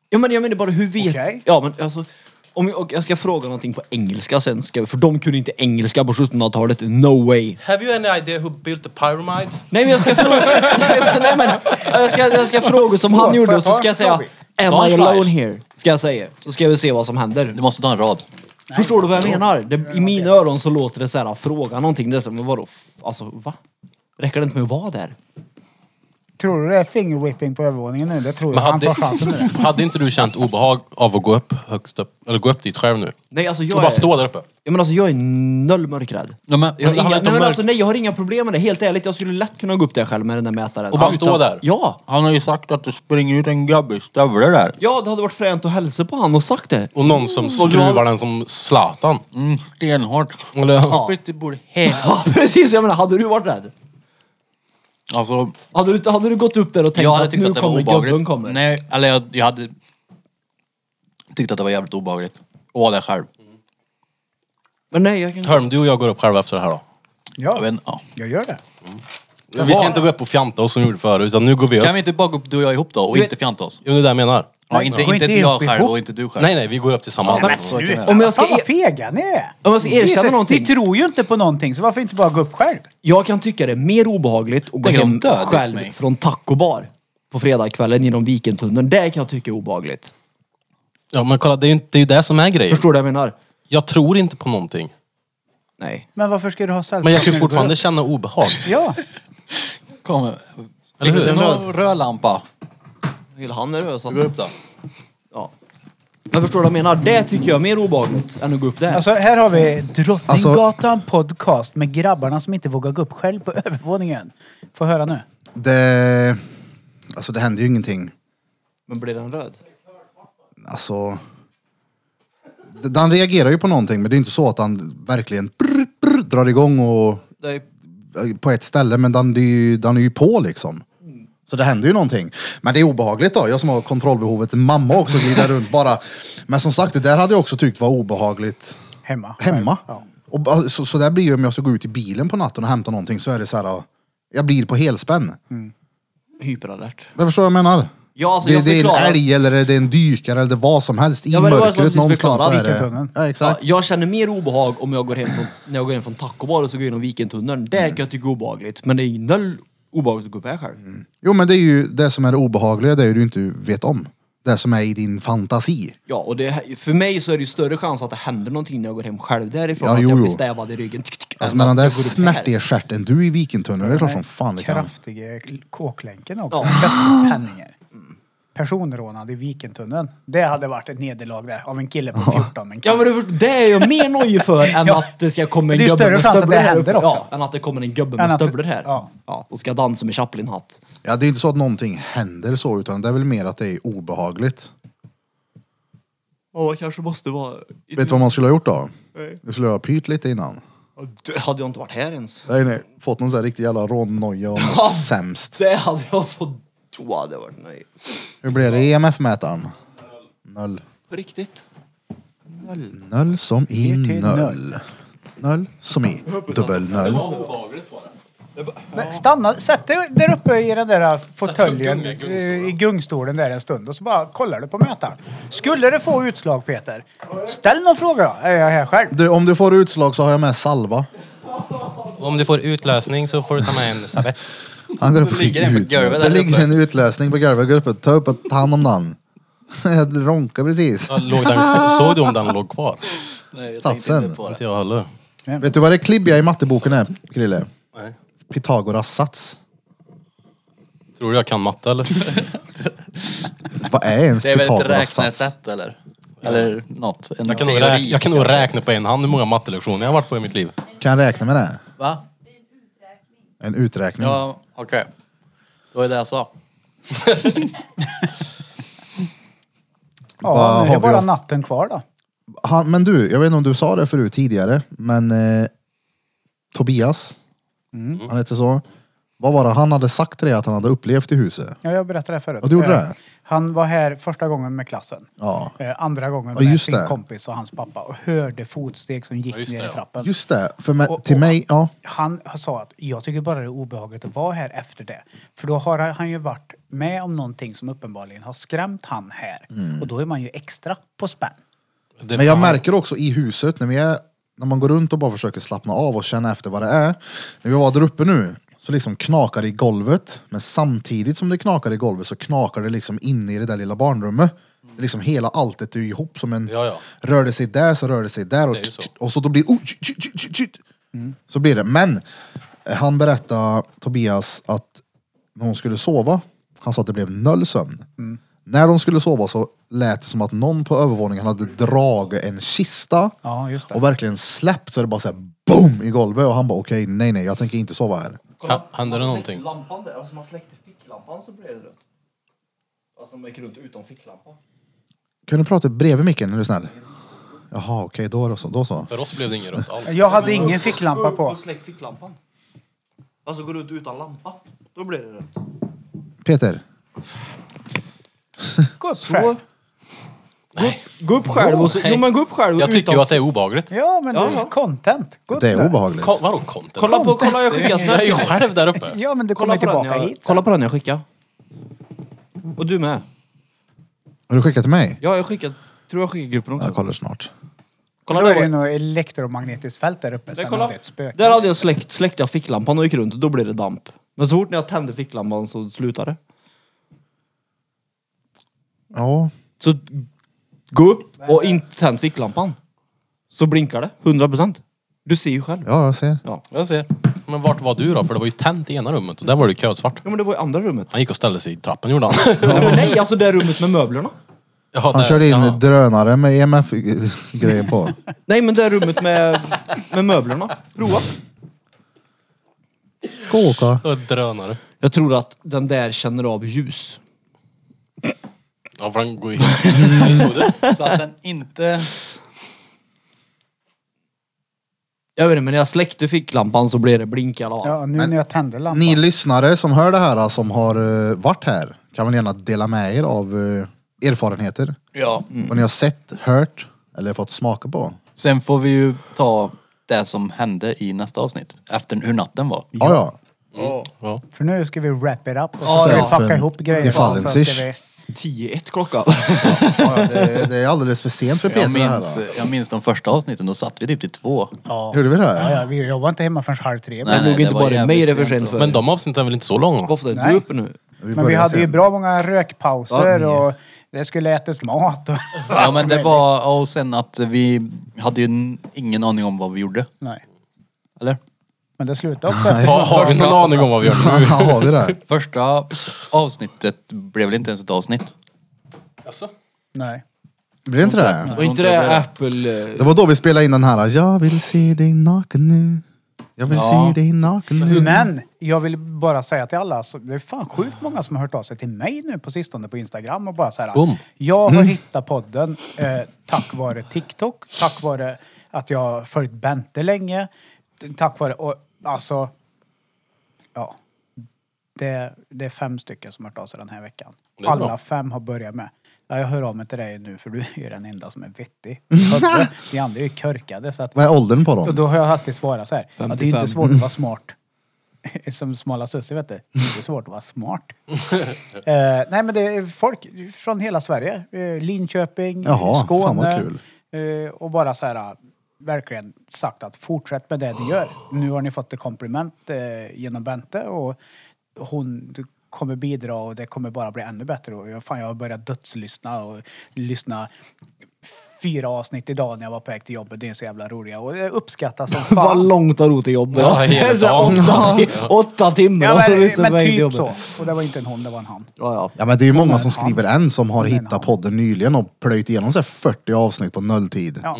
Ja men jag menar bara hur vet... Okej. Ja men alltså... Om jag, och jag ska fråga någonting på engelska sen, ska, för de kunde inte engelska på 1700-talet. No way. Have you any idea who built the pyramids? Nej men jag ska fråga... nej, men- nej, men, jag, ska, jag ska fråga som han gjorde och så ska jag säga Am I alone here? Ska jag säga. Så ska vi se vad som händer. Du måste ta en rad. Förstår du vad jag menar? Det, I mina öron så låter det så här, fråga någonting. Det är så, här, men vadå? Alltså va? Räcker det inte med att vara där? Tror du det är finger whipping på övervåningen nu? Det tror jag. Men Han tar hade, chansen nu. hade inte du känt obehag av att gå upp högst upp, eller gå upp dit själv nu? Nej, alltså jag och bara är- stå där uppe? Ja, men alltså jag är noll mörkrädd. Ja, men, Jag, har inga, nej, men mörk- alltså, nej, jag har inga problem med det, helt ärligt. Jag skulle lätt kunna gå upp där själv med den där mätaren. Och bara Ja, stå utan- där? Ja! Han har ju sagt att det springer ut en gubbe i stövlar där. Ja, det hade varit fränt att hälsa på han och sagt det. Och någon som Och du har- skruvar den som Zlatan. Mm, stenhårt. Eller, Ja. Skit i borde Eh. hela. Ja, precis. Jag menar, hade du varit rädd? Alltså, Hade du, hade du gått upp där och tänkt jag hade att tyckt nu att det var kommer gubben obehagligt. kommer? Nej, eller jag, jag hade tyckt att det var jävligt obehagligt. Och vara där själv. Men nej, jag kan... Hörm, du och jag går upp själva efter det här då. Jag Ja, vet, inte, ja. jag gör det. Vi ska inte gå upp och fjanta oss som vi gjorde förut, utan nu går vi upp. Kan vi inte bara gå upp du och jag ihop då och Men- inte fjanta oss? Jo, det är det jag menar. Ja, inte, Gå inte, inte jag ihop, själv ihop. och inte du själv. Nej, nej, vi går upp tillsammans. Men så kan jag sluta! göra. Om jag ska Fan vad er- fega ni är! Om jag ska Ni är erkänna så- någonting- Ni tror ju inte på någonting, så varför inte bara gå upp själv? Jag kan tycka det är mer obehagligt att gå Tänker de hem dödis själv mig? från tacobar på fredagskvällen genom Vikentunneln. Det kan jag tycka är obehagligt. Ja, men kolla, det är ju inte- det, är ju det som är grejen. Förstår du vad jag menar? Jag tror inte på någonting. Nej. Men varför ska du ha sällskap Men jag kan nu? ju fortfarande känna obehag. Ja, Kom. Eller hur? Någon rödlampa. Hela han är nervös. Du går upp då. Ja. Men förstår du vad jag menar? Det tycker jag är mer obehagligt än att gå upp där. alltså här har vi Alltså- Drottninggatan podcast med grabbarna som inte vågar gå upp själv på övervåningen. Få höra nu. Det... Alltså det händer ju ingenting. Men blir den röd? Alltså... d- Den reagerar ju på någonting men det är inte så att den verkligen brr, brr, drar igång och Det är... på ett ställe men den, det är ju, den är ju på liksom. Så det händer ju någonting. Men det är obehagligt då, jag som har kontrollbehovet, mamma också glider runt bara. Men som sagt, det där hade jag också tyckt var obehagligt Hemma. hemma. Ja. Och, ba- så, så där blir ju om jag ska gå ut i bilen på natten och hämta någonting så är det så här, ja, jag blir på helspänn. Hyperalert. Jag förstår vad jag menar. Mm. Ja, alltså det, jag det är förklarar- en älg eller är det är en dykare eller vad som helst i Ja, men det var som att mörkret vi någonstans. Så förklarade är det. Vikentunneln. Ja, exakt. Ja, jag känner mer obehag om jag går hem från, när jag går hem från tacobar och så går jag genom Vikentunneln. Det kan jag tycka är obehagligt. Men det är noll obehagligt att gå upp här själv. Jo men det är ju det som är det obehagliga, det är ju du inte vet om. Det som är i din fantasi. Ja, och det, för mig så är det ju större chans att det händer någonting när jag går hem själv därifrån. Ja, att jo, jag jo. blir stävad i ryggen. Tick, tick, Alltså än mellan den att jag går upp här. snärtiga stjärten du i vikentunneln, det är klart som fan det kan. Kraftiga eh, kåklänken också. Ja. Köttpenningar. Personrånad i Vikentunneln. Det hade varit ett nederlag där, av en kille på 14. En Ja, men kille. du förstår, det är jag mer nojig för än Ja. att det ska komma en Det är ju gubbe större med chans att stövlar det här händer uppe. också. Ja, än att det kommer en gubbe Än med att du- stövlar här. ja. och ska dansa med Chaplin-hatt. Ja, det är inte så att någonting händer så, utan det är väl mer att det är obehagligt. Ja, jag kanske måste vara... Vet du vad man skulle ha gjort då? Mm. Nej. Du skulle ha pyrt lite innan. Det hade jag inte varit här ens. Nej, nej. Fått någon sån här riktig jävla rånnoja och Ja. något sämst. Det hade jag fått... Då hade jag varit nöjd. Hur blev det i EMF-mätaren? Noll. På riktigt. Noll som i Ner till noll. Noll som i dubbel noll. Men stanna, sätt dig där uppe i den där fåtöljen, Sätt dig på gunga- eh, i gungstolen där en stund och så bara kollar du på mätaren. Skulle det få utslag Peter, ställ någon fråga då. Är jag här själv? Du, om du får utslag så har jag med salva. Om du får utlösning så får du ta med en sabett. Han går upp och Det ligger en på fick ut. golvet Det där ligger uppe. en utlösning på golvet. Gå upp och ta upp och ta hand om den. Jag ronkar precis. Låg den, såg du om den låg kvar? Nej, jag tänkte Satsen. inte på det. Inte jag heller. Vet du vad det klibbiga i matteboken är, Krille? Pythagoras sats. Tror du jag kan matte eller? Vad är ens Det är väl ett Pythagoras sats? räknesätt eller? Eller något. En Jag kan, nog räkna, teori. jag kan nog räkna på en hand hur många mattelektioner jag har varit på i mitt liv. Kan jag räkna med det? Va? En uträkning. Ja, okej. Det var ju det jag sa. Ja, Vad nu är har det vi bara av- natten kvar då. Han, men du, jag vet inte om du sa det förut tidigare, men eh, Tobias, Mm. han heter så. Vad var det han hade sagt till dig att han hade upplevt i huset? Ja, jag berättade det förut. Ja, du gjorde Eh, det? Han var här första gången med klassen. Ja. Eh, Andra gången Ja, med just sin det. kompis och hans pappa och hörde fotsteg som gick just ner det, i ja. trappen. Just det, för mig, Och- till och- mig, ja. Han sa att jag tycker bara det är obehagligt att vara här efter det. För då har han ju varit med om någonting som uppenbarligen har skrämt han här. Och då är man ju extra på spänn. Det Men jag fan- märker också i huset, när, vi är, när man går runt och bara försöker slappna av och känna efter vad det är. När vi var där uppe nu, så liksom knakar det i golvet. Men samtidigt som det knakar i golvet så knakar det liksom inne i det där lilla barnrummet. Det är liksom hela alltet är ju ihop som en... Ja, ja. Rör det sig där så rör det sig där. Och, Det är ju så. och så då blir det... Oh, tjut, tjut, tjut, tjut, tjut. Så blir det. Men eh, han berättade, Tobias, att när hon skulle sova. Han sa att det blev noll sömn. När de skulle sova så lät det som att någon på övervåningen hade dragit en kista Ja, just det. och verkligen släppt så det bara såhär BOOM i golvet och han bara okej, nej nej, jag tänker inte sova här. Ha- Hände det någonting? Lampan där, alltså man släckte ficklampan så blev det rött. Alltså de gick runt utan ficklampa. Kan du prata bredvid micken är du snäll? Jaha okej, då är det så. Då så. För oss blev det inget rött alls. Jag hade ingen ficklampa Gå upp på. och släck ficklampan. Alltså gå runt utan lampa. Då blir det rött. Peter, Gå upp själv. Gå upp själv och så, jo, men gå upp själv och Jag tycker utan- ju att det är obagligt. Ja, men det är ju content. Gå upp det är själv. obehagligt. Ko- vadå content? Kolla på, kolla jag skickar Jag är ju snabbt. själv där uppe. Ja, men du Kolla kommer på den tillbaka jag, hit sen. kolla på den jag skickar. Och du med. har du skickat till mig? Ja, jag skickar, tror jag skickar gruppen också. Jag kollar snart. Kolla Då är det där. nog elektromagnetiskt fält där uppe. Nej, Sen kolla. har vi ett spöke. Där hade jag släckt, släckte jag ficklampan och gick runt och då blev det damp. Men så fort när jag tände ficklampan så slutade det. Ja, Så gå upp och inte tänd ficklampan. Så blinkar det, 100%. Du ser ju själv. ja jag ser. Jag ser. Men vart var du då? För det var ju tänt i ena rummet och där var det kösvart. Ja men det var i andra rummet. Han gick och ställde sig i trappen gjorde han. Nej, men nej, alltså det rummet med möblerna. Ja, Han där- körde in ja. drönare med EMF-grejer på. Nej men det rummet med, med möblerna. Prova. Kåka. Och drönare. Jag tror att den där känner av ljus. Ja, för han går ju... Så att den inte... Jag vet inte men när jag släckte ficklampan så blev det blink i alla fall. Ja, nu när jag tände lampan. Ni lyssnare som hör det här, som har eh, varit här, kan väl gärna dela med er av eh, erfarenheter. Mm. Ja. Vad ni har sett, hört eller fått smaka på. Sen får vi ju ta det som hände i nästa avsnitt. Efter hur natten var. Ja, ja. Ja. För nu ska vi wrap it up. Och så ska vi packa ihop grejer. Gefallen så sich. ska vi... 10-1 klockan. ja ja, det, det är alldeles för sent för Peter Jag det minns, här. jag minns de första avsnitten, då satt vi typ till två. Då. Hörde vi det? Ja, Här? ja, vi- jag var inte hemma förrän halv tre. Nej, Det låg det inte var bara mig jävligt det var för sent. sent för. Men de avsnitten är väl inte så långa? Varför är du Nej. uppe nu? Men vi börjar hade ju sen. bra många rökpauser Ja, och det skulle ätas mat. Och Ja men det var, och sen att vi hade ju n- ingen aning om vad vi gjorde. Nej. Eller? Men det slutade också efter... Har, har vi någon aning om vad vi gör Ja, nu? har vi det? Första avsnittet blev väl inte ens ett avsnitt? Nej. Blir det inte det? Mm. Var inte inte det det. Apple... eh, Det var då vi spelade in den här, jag vill se dig naken nu. Jag vill Ja. se dig naken nu. Mm. Mm. Men jag vill bara säga till alla, så det är fan sjukt många som har hört av sig till mig nu på sistone på Instagram och bara så här. Boom. Mm. Jag har hittat podden eh, tack vare TikTok, tack vare att jag har följt Bente länge, tack vare, och alltså, ja. Det, det är fem stycken som har hört av sig den här veckan. Det är Alla bra. fem har börjat med. Ja, jag hör av mig till dig nu för du är ju den enda som är vettig. Alltså, Vi andra är ju körkade så att Vad är åldern på och dem? då har jag alltid svarat så här. Ja, det är ju 55. inte svårt att vara smart. Som smala Sussie vet du. Det är inte svårt att vara smart. Eh, nej men det är folk från hela Sverige. Uh, Linköping, Jaha, Skåne. fan vad kul. eh, och bara så här ah, verkligen sagt att fortsätt med det ni gör. Nu har ni fått ett kompliment eh, genom Bente och hon kommer bidra och det kommer bara bli ännu bättre. Och jag, fan, jag har börjat dödslyssna och lyssna fyra avsnitt idag när jag var på väg till jobbet. Det är så jävla roliga och det uppskattas som Vad fan. långt har rotat jobbet. Ja, hela Så här, dagen. åtta, ti- åtta timmar. Ja, har du men, inte men väg till typ jobbet. så. Och det var inte en hon, det var en han. Ja, ja. Ja men det är ju många men som han- skriver än som har men han. hittat podden nyligen och plöjt igenom så här 40 avsnitt på nolltid. Ja.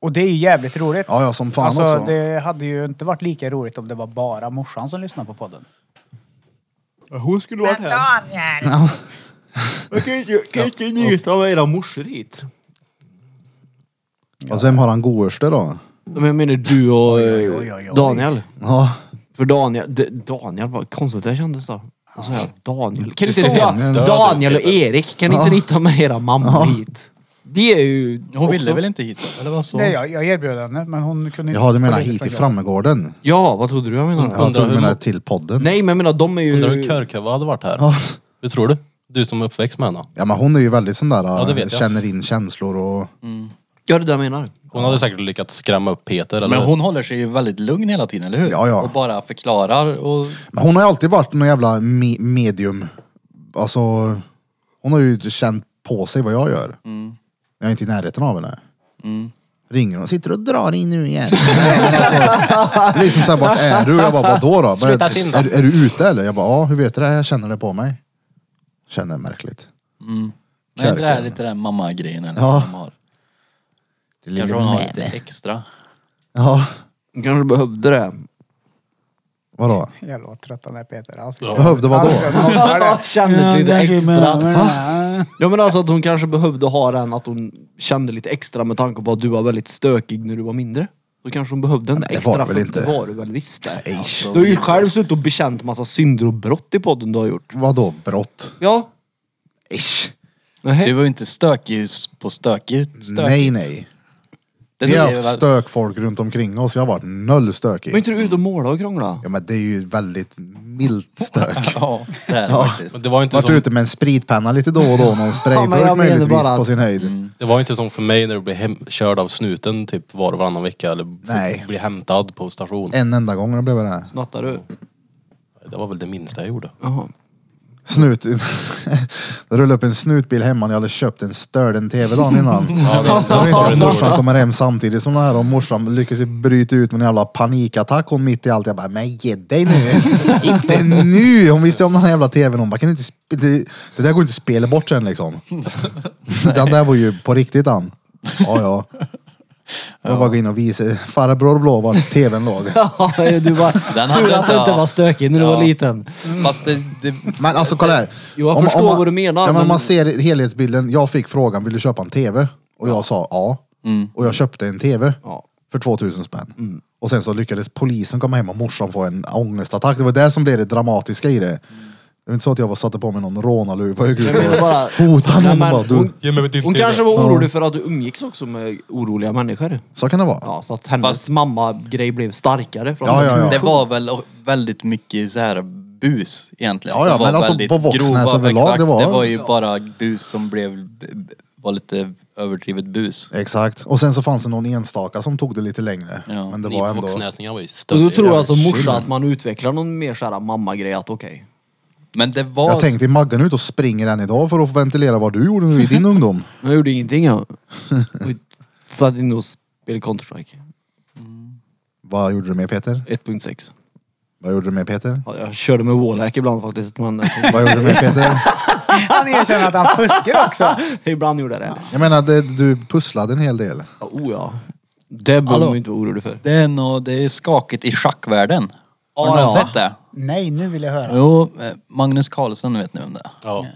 Och det är ju jävligt roligt. Ja, ja, som fan alltså, också. Det hade ju inte varit lika roligt om det var bara morsan som lyssnade på podden. Hon skulle varit här. Jag kan ju kan ju inte njuta av era morsor hit. Alltså vem har han godaste då? Men jag menar du och eh, oj, oj, oj. Daniel. Ja, För Daniel, D- Daniel, vad konstigt det kändes då. Och så här, Daniel. Kan inte Du ser da, den. Daniel och Erik, kan inte ni ta med era mammor hit? Det är ju... Hon ville också- väl inte hit? Eller vad så? Nej, jag, jag erbjöd henne, men hon kunde inte... Jaha, du få menar ledigt hit från i jobbet. Frammegården? Ja, vad trodde du jag menade? Jag tror hur du menar många- till podden. Nej, men jag menar de är ju... Undrar hur Körkeva hade varit här? Eh, Ja. Hur tror du? Du som är uppväxt med henne. Ja men hon är ju väldigt sån där, eh, det vet jag. känner in känslor och... Ja, det är det jag menar. Hon hade säkert lyckats skrämma upp Peter eller... Men hon håller sig ju väldigt lugn hela tiden, eller hur? Ja, ja. Och bara förklarar och... Men hon har ju alltid varit någon jävla me- medium. Alltså, hon har ju känt på sig vad jag gör. Jag är inte i närheten av henne. Ringer hon. Sitter och drar in nu igen. Nej, men alltså, liksom såhär, vart är du? Jag bara, vadå då? Sluta Men, synda. är, är du ute eller? Jag bara, ja hur vet du det? Jag känner det på mig. Känner det märkligt. Mm. Men är inte det här lite den mamma-grejen eller Ja. vad de har? Det ligger Kanske hon har med lite mig. extra. Ja, Kanske behövde det. vadå? Jävlar vad trött han är Peter. Alltså, Han Behövde vadå? kände lite Ja, det är extra. med- Ja men alltså att hon kanske behövde ha den, att hon kände lite extra med tanke på att du var väldigt stökig när du var mindre. Då kanske hon behövde den Men det extra. var det väl för inte? Det var du väl visst det. Nej. Du har ju själv suttit och bekänt massa synder och brott i podden du har gjort. Vadå brott? Ja. Ish. Du var ju inte stökig på stökigt. stökigt. Nej, nej. Det Vi tycker har jag haft var- stökfolk runt omkring oss. Jag har varit noll stökig. Var inte du ute och måla och krångla? Ja men det är ju väldigt milt stök. Ja, det är det Ja. faktiskt. Men Det var ju inte, Varit som, ute med en spritpenna lite då och då, någon Ja, men sprayburk jag menar möjligtvis bara att- Mm. på sin höjd. det var ju inte som för mig när du blev hem, körd av snuten typ var och varannan vecka eller Nej. blev hämtad på station. En enda gång det blev det här. Snattar du? Det var väl det minsta jag gjorde. Jaha. Snut. det rullade upp en snutbil hemma när jag hade köpt en störden tv dagen innan. Ja, det, Jag minns att morsan det, kommer hem samtidigt som det här och morsan lyckas ju bryta ut med en jävla panikattack hon mitt i allt. Jag bara, men ge dig nu! inte nu! Hon visste ju om den här jävla tvn. Hon bara, kan du inte, sp- det, det där går inte att spela bort sen liksom. den där var ju på riktigt han. Ja, ja. Jag bara gå in och visa farbror blå var tvn låg. Ja, du var Den tur hade att du inte- inte var stökig när du Ja. var liten. Fast det, det, Men alltså kolla här. Jo, jag Eh, förstår man, vad du menar, Ja, men om men- man ser helhetsbilden. Jag fick frågan, vill du köpa en TV? Och jag sa ja. Och jag köpte en TV Mm. Ja. Mm. för 2000 spänn. Och sen så lyckades polisen komma hem och morsan få en ångestattack. Det var det som blev det dramatiska i det. Det var inte så att jag var satte på mig någon rånarluva och gick ut menar bara- och hotade Nej, någon. men Bara, du, hon- Hon kanske var Ja. orolig för att du umgicks också med oroliga människor. så kan det vara. Ja, så att hennes Fast- mamma-grej blev starkare. Från Ja, ja, ja. det var väl väldigt mycket så här bus egentligen. Ja, ja, som var men alltså väldigt på Voxnäs grova. överlag, Exakt, det var- det var ju bara bus som blev, var lite överdrivet bus. Exakt. Och sen så fanns det någon enstaka som tog det lite längre. Ja, men det var ändå... Voxnäsningar var ju Och större. då tror jag som Shit. morsa att man utvecklar någon mer såhär mamma-grej att okej. Men det var... Jag tänkte, är Maggan ut och springer än idag för att få ventilera vad du gjorde i din ungdom? Jag gjorde ingenting jag. Och Satt inne och spelade Counter-Strike. Vad gjorde du med Peter? 1.6. Vad gjorde du med Peter? Ja, jag körde med Wallhack ibland faktiskt men Vad gjorde du med Peter? Han erkänner att han fuskar också. ibland gjorde jag det. Jag menar, det, du pusslade en hel del. Ja, oh ja. Det behöver Hallå. man ju inte vara orolig för. Det är, nog, det är skakigt i schackvärlden. Har Ja, ni ja. sett det? Nej, nu vill jag höra. Jo, eh, Magnus Carlsen vet ni om det är? Ja.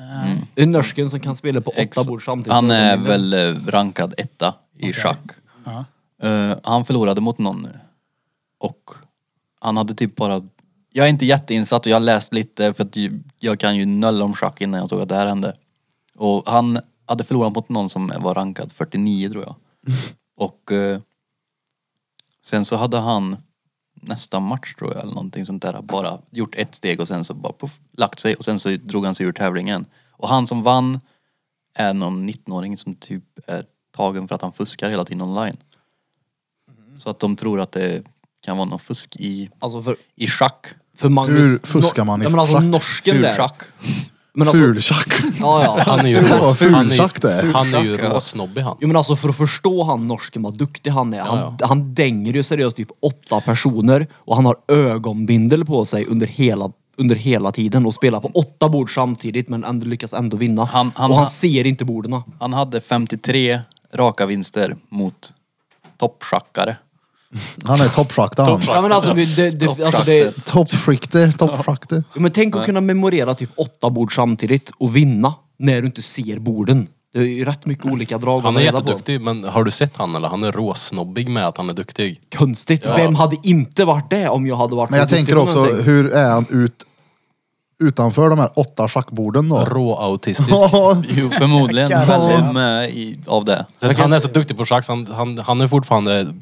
Det är norsken som kan spela på åtta Ex- bord samtidigt. Han Mm. är väl eh, rankad etta i schack. Eh, han förlorade mot någon nu. Och han hade typ bara... Jag är inte jätteinsatt och jag har läst lite för att ju- jag kan ju noll om schack innan jag såg att det här hände. Och han hade förlorat mot någon som var rankad 49 tror jag. Och eh, sen så hade han nästa match tror jag eller någonting sånt där bara gjort ett steg och sen så bara puff, lagt sig och sen så drog han sig ur tävlingen. Och han som vann är någon 19-åring som typ är tagen för att han fuskar hela tiden online. Så att de tror att det kan vara någon fusk i, Alltså för, i schack. för Magnus... Hur fuskar man i ja, men alltså schack? norsken där. Fulschack. Men alltså, Fulschack! Ja, ja. Han är ju Det var rås- ful han är ju- sagt det. Han är ju Ful sagt, ja. råsnobbig han. Jo men alltså för att förstå han norsken vad duktig han är. Han, han dänger ju seriöst typ åtta personer och han har ögonbindel på sig under hela, under hela tiden och spelar på åtta bord samtidigt men ändå lyckas ändå vinna. Han- han- och han han- ser inte borden. Han hade 53 raka vinster mot toppschackare. Han är toppschakte han. Ja, men alltså, det, det, alltså det, Toppschaktet. Toppskikte, toppschakte. Jo, men tänk att kunna memorera typ åtta bord samtidigt och vinna när du inte ser borden. Det är ju rätt mycket olika drag att Han är ta reda på. jätteduktig men har du sett han eller? Han är råsnobbig med att han är duktig. Konstigt. Vem hade inte varit det om jag hade varit Men jag duktig tänker på också, någonting? hur är han ut, utanför de här åtta schackborden då? Råautistisk. Ja, Jo, förmodligen väldigt med i, av det. Så att han är så duktig på schack så han, han, han är fortfarande...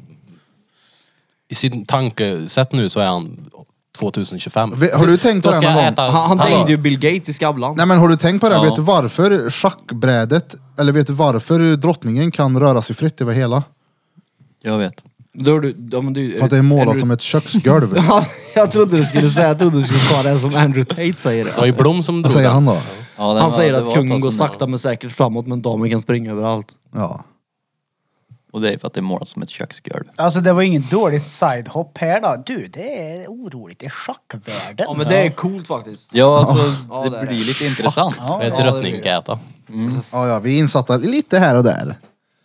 I sin tankesätt nu så är han 2025. Vi- har du tänkt på Då det ska någon jag gång? äta... Han, han Hallå. dängde ju Bill Gates i Skavlan. Nej men har du tänkt på det? Ja. Vet du varför schackbrädet, eller vet du varför drottningen kan röra sig fritt över hela? Jag vet. Då är du, ja, men du, För att det är målat som ett köksgolv. Ja, jag trodde du skulle säga, jag trodde du skulle ta det som Andrew Tate säger. Det var ju Blom som Vad drog säger han den. då? Ja, det Han var- alltså säger det att var ett kungen tag går sedan det sakta men säkert framåt men damen kan springa överallt. Ja. Och det är för att det är målat som ett köksgolv. Alltså det var ingen dålig sidehopp här då. Du, det är oroligt i schackvärlden. Ja men det är coolt faktiskt. Ja, alltså Ja, det, det är blir det. lite intressant. Ja, Med det blir- drottningäta. Ja, ja, vi är insatta lite här och där.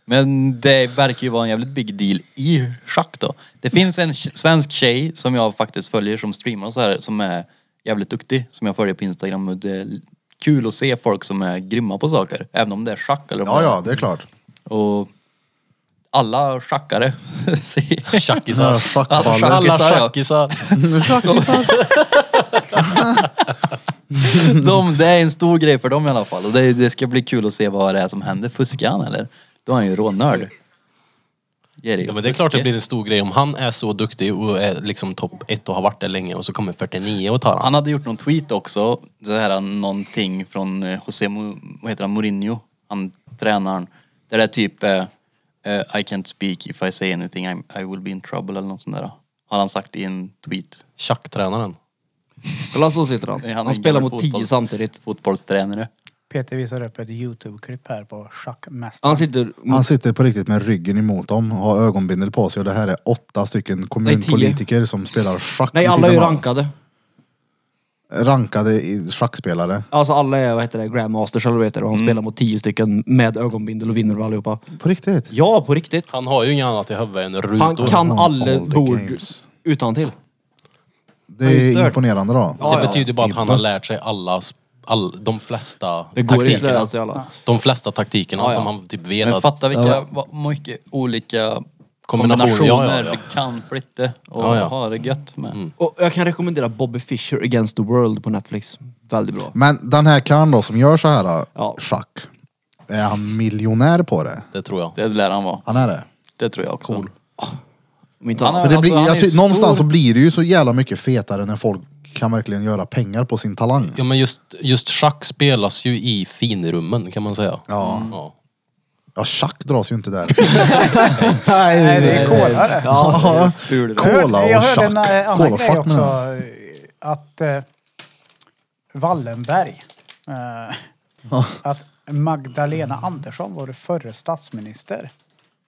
Men det verkar ju vara en jävligt big deal i schack då. Det finns en tj- svensk tjej som jag faktiskt följer som streamar och så här som är jävligt duktig. Som jag följer på Instagram och det är kul att se folk som är grymma på saker. Även om det är schack eller Ja, ja, det är klart. Och alla schackare. ser- Tjackisar. Schackballer. Alla Tjackisar, ja. tjackisar. de, det är en stor grej för dem i alla fall. Och det, det ska bli kul att se vad det är som händer. Fuskar han eller? Då är han ju rånörd. Jerry, Ja, men det är klart det fuske. blir en stor grej om han är så duktig och är liksom topp ett och har varit det länge och så kommer 49 och tar han. Han hade gjort någon tweet också, så här någonting från eh, José Mo, vad heter han, Mourinho, han tränaren. Där det är typ eh, eh, I can't speak if I say anything I'm, I will be in trouble eller något sånt där. Har han sagt i en tweet. Tjacktränaren. Kolla så sitter han. Han är Han, en spelar gammal mot tio fotboll- samtidigt. Fotbollstränare. Peter visar upp ett YouTube-klipp här på schackmästaren. Han sitter... Han sitter på riktigt med ryggen emot dem och har ögonbindel på sig och det här är åtta stycken kommunpolitiker som spelar schack. Nej vid alla är ju sidan av. rankade. Rankade i schackspelare. Alltså alla är, vad heter det, grandmasters eller vad heter det. Och Mm. han spelar mot tio stycken med ögonbindel och vinner med allihopa. På riktigt. Ja, på riktigt. Han har ju inget annat i huvudet än Han rutor. kan Oh, all alla the bord games. utan till. Det är imponerande då. Ja, Det ja. betyder bara att han har lärt sig alla, sp- all, de flesta Det går inte taktikerna. alltså i alla. De flesta taktikerna Ja, ja. som han typ vet Men att... fatta vilka, vad mycket olika Kombinationer, kombinationer, ja, ja, ja. vi kan flytta och Ja, ja. ha det gött med. Och jag kan rekommendera Bobby Fischer Against the World på Netflix. Väldigt bra. Men den här kan då som gör så här äh, Ja. schack. Är han miljonär på det? Det tror jag. Det lär han vara. Han är det. Det tror jag också. Om inte Han annat. För det Alltså, blir, han är jag ju ty- stor. någonstans så blir det ju så jävla mycket fetare när folk kan verkligen göra pengar på sin talang. Ja men just, just schack spelas ju i finrummen kan man säga. Mm. Ja. ja. Ja, schack dras ju inte där. Nej, det är kolare. Ja, Cola jag och hörde schack. en eh, Cola annan och grej schack också. menar eh, Att eh, Wallenberg. Eh, Att Magdalena Andersson, vår förre statsminister.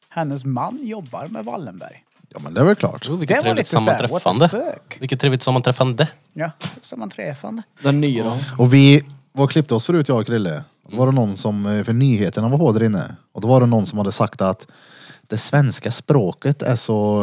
Hennes man jobbar med Wallenberg. Ja, men det är väl klart. Oh, vilket trevligt Så här, sammanträffande. what the fuck? Vilket trevligt sammanträffande. Ja, sammanträffande. Den nya då? Och vi var och klippte oss förut, jag och Krille. Då var det någon som, eh, för nyheterna var på där inne. Och då var det någon som hade sagt att det svenska språket är så,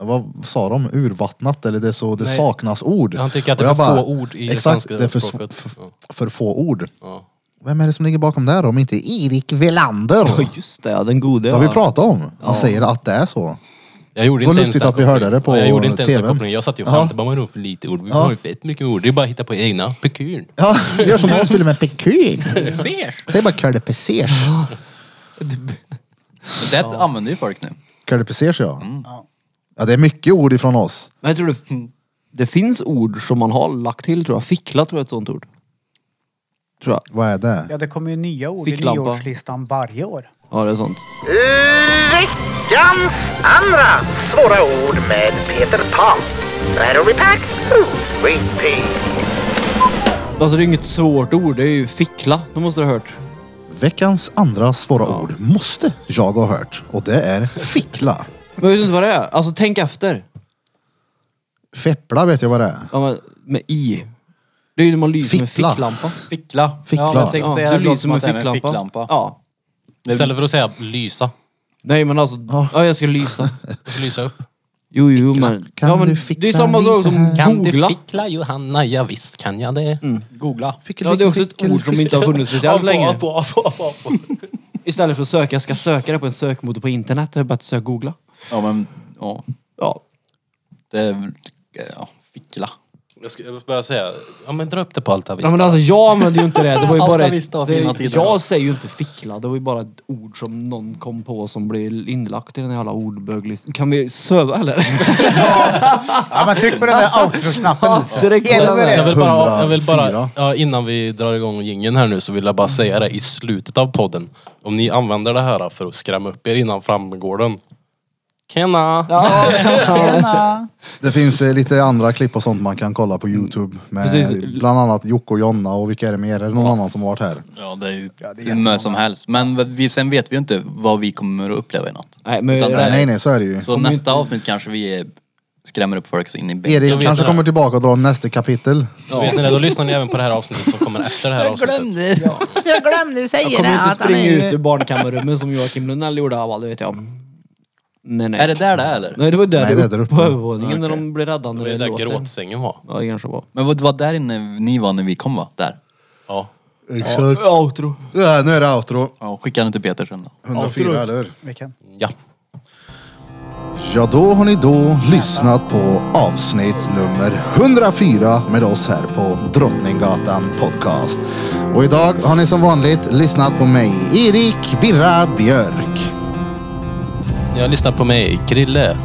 eh, vad sa de, urvattnat eller det, är så, det Nej. saknas ord. Han tycker att det Och är jag för få ord i det Exakt, svenska det är för, språket. s- Ja. För, för få ord. Ja. Vem är det som ligger bakom det här om inte Erik Velander? Ja just det, ja, den gode. Det har vi ja. pratat om. Han säger att det är så. Jag gjorde Det var inte ens lustigt den att vi hörde det på kopplingen. Ja, Jag gjorde inte ens TV. den kopplingen. Jag satt ju och Ja. skämtade. Bara, vadå för lite ord? Vi har ju fett mycket ord. Det är bara att hitta på egna. Pekyn. Ja, gör som oss, fyller med pekyr. Säg bara curly pesers. Men det använder ju folk nu. Curly pesers ja. Mm. Ja, det är mycket ord ifrån oss. Men jag tror det, det finns ord som man har lagt till tror jag. Fickla tror jag är ett sånt ord. Tror jag. Vad är det? Ja, det kommer ju nya ord i Ficklampa. nyårslistan varje år. Ja det är sånt. Veckans andra svåra ord med Peter Pan. Battery pack, who repeat. Alltså det är inget svårt ord, det är ju fickla. Det måste du ha hört. Veckans andra svåra ord måste jag ha hört och det är fickla. Men vet du inte vad det är? Alltså tänk efter. Feppla vet jag vad det är. Ja, men, med i. Det är ju när man lyser med Fickla. ficklampa. Fickla. Fickla. Ja, jag tänkte Ja, säga det du låter lyser som med att det är med ficklampa. ficklampa. Ja. Istället för att säga lysa. Nej men alltså, ja. jag ska lysa. Lysa upp. Jo, jo men. Kan ja, men du fickla det är samma lite sak som här? Kan du googla. fickla Johanna? Ja, visst kan jag det. Mm. Googla. Ja, det är också ett ord som inte har funnits Av speciellt på, länge. av på, av på, av på. Istället för att söka, jag ska söka det på en sökmotor på internet. Det är bättre att söka googla. Ja men, ja. Ja. Det är, väl- ja, fickla. Jag ska jag ska bara säga, ja men dra upp det på alta ja vista. men alltså jag använde ju inte det. Det var ju Allt bara jag visste av fina det, tider. Jag säger ju inte fickla. Det var ju bara ett ord som någon kom på som blev inlagt i den här jävla ordböglistan. Kan vi söva eller? Ja, men tryck på den där outro-knappen nu. Direkt Helt på den där. Jag överens. vill bara, jag vill bara 104. ja, innan vi drar igång gingen här nu så vill jag bara säga det i slutet av podden. Om ni använder det här för att skrämma upp er innan framgården. Kena! Tjena. Det finns eh, lite andra klipp och sånt man kan kolla på Youtube. Med Precis. Bland annat Jocke och Jonna och vilka är det mer? Är det någon annan som har varit här? Ja det är ju hur mycket som helst. Men vad vi, sen vet vi ju inte vad vi kommer att uppleva i natt. Nej, men- Utan det Nej, är- nej, nej, så är det ju. Så Om nästa avsnitt kanske vi eh, skrämmer upp folk så in i bänken. Erik kanske kommer tillbaka och drar nästa kapitel. Vet ni det, då lyssnar ni även på det här avsnittet som kommer efter det här avsnittet. glömde! Jag glömde säga Jag kommer det. inte Att han är springa ju... ut ur barnkammarrummet som Joakim Lundell gjorde av all, det vet jag. Nej, nej. Är det där det är eller? Nej, det var där, Nej, det är där uppe. på övervåningen när Okej. de blev rädda när Det det, är där låter. gråtsängen var. Ja, det kanske var. Men vad- det var där inne ni var när vi kom va? Där? Ja. Exakt. Outro. Ja, nu är det outro. Ja, skicka den till Peter sen då. 104, eller hur? Vilken? ja. Ja, då har ni då lyssnat på avsnitt nummer 104 med oss här på Drottninggatan Podcast. Och idag har ni som vanligt lyssnat på mig, Erik Birra Björk. Ni har lyssnat på mig, Krille.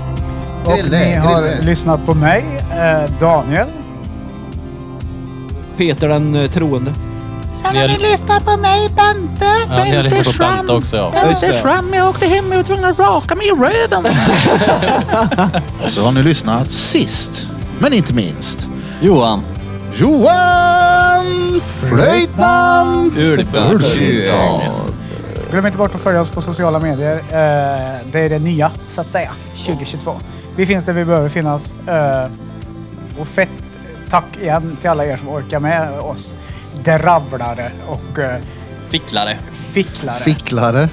Och Krille, ni har Krille. lyssnat på mig, eh, Daniel. Peter den eh, troende. Sen Ni har har- ni lyssnat på mig, Bente. Ja, ni har lyssnat på Bente också ja. Just Bente det. Schramm. Jag åkte hem och var tvungen att raka mig i röven. Och så har ni lyssnat sist, men inte minst, Johan! Johan Flöjtnant Ulfbjörn! Ulfvintad. Glöm inte bort att följa oss på sociala medier. Eh, det är det nya, så att säga, 2022. Vi finns där vi behöver finnas. Eh, och fett tack igen till alla er som orkar med oss. Dravlare och eh, Ficklare. ficklare. Ficklare.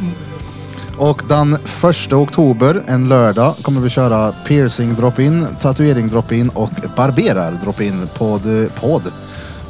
Och den 1 oktober, en lördag, kommer vi köra piercing drop-in, tatuering drop-in och barberar drop-in på, de- podd.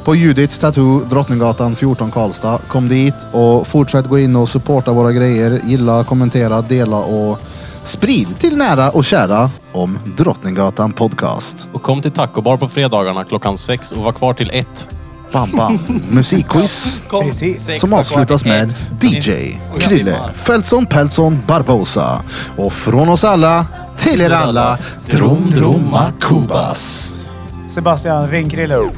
På Judiths Tattoo, Drottninggatan 14 Karlstad. Kom dit och fortsätt gå in och supporta våra grejer. Gilla, kommentera, dela och sprid till nära och kära om Drottninggatan Podcast. Och kom till Taco Bar på fredagarna klockan sex och var kvar till ett. Bam, bam. Musikquiz. Precis. som avslutas med DJ Krille Fältson Pältson Barbosa. Och från oss alla till er alla, Drom Droma Kubas. Sebastian, ring Krille.